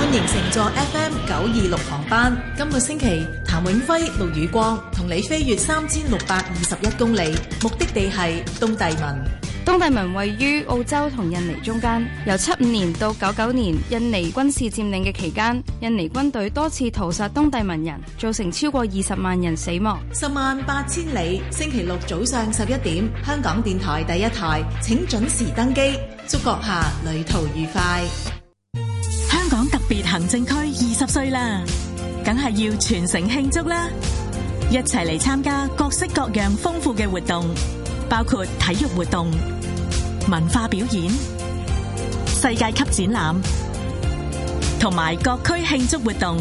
[SPEAKER 16] 歡迎乘坐 FM 九二六航班。今個星期，譚永輝、陸宇光同你飛越三千六百二十一公里，目的地係東帝汶。
[SPEAKER 17] 東帝汶位於澳洲同印尼中間，由七五年到九九年印尼軍事佔領嘅期間，印尼軍隊多次屠殺東帝汶人，造成超過二十萬人死亡。
[SPEAKER 16] 十萬八千里，星期六早上十一點，香港電台第一台，請準時登機。祝閣下旅途愉快。
[SPEAKER 18] 香港特別行政區二十歲啦，梗係要全城慶祝啦！一齊嚟參加各式各樣豐富嘅活動，包括體育活動、文化表演、世界級展覽，同埋各區慶祝活動，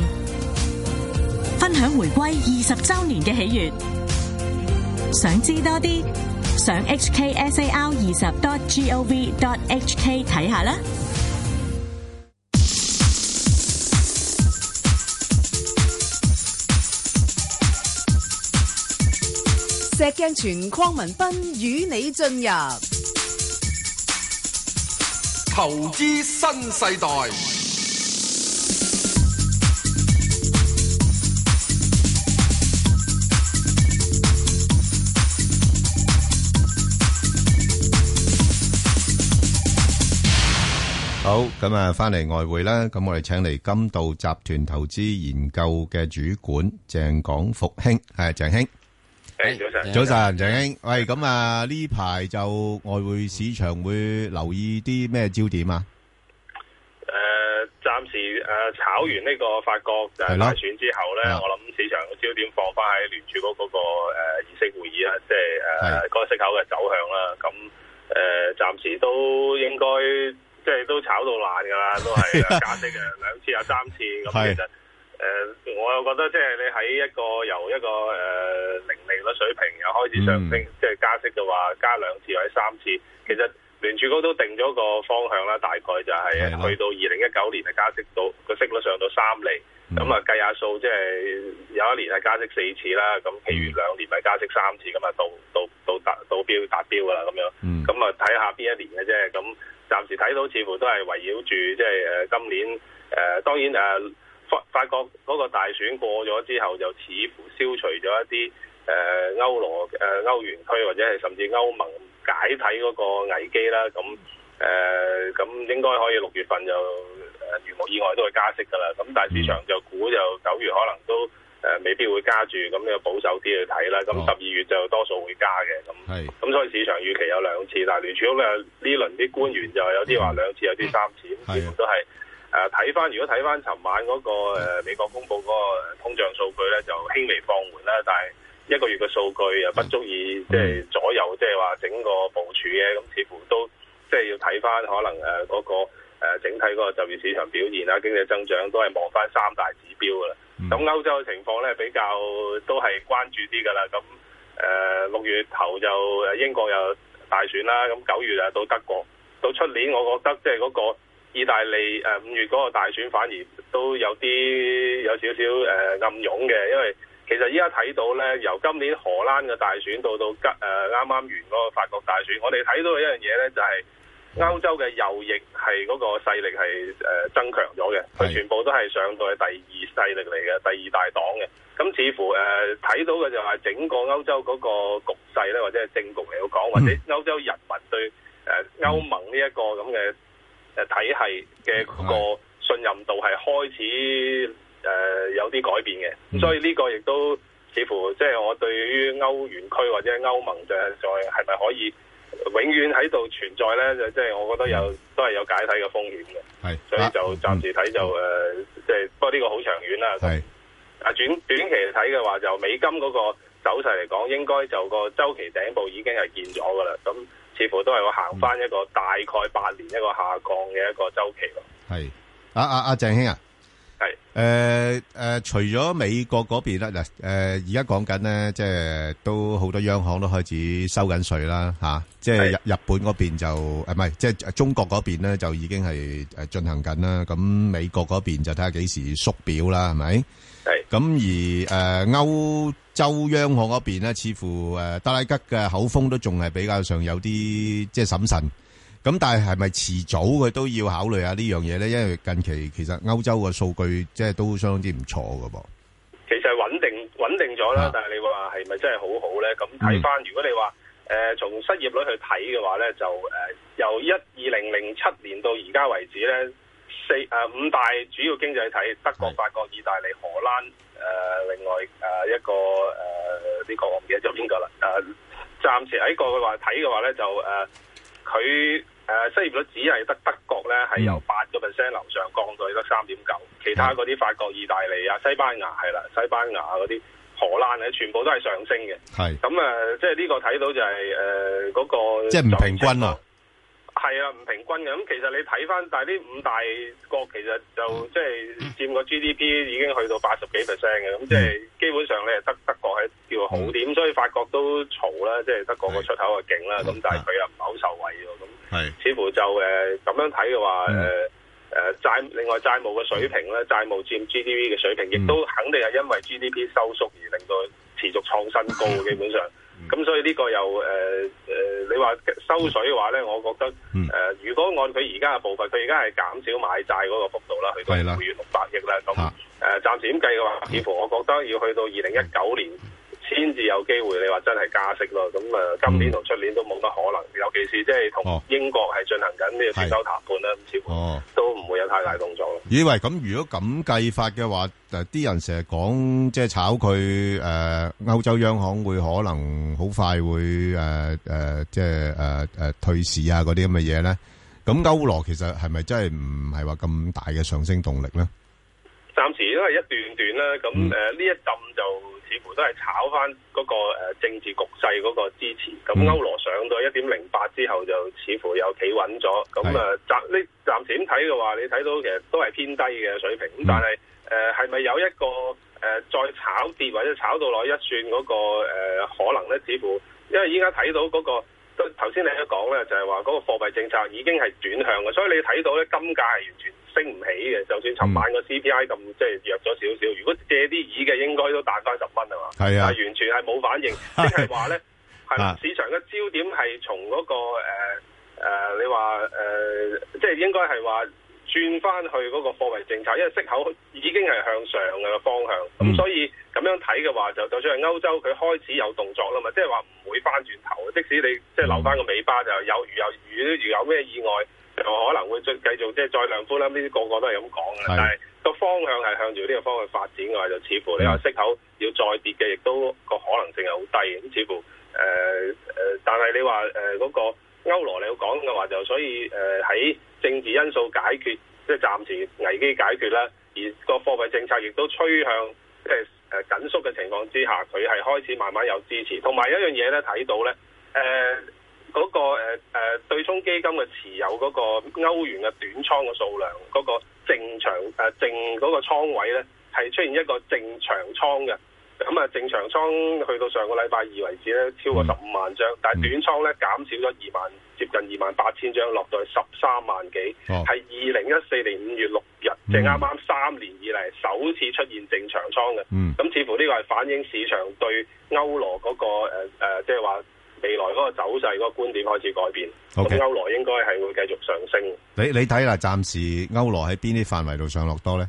[SPEAKER 18] 分享回歸二十週年嘅喜悅。想知多啲，上 hksar 二十 dot gov dot hk 睇下啦。
[SPEAKER 6] 石鏡泉鄺民彬與你進入
[SPEAKER 7] 投資新世代，
[SPEAKER 8] 好，咁啊，翻嚟外匯啦，咁我哋請嚟金道集團投資研究嘅主管鄭廣復兄，係鄭兄。
[SPEAKER 19] 誒，早晨，
[SPEAKER 8] 早晨，鄭英，喂，咁啊呢排就外匯市場會留意啲咩焦點啊？
[SPEAKER 19] 誒，暫時誒炒完呢個法國誒大選之後咧，我諗市場嘅焦點放翻喺聯儲局嗰個誒議息會議啊，即係誒嗰個息口嘅走向啦。咁誒，暫時都應該即係都炒到爛㗎啦，都係加息嘅兩次啊，三次咁其實。誒、呃，我又覺得即係你喺一個由一個誒、呃、零利率水平又開始上升，嗯、即係加息嘅話，加兩次或者三次，其實聯儲局都定咗個方向啦，大概就係
[SPEAKER 24] 係啦
[SPEAKER 19] 去到二零一九年係加息到個息率上到三厘，咁啊計下數，即係有一年係加息四次啦，咁其餘兩年係加息三次，咁啊到到到達到標達標噶啦咁樣，咁啊睇下邊一年嘅啫，咁暫時睇到似乎都係圍繞住即係誒今年誒、呃、當然誒。呃法法國嗰個大選過咗之後，就似乎消除咗一啲誒、呃、歐羅誒、呃、歐元區或者係甚至歐盟解體嗰個危機啦。咁誒咁應該可以六月份就誒、呃、如無意外都會加息㗎啦。咁但係市場就估就嗯九月可能都誒、呃未必會加住，咁要保守啲去睇啦。咁十二月就多數會加嘅咁。
[SPEAKER 8] 係
[SPEAKER 19] 咁所以市場預期有兩次，但係聯儲局咧呢輪啲官員就有啲話兩次，有啲三次，咁似乎都係誒睇翻。如果睇翻尋晚嗰、個、呃、美國公布嗰個通脹數據咧，就輕微放緩啦，但係一個月嘅數據又不足以即係左右，即係話整個部署嘅，咁似乎都即係要睇翻可能誒嗰、個、呃、整體嗰個就業市場表現啦，啊經濟增長都係望翻三大指標噶啦。咁歐洲嘅情況咧比較都係關注啲噶啦，咁。誒呃六月頭就誒英國又大選啦，咁九月啊到德國，到出年我覺得即係嗰個意大利誒五月嗰個大選反而都有啲有少少誒暗湧嘅，因為其實依家睇到咧，由今年荷蘭嘅大選到到吉誒呃啱啱完嗰個法國大選，我哋睇到一樣嘢咧就係、歐洲嘅右翼係嗰個勢力係誒、呃增強咗嘅，佢全部都係上到去第二勢力嚟嘅，第二大黨嘅。咁似乎誒呃睇、到嘅就係整個歐洲嗰個局勢咧，或者係政局嚟講，或者歐洲人民對誒、呃、歐盟呢一個咁嘅誒體系嘅嗰個信任度係開始誒、呃有啲改變嘅，咁所以呢個亦都似乎即係我對於歐元區或者歐盟就係再係咪可以永遠喺度存在咧？就即係我覺得有都係有解體嘅風險嘅，
[SPEAKER 8] 嗯係啊嗯
[SPEAKER 19] 所以就暫時睇就誒即係不過呢個好長遠啦。
[SPEAKER 8] 係
[SPEAKER 19] 啊短短期嚟睇嘅話，就美金嗰個走勢嚟講，應該就個周期頂部已經係見咗噶啦，咁似乎都係會行翻
[SPEAKER 8] 嗯
[SPEAKER 19] 一個大概八年一個下降嘅一個周期咯。
[SPEAKER 8] 係啊啊啊，鄭兄啊，
[SPEAKER 19] 係
[SPEAKER 8] 诶诶，除咗美國嗰邊咧，嗱诶，而家講緊咧，即係都好多央行都開始收緊税啦，吓、即係日日本嗰邊就诶唔係，即係中國嗰邊咧就已經係诶進行緊啦，咁美國嗰邊就睇下幾時縮表啦，係咪？咁而誒歐洲央行嗰邊咧，似乎誒德拉吉嘅口風都仲係比較上有啲即係審慎。咁但係係咪遲早佢都要考慮下呢樣嘢咧？因為近期其實歐洲嘅數據即係都相當之唔錯嘅噃。
[SPEAKER 19] 其實係穩定穩定咗啦，但係你話係咪真係好好咧？咁睇翻，如果你話誒、呃、從失業率去睇嘅話咧，就誒、呃由一二零零七年到而家為止咧，四誒、呃五大主要經濟體德國、法國、意大利、荷蘭誒、呃另外誒、呃一個誒呢、個我唔記得咗邊個啦誒。暫時喺個嘅話睇嘅話咧，就呃誒佢呃誒失業率只係得德國咧
[SPEAKER 8] 嗯
[SPEAKER 19] 係由八個 percent 樓上降到得三點九，其他嗰啲法國、意大利啊、西班牙係啦、西班牙嗰啲荷蘭咧，全部都係上升嘅。
[SPEAKER 8] 係
[SPEAKER 19] 咁啊，呃即係呢個睇到就係誒呃嗰個
[SPEAKER 8] 即係唔平均啊咯。
[SPEAKER 19] 係啊，唔平均嘅。咁其實你睇翻，但係呢五大國其實就即係佔個 GDP 已經去到八十幾 percent 嘅。咁即係基本上你係德德國係叫好啲，咁所以法國都嘈啦，即嗯係德國個出口啊勁啦，咁但係佢又唔係好受惠喎。咁
[SPEAKER 8] 係
[SPEAKER 19] 似乎就誒咁、樣睇嘅話，誒、誒呃債另外債務嘅水平咧，債務佔 GDP 嘅水平，亦都肯定係因為 GDP 收縮而令到持續創新高嘅，基本上。嗯咁所以呢個又誒誒、你話收水嘅話咧，我覺得誒、如果按佢而家嘅步伐，佢而家係減少買債嗰個幅度啦，去到
[SPEAKER 8] 係啦
[SPEAKER 19] 每月六百億啦。咁誒、嗯暫時咁計嘅話，似乎我覺得要去到二零一九年先至有機會，你話真係加息咯。咁誒、今年同出年都冇乜可能，尤其是即係同英國哦係進行緊呢個脱歐談判啦，咁似乎
[SPEAKER 8] 哦。
[SPEAKER 19] 都唔會有太大動作咯。
[SPEAKER 8] 咦喂，咁如果咁計法嘅話，誒啲人成日講即係炒佢呃誒歐洲央行會可能好快會誒誒呃即係誒誒退市啊嗰啲咁嘅嘢咧，咁歐羅其實係咪真係唔係話咁大嘅上升動力咧？
[SPEAKER 19] 暫時因為一段段啦，咁誒呢一陣就似乎都係炒翻嗰個誒政治局勢嗰個支持。咁歐羅上到一點零八之後，就似乎又企穩咗。咁誒暫呢暫時咁睇嘅話，你睇到其實都係偏低嘅水平。咁但係誒係咪有一個誒、再炒跌或者炒到落一算嗰、個、誒可能咧？似乎因為依家睇到嗰、個。誒、都頭先你都講咧，就係話嗰個貨幣政策已經係轉向嘅，所以你睇到咧金價係完全升唔起嘅。就算尋晚
[SPEAKER 8] 嗯
[SPEAKER 19] 個 CPI 咁即係弱咗少少，如果借啲耳嘅應該都彈翻十蚊啊嘛，
[SPEAKER 8] 係啊
[SPEAKER 19] 但係完全係冇 反應，即係話咧係啦
[SPEAKER 8] 啊，
[SPEAKER 19] 市場嘅焦點係從嗰、個誒、呃呃你話誒、呃即係應該係話。轉翻去嗰個貨幣政策，因為息口已經係向上嘅方向，咁、所以咁樣睇嘅話，就就算係歐洲佢開始有動作啦嘛，即係話唔會翻轉頭，即使你即係留翻個尾巴就有如有如如有咩意外，就可能會再繼續即係再量寬啦，呢啲個個都係咁講嘅，但係個方向係向住呢個方向發展嘅話，就似乎你話息口要再跌嘅，亦都個可能性係好低，咁似乎誒誒、呃但係你話誒嗰個歐羅你要講嘅話就，所以誒呃喺、政治因素解決，即係暫時危機解決啦，而個貨幣政策亦都趨向即係誒緊縮嘅情況之下，佢係開始慢慢有支持，同埋一樣嘢咧睇到咧誒。呃嗰、個誒誒、呃、對沖基金嘅持有嗰個歐元嘅短倉嘅數量，嗰、個正常誒、呃正嗰個倉位咧係出現一個正常倉嘅。咁啊，正常倉去到上個禮拜二為止咧，超過十五萬張，但係短倉咧減少咗二萬，接近二萬八千張，落到去十三萬幾，係二零一四年五月六日，即係啱啱三年以嚟首次出現正常倉嘅。咁、
[SPEAKER 8] 嗯
[SPEAKER 19] 似乎呢個係反映市場對歐羅嗰、個誒、呃、即係話未來嗰個走勢嗰個觀點開始改變。咁
[SPEAKER 8] OK
[SPEAKER 19] 歐羅應該係會繼續上升。
[SPEAKER 8] 你你睇啦，暫時歐羅喺邊啲範圍度上落多咧？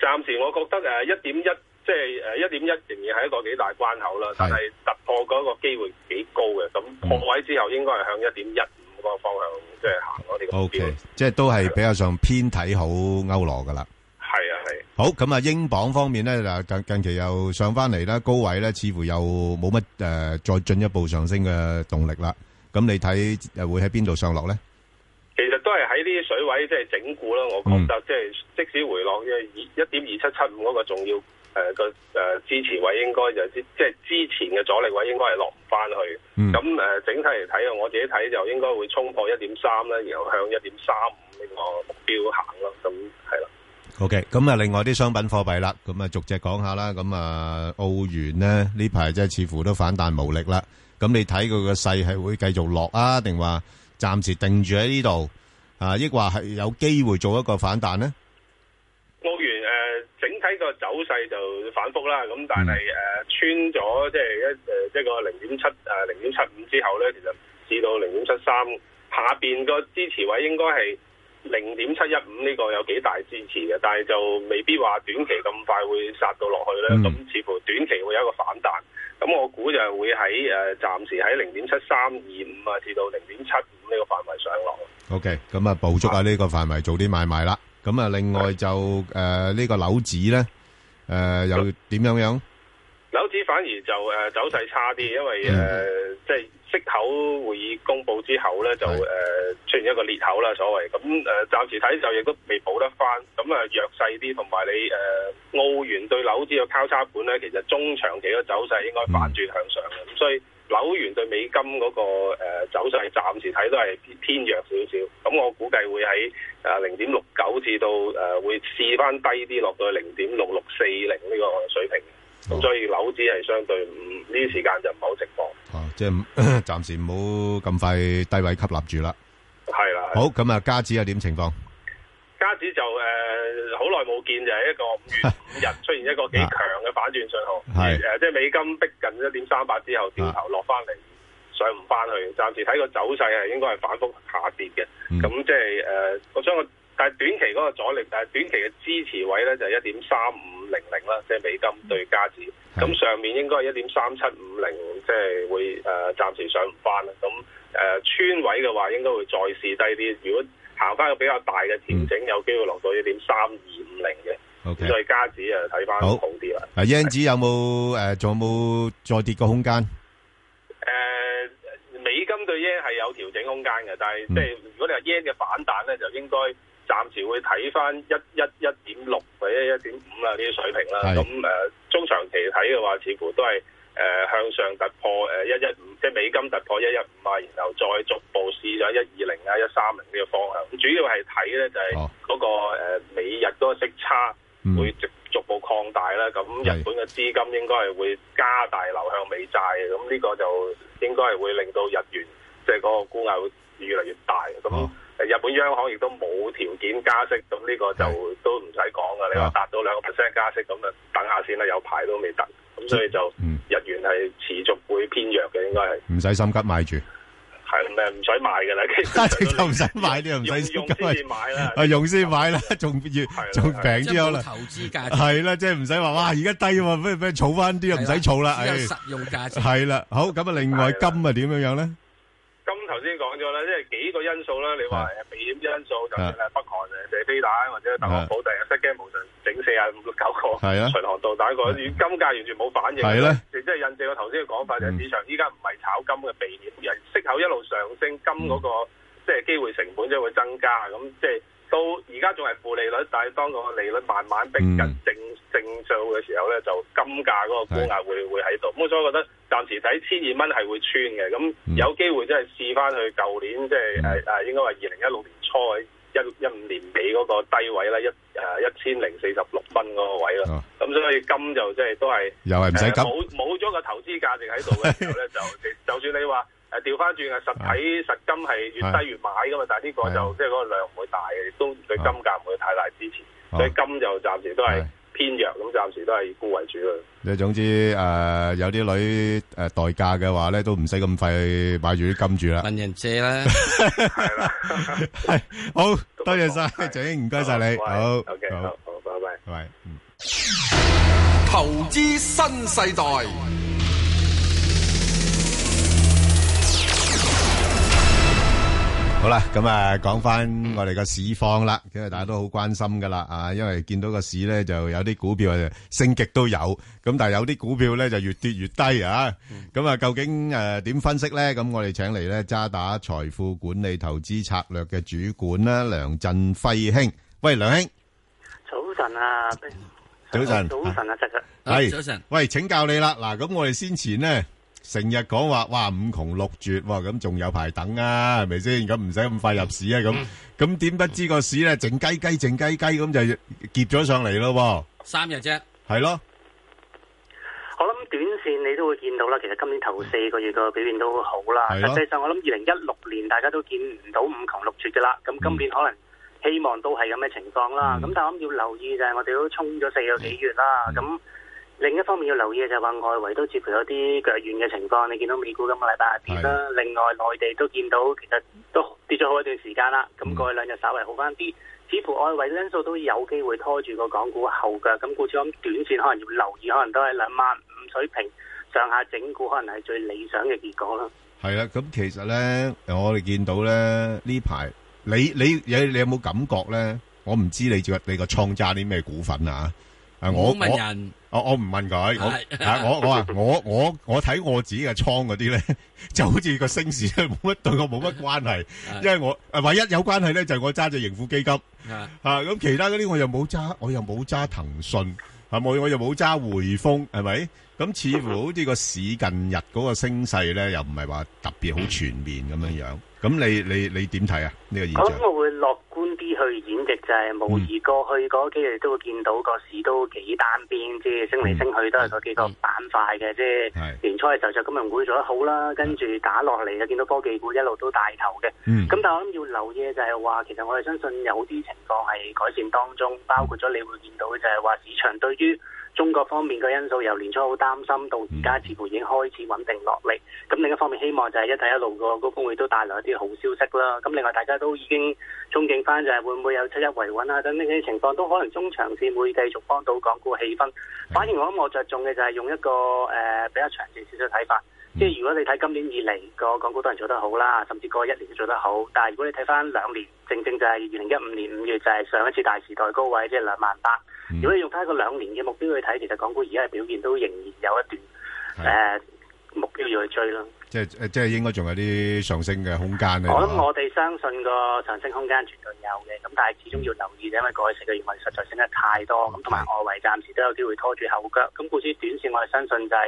[SPEAKER 19] 暫時我覺得誒一點一，即係誒呃一點一仍然係一個幾大關口啦，但係突破嗰個機會幾高嘅。咁破位之後應該係向一點一五個方向即係行我哋個目
[SPEAKER 8] O、k
[SPEAKER 19] 標。
[SPEAKER 8] 即系都系比較上偏睇好歐羅噶啦。
[SPEAKER 19] 係啊
[SPEAKER 8] 好，
[SPEAKER 19] 係。
[SPEAKER 8] 咁啊，英鎊方面咧，嗱近近期又上翻嚟啦，高位咧，似乎又冇乜诶再進一步上升嘅動力啦。咁你睇诶会喺邊度上落咧？
[SPEAKER 19] 其實都係喺呢啲水位即係整固啦，我覺得即係、即使回落嘅一點二七七五嗰個重要誒個誒呃支持位，應該就即即係之前嘅阻力位應該係落唔翻去。咁誒、呃整體嚟睇啊，我自己睇就應該會衝破一點三啦，然後向一點三五呢個目標行咯。咁係啦。
[SPEAKER 8] OK，咁啊，另外啲商品貨幣啦，咁啊，逐隻講下啦。咁啊，澳元呢，呢排即係似乎都反彈無力啦。咁你睇佢個勢係會繼續落啊，定話暫時定住喺呢度啊？抑或係有機會做一個反彈呢？
[SPEAKER 19] 澳元誒、呃整體個走勢就反覆啦，咁但係誒、呃穿咗即係一誒一個零點七誒呃零點七五之後咧，其實至到零點七三下邊個支持位應該係零點七一五呢個有幾大支持嘅，但係就未必話短期咁快會殺到落去咧，咁、似乎短期會有一個反彈。咁我估就係會喺誒、呃、暫時喺零點七三二五啊，至到零點七五呢個範圍上落。
[SPEAKER 8] OK，咁啊，捕捉下呢個範圍做啲買賣啦。咁啊，另外就誒呢、個樓指呢，誒、又點樣樣？
[SPEAKER 19] 樓指反而就誒、呃走勢差啲，因為誒、呃即係息口會議公佈之後咧，就誒、呃出現一個裂口啦，所謂咁誒、呃、暫時睇就亦都未補得翻，咁啊弱勢啲，同埋你誒、呃澳元對樓指嘅交叉盤咧，其實中長期嘅走勢應該反轉向上嘅，咁、所以樓元對美金嗰、個、呃、走勢暫時睇都係偏弱少少，咁我估計會喺誒零點六九至到誒、呃、會試翻低啲，落到零點六六四零呢個水平。咁所以樓指係相對唔呢啲時間就唔係好直播，
[SPEAKER 8] 哦，即係唔暫時唔好咁快低位吸納住啦。
[SPEAKER 19] 係啦。
[SPEAKER 8] 好，咁啊，加指又點情況？
[SPEAKER 19] 加指就誒呃好耐冇見，就係、一個五月五日出現一個幾強嘅反轉信號，
[SPEAKER 8] 係
[SPEAKER 19] 誒、即係美金逼近一點三八之後掉頭落翻嚟，上唔翻去，暫時睇個走勢係應該係反覆下跌嘅。
[SPEAKER 8] 嗯
[SPEAKER 19] 咁、即係誒，我將個但係短期嗰個阻力，但係短期嘅支持位咧就係一點三五零零啦，即係美金對加指。咁上面應該係一點三七五零，即係會誒、呃、暫時上唔翻啦。咁誒、呃穿位嘅話，應該會再試低啲。如果行翻個比較大嘅調整，有機會落到一點三二五零嘅。
[SPEAKER 8] 嗯 OK
[SPEAKER 19] 所以加指啊，睇翻
[SPEAKER 8] 好
[SPEAKER 19] 好啲啦。
[SPEAKER 8] 啊，yen 指有冇誒仲有冇再跌個空間？
[SPEAKER 19] 誒、呃美金對 yen 係有調整空間嘅，但係即係如果你話 yen 嘅反彈咧，就應該暫時會睇翻一一一點六或者一點五啦呢啲水平啦。
[SPEAKER 24] 係
[SPEAKER 19] 咁誒、中長期睇嘅話，似乎都係誒、向上突破誒一一五，即係美金突破一一五啊，然後再逐步試咗一二零啊、一三零呢個方向。主要係睇咧就係嗰、個、誒美日嗰個息差會逐逐步擴大啦。咁日本嘅資金應該係會加大流向美債嘅，咁呢個就應該係會令到日元即係嗰個沽壓會越嚟越大。咁誒日本央行亦都冇條件加息，咁呢個就都唔使講噶。你話達到兩個 percent 加息，咁啊等下先啦，有排都未得。咁所以就日元係持續會偏弱嘅，應該係
[SPEAKER 8] 唔使心急買住，
[SPEAKER 19] 係咪唔使買㗎啦？其實
[SPEAKER 8] 直頭唔使買呢，唔使心急
[SPEAKER 19] 用先買啦
[SPEAKER 8] 啊用先買啦， 仲越仲平啲可
[SPEAKER 9] 即係
[SPEAKER 8] 能，
[SPEAKER 9] 冇投資價值
[SPEAKER 8] 係啦，即係唔使話哇而家低喎，不如不如儲翻啲啊，唔使儲啦，
[SPEAKER 9] 只有
[SPEAKER 8] 唉
[SPEAKER 9] 實用價值
[SPEAKER 8] 係啦，好咁啊，另外金啊點樣樣咧？
[SPEAKER 19] 咁頭先講咗啦，即係幾個因素啦。你話誒避險因素，就算係北韓誒射飛彈，或者特朗普第日失驚無神整四啊五九個
[SPEAKER 8] 係啊
[SPEAKER 19] 巡航導彈個，與金價完全冇反應。啊
[SPEAKER 8] 係咧
[SPEAKER 19] 亦即係印證我頭先嘅講
[SPEAKER 8] 嗯
[SPEAKER 19] 法，就係市場依家唔係炒金嘅避險，而係息口一路上升，金嗰個
[SPEAKER 8] 嗯
[SPEAKER 19] 即係機會成本就會增加。咁即係到而家仲係負利率，但係當個利率慢慢逼近
[SPEAKER 8] 嗯
[SPEAKER 19] 正正數嘅時候咧，就金價嗰個高壓會會喺度。咁所以我覺得暫時睇千二蚊係會穿嘅，咁
[SPEAKER 8] 嗯
[SPEAKER 19] 有機會真係試翻去舊年即係誒誒，應該話二零一六年初一一五年尾嗰個低位啦，一誒一千零四十六蚊嗰個位啦。咁、所以金就即係都係
[SPEAKER 8] 哦又係唔使急
[SPEAKER 19] 誒冇冇咗個投資價值喺度嘅時候咧，就就算你話。誒調翻轉嘅啊實體實金係越低越買噶嘛，但係呢個就即係嗰個量唔會大嘅，亦都對金價唔會太大支持，所以金就暫時都係偏弱，咁暫時都係以沽為主啦。
[SPEAKER 8] 你總之誒有啲女誒代嫁嘅話咧，都唔使咁快買住啲金住啦。
[SPEAKER 9] 問人借啦，
[SPEAKER 8] 係啦， 好多謝晒，鄭，唔該晒你，好
[SPEAKER 19] ，OK，
[SPEAKER 8] 好，
[SPEAKER 19] 好，拜拜，
[SPEAKER 8] 拜拜，嗯。
[SPEAKER 7] 投資新世代，
[SPEAKER 8] 好啦，咁啊，講翻我哋個市況啦，因為大家都好關心噶啦，啊，因為見到個市咧就有啲股票啊升極都有，咁但係有啲股票咧就越跌越低啊，咁啊，究竟誒點分析咧？咁我哋請嚟咧渣打財富管理投資策略嘅主管啦，梁振輝兄，喂，梁兄，
[SPEAKER 24] 早晨啊，
[SPEAKER 8] 早晨
[SPEAKER 24] 早晨啊，石石，
[SPEAKER 8] 係，喂，請教你啦，嗱，咁我哋先前咧成日講話，哇，五窮六絕喎，咁仲有排等啊，係咪先？咁唔使咁快入市啊，咁咁點不知個市咧靜雞雞靜雞雞咁就結咗上嚟咯
[SPEAKER 9] 三日啫，
[SPEAKER 8] 喎，係咯，
[SPEAKER 24] 我諗短線你都會見到啦，其實今年頭四個月個表現都好啦。
[SPEAKER 20] 係
[SPEAKER 24] 實
[SPEAKER 20] 咯
[SPEAKER 24] 際上我諗二零一六年大家都見唔到五窮六絕嘅啦，
[SPEAKER 20] 嗯
[SPEAKER 24] 咁今年可能希望都係咁嘅情況啦。咁、但係我諗要留意就係我哋都衝咗四個幾月
[SPEAKER 20] 嗯
[SPEAKER 24] 啦，咁、另一方面要留意嘅就係話外圍都似乎有啲腳軟嘅情況，你見到美股今個禮拜跌啦，另外內地都見到其實都跌咗好一段時間啦，
[SPEAKER 20] 嗯
[SPEAKER 24] 咁過去兩日稍微好翻啲，似乎外圍因素都有機會拖住個港股後腳，咁故此我諗短線可能要留意，可能都係兩萬五水平上下整固，可能係最理想嘅結果啦。
[SPEAKER 8] 係啦，咁其實咧我哋見到咧呢排，你你你你有冇感覺咧？我唔知你個你個倉揸啲咩股份啊？啊，
[SPEAKER 9] 唔好
[SPEAKER 8] 我
[SPEAKER 9] 問
[SPEAKER 8] 我
[SPEAKER 9] 人
[SPEAKER 8] 我我唔問佢，
[SPEAKER 9] 係
[SPEAKER 8] 我啊我我話我我我睇我自己嘅倉嗰啲咧， 就好似個升市咧冇乜對我冇乜關係，因為我啊唯一有關係咧就係我揸隻盈富基金
[SPEAKER 9] 啊
[SPEAKER 8] 啊，咁其他嗰啲我又冇揸，我又冇揸騰訊，係咪？我又冇揸匯豐，係咪？咁似乎好似個市近日嗰個升勢咧，又唔係話特別好全面咁樣樣。咁你你你點睇啊？呢個現
[SPEAKER 24] 我
[SPEAKER 8] 象
[SPEAKER 24] 諗我會樂觀啲去演繹，就係、無疑過去嗰幾日都會見到個市都幾單邊，即係升嚟升去都係嗰幾個板塊
[SPEAKER 8] 嗯
[SPEAKER 24] 嘅，即係年初嘅時候就金融股做得好啦，跟住打落嚟就見到科技股一路都帶頭嘅。咁、
[SPEAKER 21] 嗯
[SPEAKER 24] 但係我諗要留意嘅就係話，其實我哋相信有啲情況係改善當中，包括咗你會見到就係話市場對於中國方面嘅因素由年初好擔心，到而家似乎已經開始穩定落嚟。咁另一方面，希望就係一帶一路個高峰會都帶來一啲好消息啦。咁另外，大家都已經憧憬翻就係會唔會有七一維穩啊等等呢啲情況，都可能中長線會繼續幫到港股氣氛。反而我諗我着重嘅就係用一個誒、呃比較長線少少睇法。即係如果你睇今年以嚟個港股當然做得好啦，甚至過一年都做得好。但係如果你睇翻兩年，正正就係二零一五年五月就係上一次大時代高位，即係兩萬八。如果你用翻一個兩年嘅目標去睇，其實港股而家嘅表現都仍然有一段誒、呃目標要去追咯。
[SPEAKER 8] 即係即係應該仲有啲上升嘅空間咧。
[SPEAKER 24] 我諗我哋相信個上升空間絕對有嘅，咁但係始終要留意，因為過去四個月我哋實在升得太多，咁同埋外圍暫時都有機會拖住後腳，咁故此短線我哋相信就係、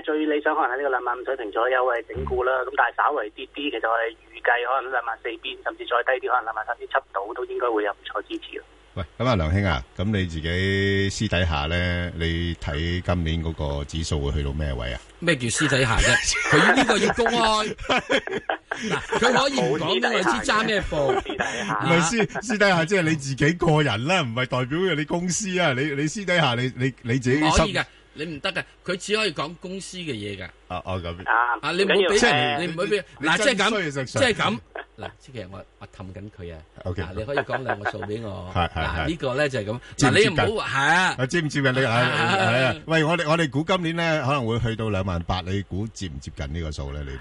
[SPEAKER 24] 誒、最理想可能喺呢個兩萬五水平左右係整固啦，咁但係稍為跌啲，其實我哋預計可能兩萬四邊，甚至再低啲，可能兩萬三千七到都應該會有唔錯支持咯。
[SPEAKER 8] 喂，咁啊，梁兄啊，咁你自己私底下咧，你睇今年嗰個指數會去到咩位啊？
[SPEAKER 9] 咩叫私底下 啫？佢呢個要公開，嗱，佢可以唔講俾我知揸咩步。
[SPEAKER 8] 唔係私私底下，即係你自己個人啦，唔係代表你公司啊。你你私底下，你你你自己
[SPEAKER 9] 唔可以
[SPEAKER 8] 心
[SPEAKER 9] 嘅，你唔得嘅，佢只可以講公司嘅嘢嘅。
[SPEAKER 8] 啊哦咁
[SPEAKER 9] 啊，你唔好俾
[SPEAKER 8] 即係
[SPEAKER 9] 人，你唔好俾人
[SPEAKER 8] 你
[SPEAKER 9] 嗱，
[SPEAKER 8] 真
[SPEAKER 9] 即係
[SPEAKER 8] 衰
[SPEAKER 9] 咁，
[SPEAKER 8] 啊石
[SPEAKER 9] 即
[SPEAKER 8] Sir
[SPEAKER 9] 係咁。嗱，即係我我氹緊佢啊。
[SPEAKER 8] OK
[SPEAKER 9] 嗱，你可以講兩個數俾我。
[SPEAKER 8] 係係係
[SPEAKER 9] 嗱，呢個咧就係咁。
[SPEAKER 8] 接
[SPEAKER 9] 嗱，
[SPEAKER 8] 唔
[SPEAKER 9] 你
[SPEAKER 8] 接
[SPEAKER 9] 又唔好話係啊。
[SPEAKER 8] 啊，接唔接近你啊？係啊，喂，我哋我哋估今年咧可能會去到兩萬八，你估接唔接近呢個數咧？你哋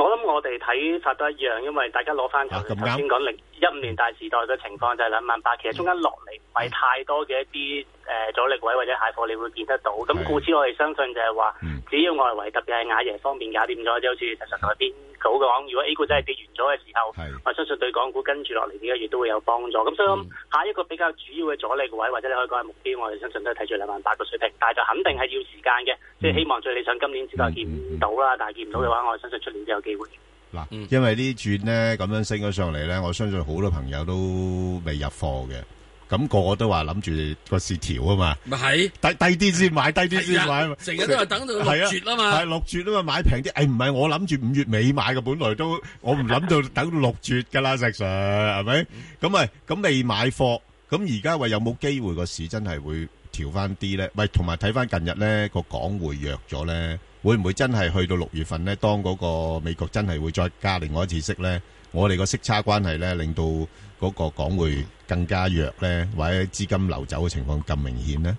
[SPEAKER 24] 我諗我哋睇法都一樣，因為大家攞翻頭頭
[SPEAKER 8] 啊咁啱
[SPEAKER 24] 先講零一五年大時代嘅情況就係兩萬八，其實中間落嚟唔係太多嘅一啲誒、呃阻力位或者蟹貨，你會見得到。咁故此我哋相信就係話，
[SPEAKER 8] 嗯
[SPEAKER 24] 只要外圍特別係亞爺方面搞掂咗，即係好似實上台邊講講，如果 A 股真係跌完咗嘅時候，我相信對港股跟住落嚟呢個月都會有幫助。咁所以
[SPEAKER 8] 嗯
[SPEAKER 24] 我諗下一個比較主要嘅阻力位或者你可以講係目標，我哋相信都係睇住兩萬八個水平，但係就肯定係要時間嘅，
[SPEAKER 8] 嗯
[SPEAKER 24] 即係希望最理想今年之內見唔到啦，但係見唔到嘅話，我相信出年都有機會。
[SPEAKER 8] 嗱，因為呢轉咧咁樣升咗上嚟咧，我相信好多朋友都未入貨嘅，咁個個都話諗住個市調啊嘛，
[SPEAKER 9] 咪係
[SPEAKER 8] 低低啲先買，低啲先買啊
[SPEAKER 9] 係
[SPEAKER 8] 嘛，
[SPEAKER 9] 啊成日都話等到六絕啊嘛
[SPEAKER 8] 係六絕啊嘛，買平啲，誒唔係我諗住五月尾買嘅，本來都我唔諗到等到六絕噶啦，石 Sir 係咪？咁啊咁未買貨，咁而家話有冇機會個市真係會調翻啲咧？喂，同埋睇翻近日咧個港匯弱咗咧，會唔會真係去到六月份咧？當嗰個美國真係會再加另外一次息咧，我哋個息差關係咧，令到嗰個港匯更加弱咧，或者資金流走嘅情況咁明顯咧？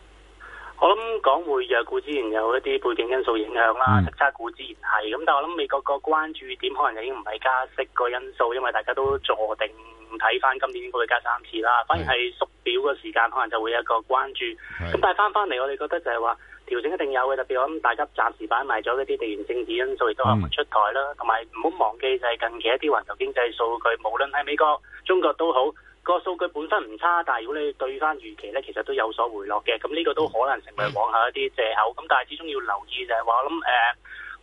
[SPEAKER 24] 我諗港匯弱股之前有一啲背景因素影響啦，
[SPEAKER 8] 嗯
[SPEAKER 24] 息差股之前係咁，但係我諗美國個關注點可能就已經唔係加息個因素，因為大家都坐定睇翻今年應該會加三次啦，反而係縮表嘅時間可能就會有一個關注。咁但係翻翻嚟，我哋覺得就係話調整一定有嘅，特別我諗大家暫時擺埋咗一啲地緣政治因素，亦都可能會出台啦，同埋唔好忘記就係近期一啲環球經濟數據，無論係美國、中國都好。個數據本身唔差，但係如果你對翻預期咧，其實都有所回落嘅。咁呢個都可能成為往後一啲藉口。咁但係始終要留意就係話，我諗誒、呃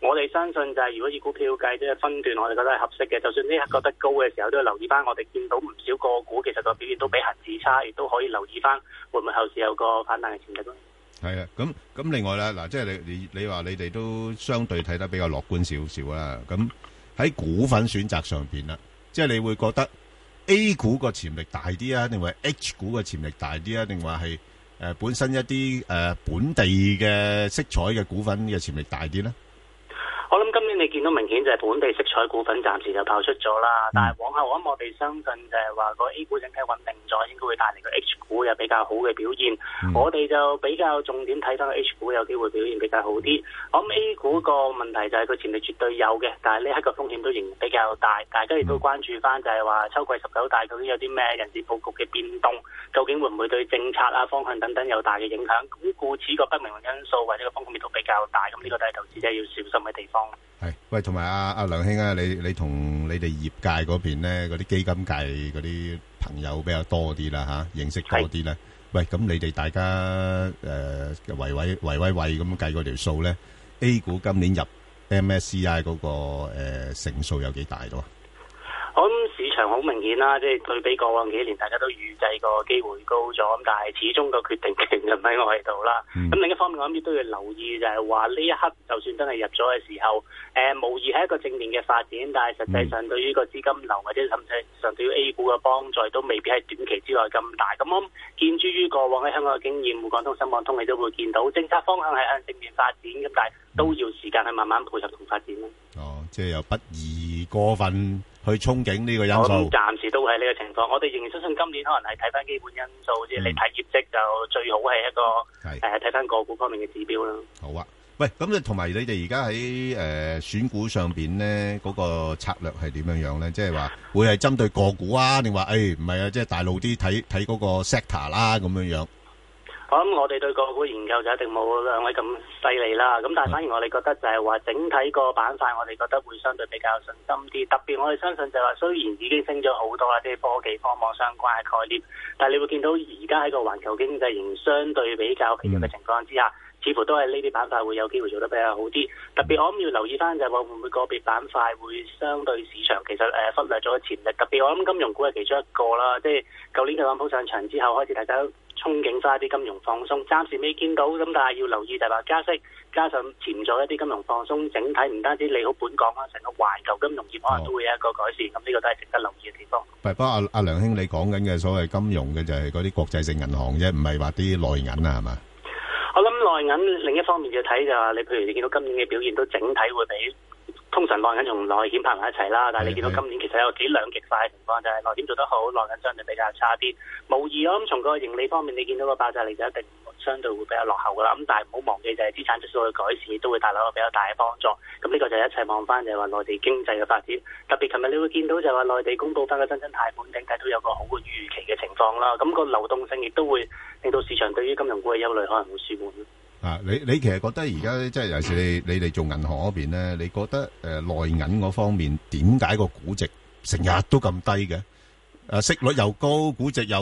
[SPEAKER 24] 我哋相信就係如果以股票計，即係分段，我哋覺得係合適嘅。就算呢一刻覺得高嘅時候，都要留意翻。我哋見到唔少個股其實個表現都比恒指差，亦都可以留意翻會唔會後市有個反彈嘅潛力咯。
[SPEAKER 8] 係啊，咁咁另外咧，嗱，即係你你你話你哋都相對睇得比較樂觀少少啦。咁喺股份選擇上邊啦，即係你會覺得 A 股個潛力大啲啊，定話 H 股個潛力大啲啊，定話係誒本身一啲誒、呃本地嘅色彩嘅股份嘅潛力大啲咧？
[SPEAKER 24] 我諗今年你見到明顯就係本地色彩股份暫時就跑出咗啦，但係往後我諗我哋相信就係話個 A 股整體穩定咗，應該會帶嚟個 H 股有比較好嘅表現。我哋就比較重點睇翻個 H 股有機會表現比較好啲。我諗 A 股個問題就係佢潛力絕對有嘅，但係呢一刻個風險都仍然比較大。大家亦都關注翻就係話秋季十九大究竟有啲咩人事佈局嘅變動，究竟會唔會對政策啊方向等等有大嘅影響？咁故此個不明朗因素或者個風險亦都比較大，咁呢個都係投資者要小心嘅地方。
[SPEAKER 8] 係，喂，同埋阿阿梁兄啊，你你同你哋業界嗰邊咧，嗰啲基金界嗰啲朋友比較多啲啦，吓、認識多啲啦。喂，咁你哋大家誒圍圍圍圍圍咁計嗰條數咧，A 股今年入 MSCI 嗰、個誒、呃成數有幾大到啊？
[SPEAKER 24] 我諗市場好明顯啦，即係對比過往幾年，大家都預計個機會高咗，咁但係始終個決定權就唔喺我哋度啦。咁、另一方面，我諗亦都要留意就係話呢一刻，就算真係入咗嘅時候，誒、無疑係一個正面嘅發展，但係實際上對於個資金流或者甚至上對於 A 股嘅幫助都未必喺短期之內咁大。咁我諗建基於過往喺香港嘅經驗，滬港通、深港通，你都會見到政策方向係向正面發展，咁但係都要時間去慢慢配合同發展咯。
[SPEAKER 8] 哦，即係又不宜過分去憧憬呢個因
[SPEAKER 24] 我諗
[SPEAKER 8] 素。
[SPEAKER 24] 暫時都係呢個情況，我哋仍然相信今年可能係睇翻基本因素，即係你睇業績就最好係一個誒睇翻個股方面嘅指標啦。
[SPEAKER 8] 好啊，喂，咁你同埋你哋而家喺诶选股上边咧，嗰、個策略係點樣樣咧？即係話會係針對個股啊，定話诶唔係啊，即係大路啲睇睇嗰個 sector 啦咁樣樣。
[SPEAKER 24] 我諗我哋對個股研究就一定冇兩位咁犀利啦。咁但係反而我哋覺得就係話整體個板塊，我哋覺得會相對比較有信心啲。特別我哋相信就係話，雖然已經升咗好多啦，即係科技、科網相關嘅概念，但係你會見到而家喺個環球經濟仍然相對比較疲弱嘅情況之下。似乎都係呢啲板塊會有機會做得比較好啲。特別我諗要留意翻就係話會唔會個別板塊會相對市場其實誒、呃忽略咗個潛力。特別我諗金融股係其中一個啦，即係舊年特朗普上場之後開始大家都憧憬翻一啲金融放鬆，暫時未見到咁，但係要留意就係話加息。加上潛在一啲金融放鬆，整體唔單止利好本港啦，成個環球金融業啊可能都會有一個改善，咁呢、個都係值得留意嘅地方。
[SPEAKER 8] 不不過阿阿梁兄，你講緊嘅所謂金融嘅就係嗰啲國際性銀行啫，唔係話啲內銀啊，係嘛？
[SPEAKER 24] 我諗內銀另一方面要睇就係話你譬如你見到今年嘅表現都整體會比通常內銀同內險拍埋一齊啦，但係你見到今年其實有幾兩極化嘅情況，就係、內險做得好，內銀相對比較差啲。無疑我諗從個盈利方面，你見到個爆炸力就一定相對會比較落後㗎啦。咁但係唔好忘記就係資產質素嘅改善，亦都會帶來一個比較大嘅幫助。咁呢個就一切望翻就係話內地經濟嘅發展，特別琴日你會見到就係話內地公布翻個新增貸款整體都有個好嘅預期嘅情況啦。咁、個流動性亦都會令到市場對於金融股嘅憂慮可能會舒緩。
[SPEAKER 8] 啊，你你其實覺得而家即係尤其是你你哋做銀行嗰邊咧，你覺得誒內銀嗰方面點解個估值成日都咁低嘅？誒息率又高，估值又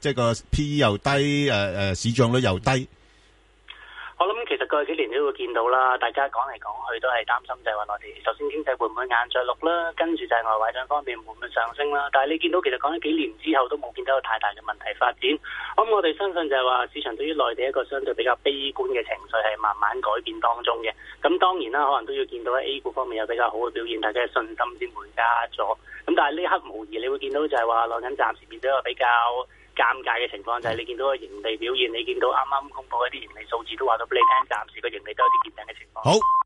[SPEAKER 8] 即係個 P E 又低，誒誒市漲率又低。
[SPEAKER 24] 我諗其實過去幾年都會見到啦，大家講嚟講去都係擔心就係話內地首先經濟會唔會硬着陸啦，跟住就係外匯帳方面會唔會上升啦。但係你見到其實講咗幾年之後都冇見到有太大嘅問題發展。咁我哋相信就係話市場對於內地一個相對比較悲觀嘅情緒係慢慢改變當中嘅。咁當然啦，可能都要見到喺 A 股方面有比較好嘅表現，大家嘅信心先會加咗。咁但係呢刻無疑你會見到就係話內銀暫時變咗一個比較尷尬嘅情況就係你見到個盈利表現，你見到啱啱公布一啲盈利數字都話到俾你聽，暫時個盈利都有啲見頂嘅情況。
[SPEAKER 8] 好，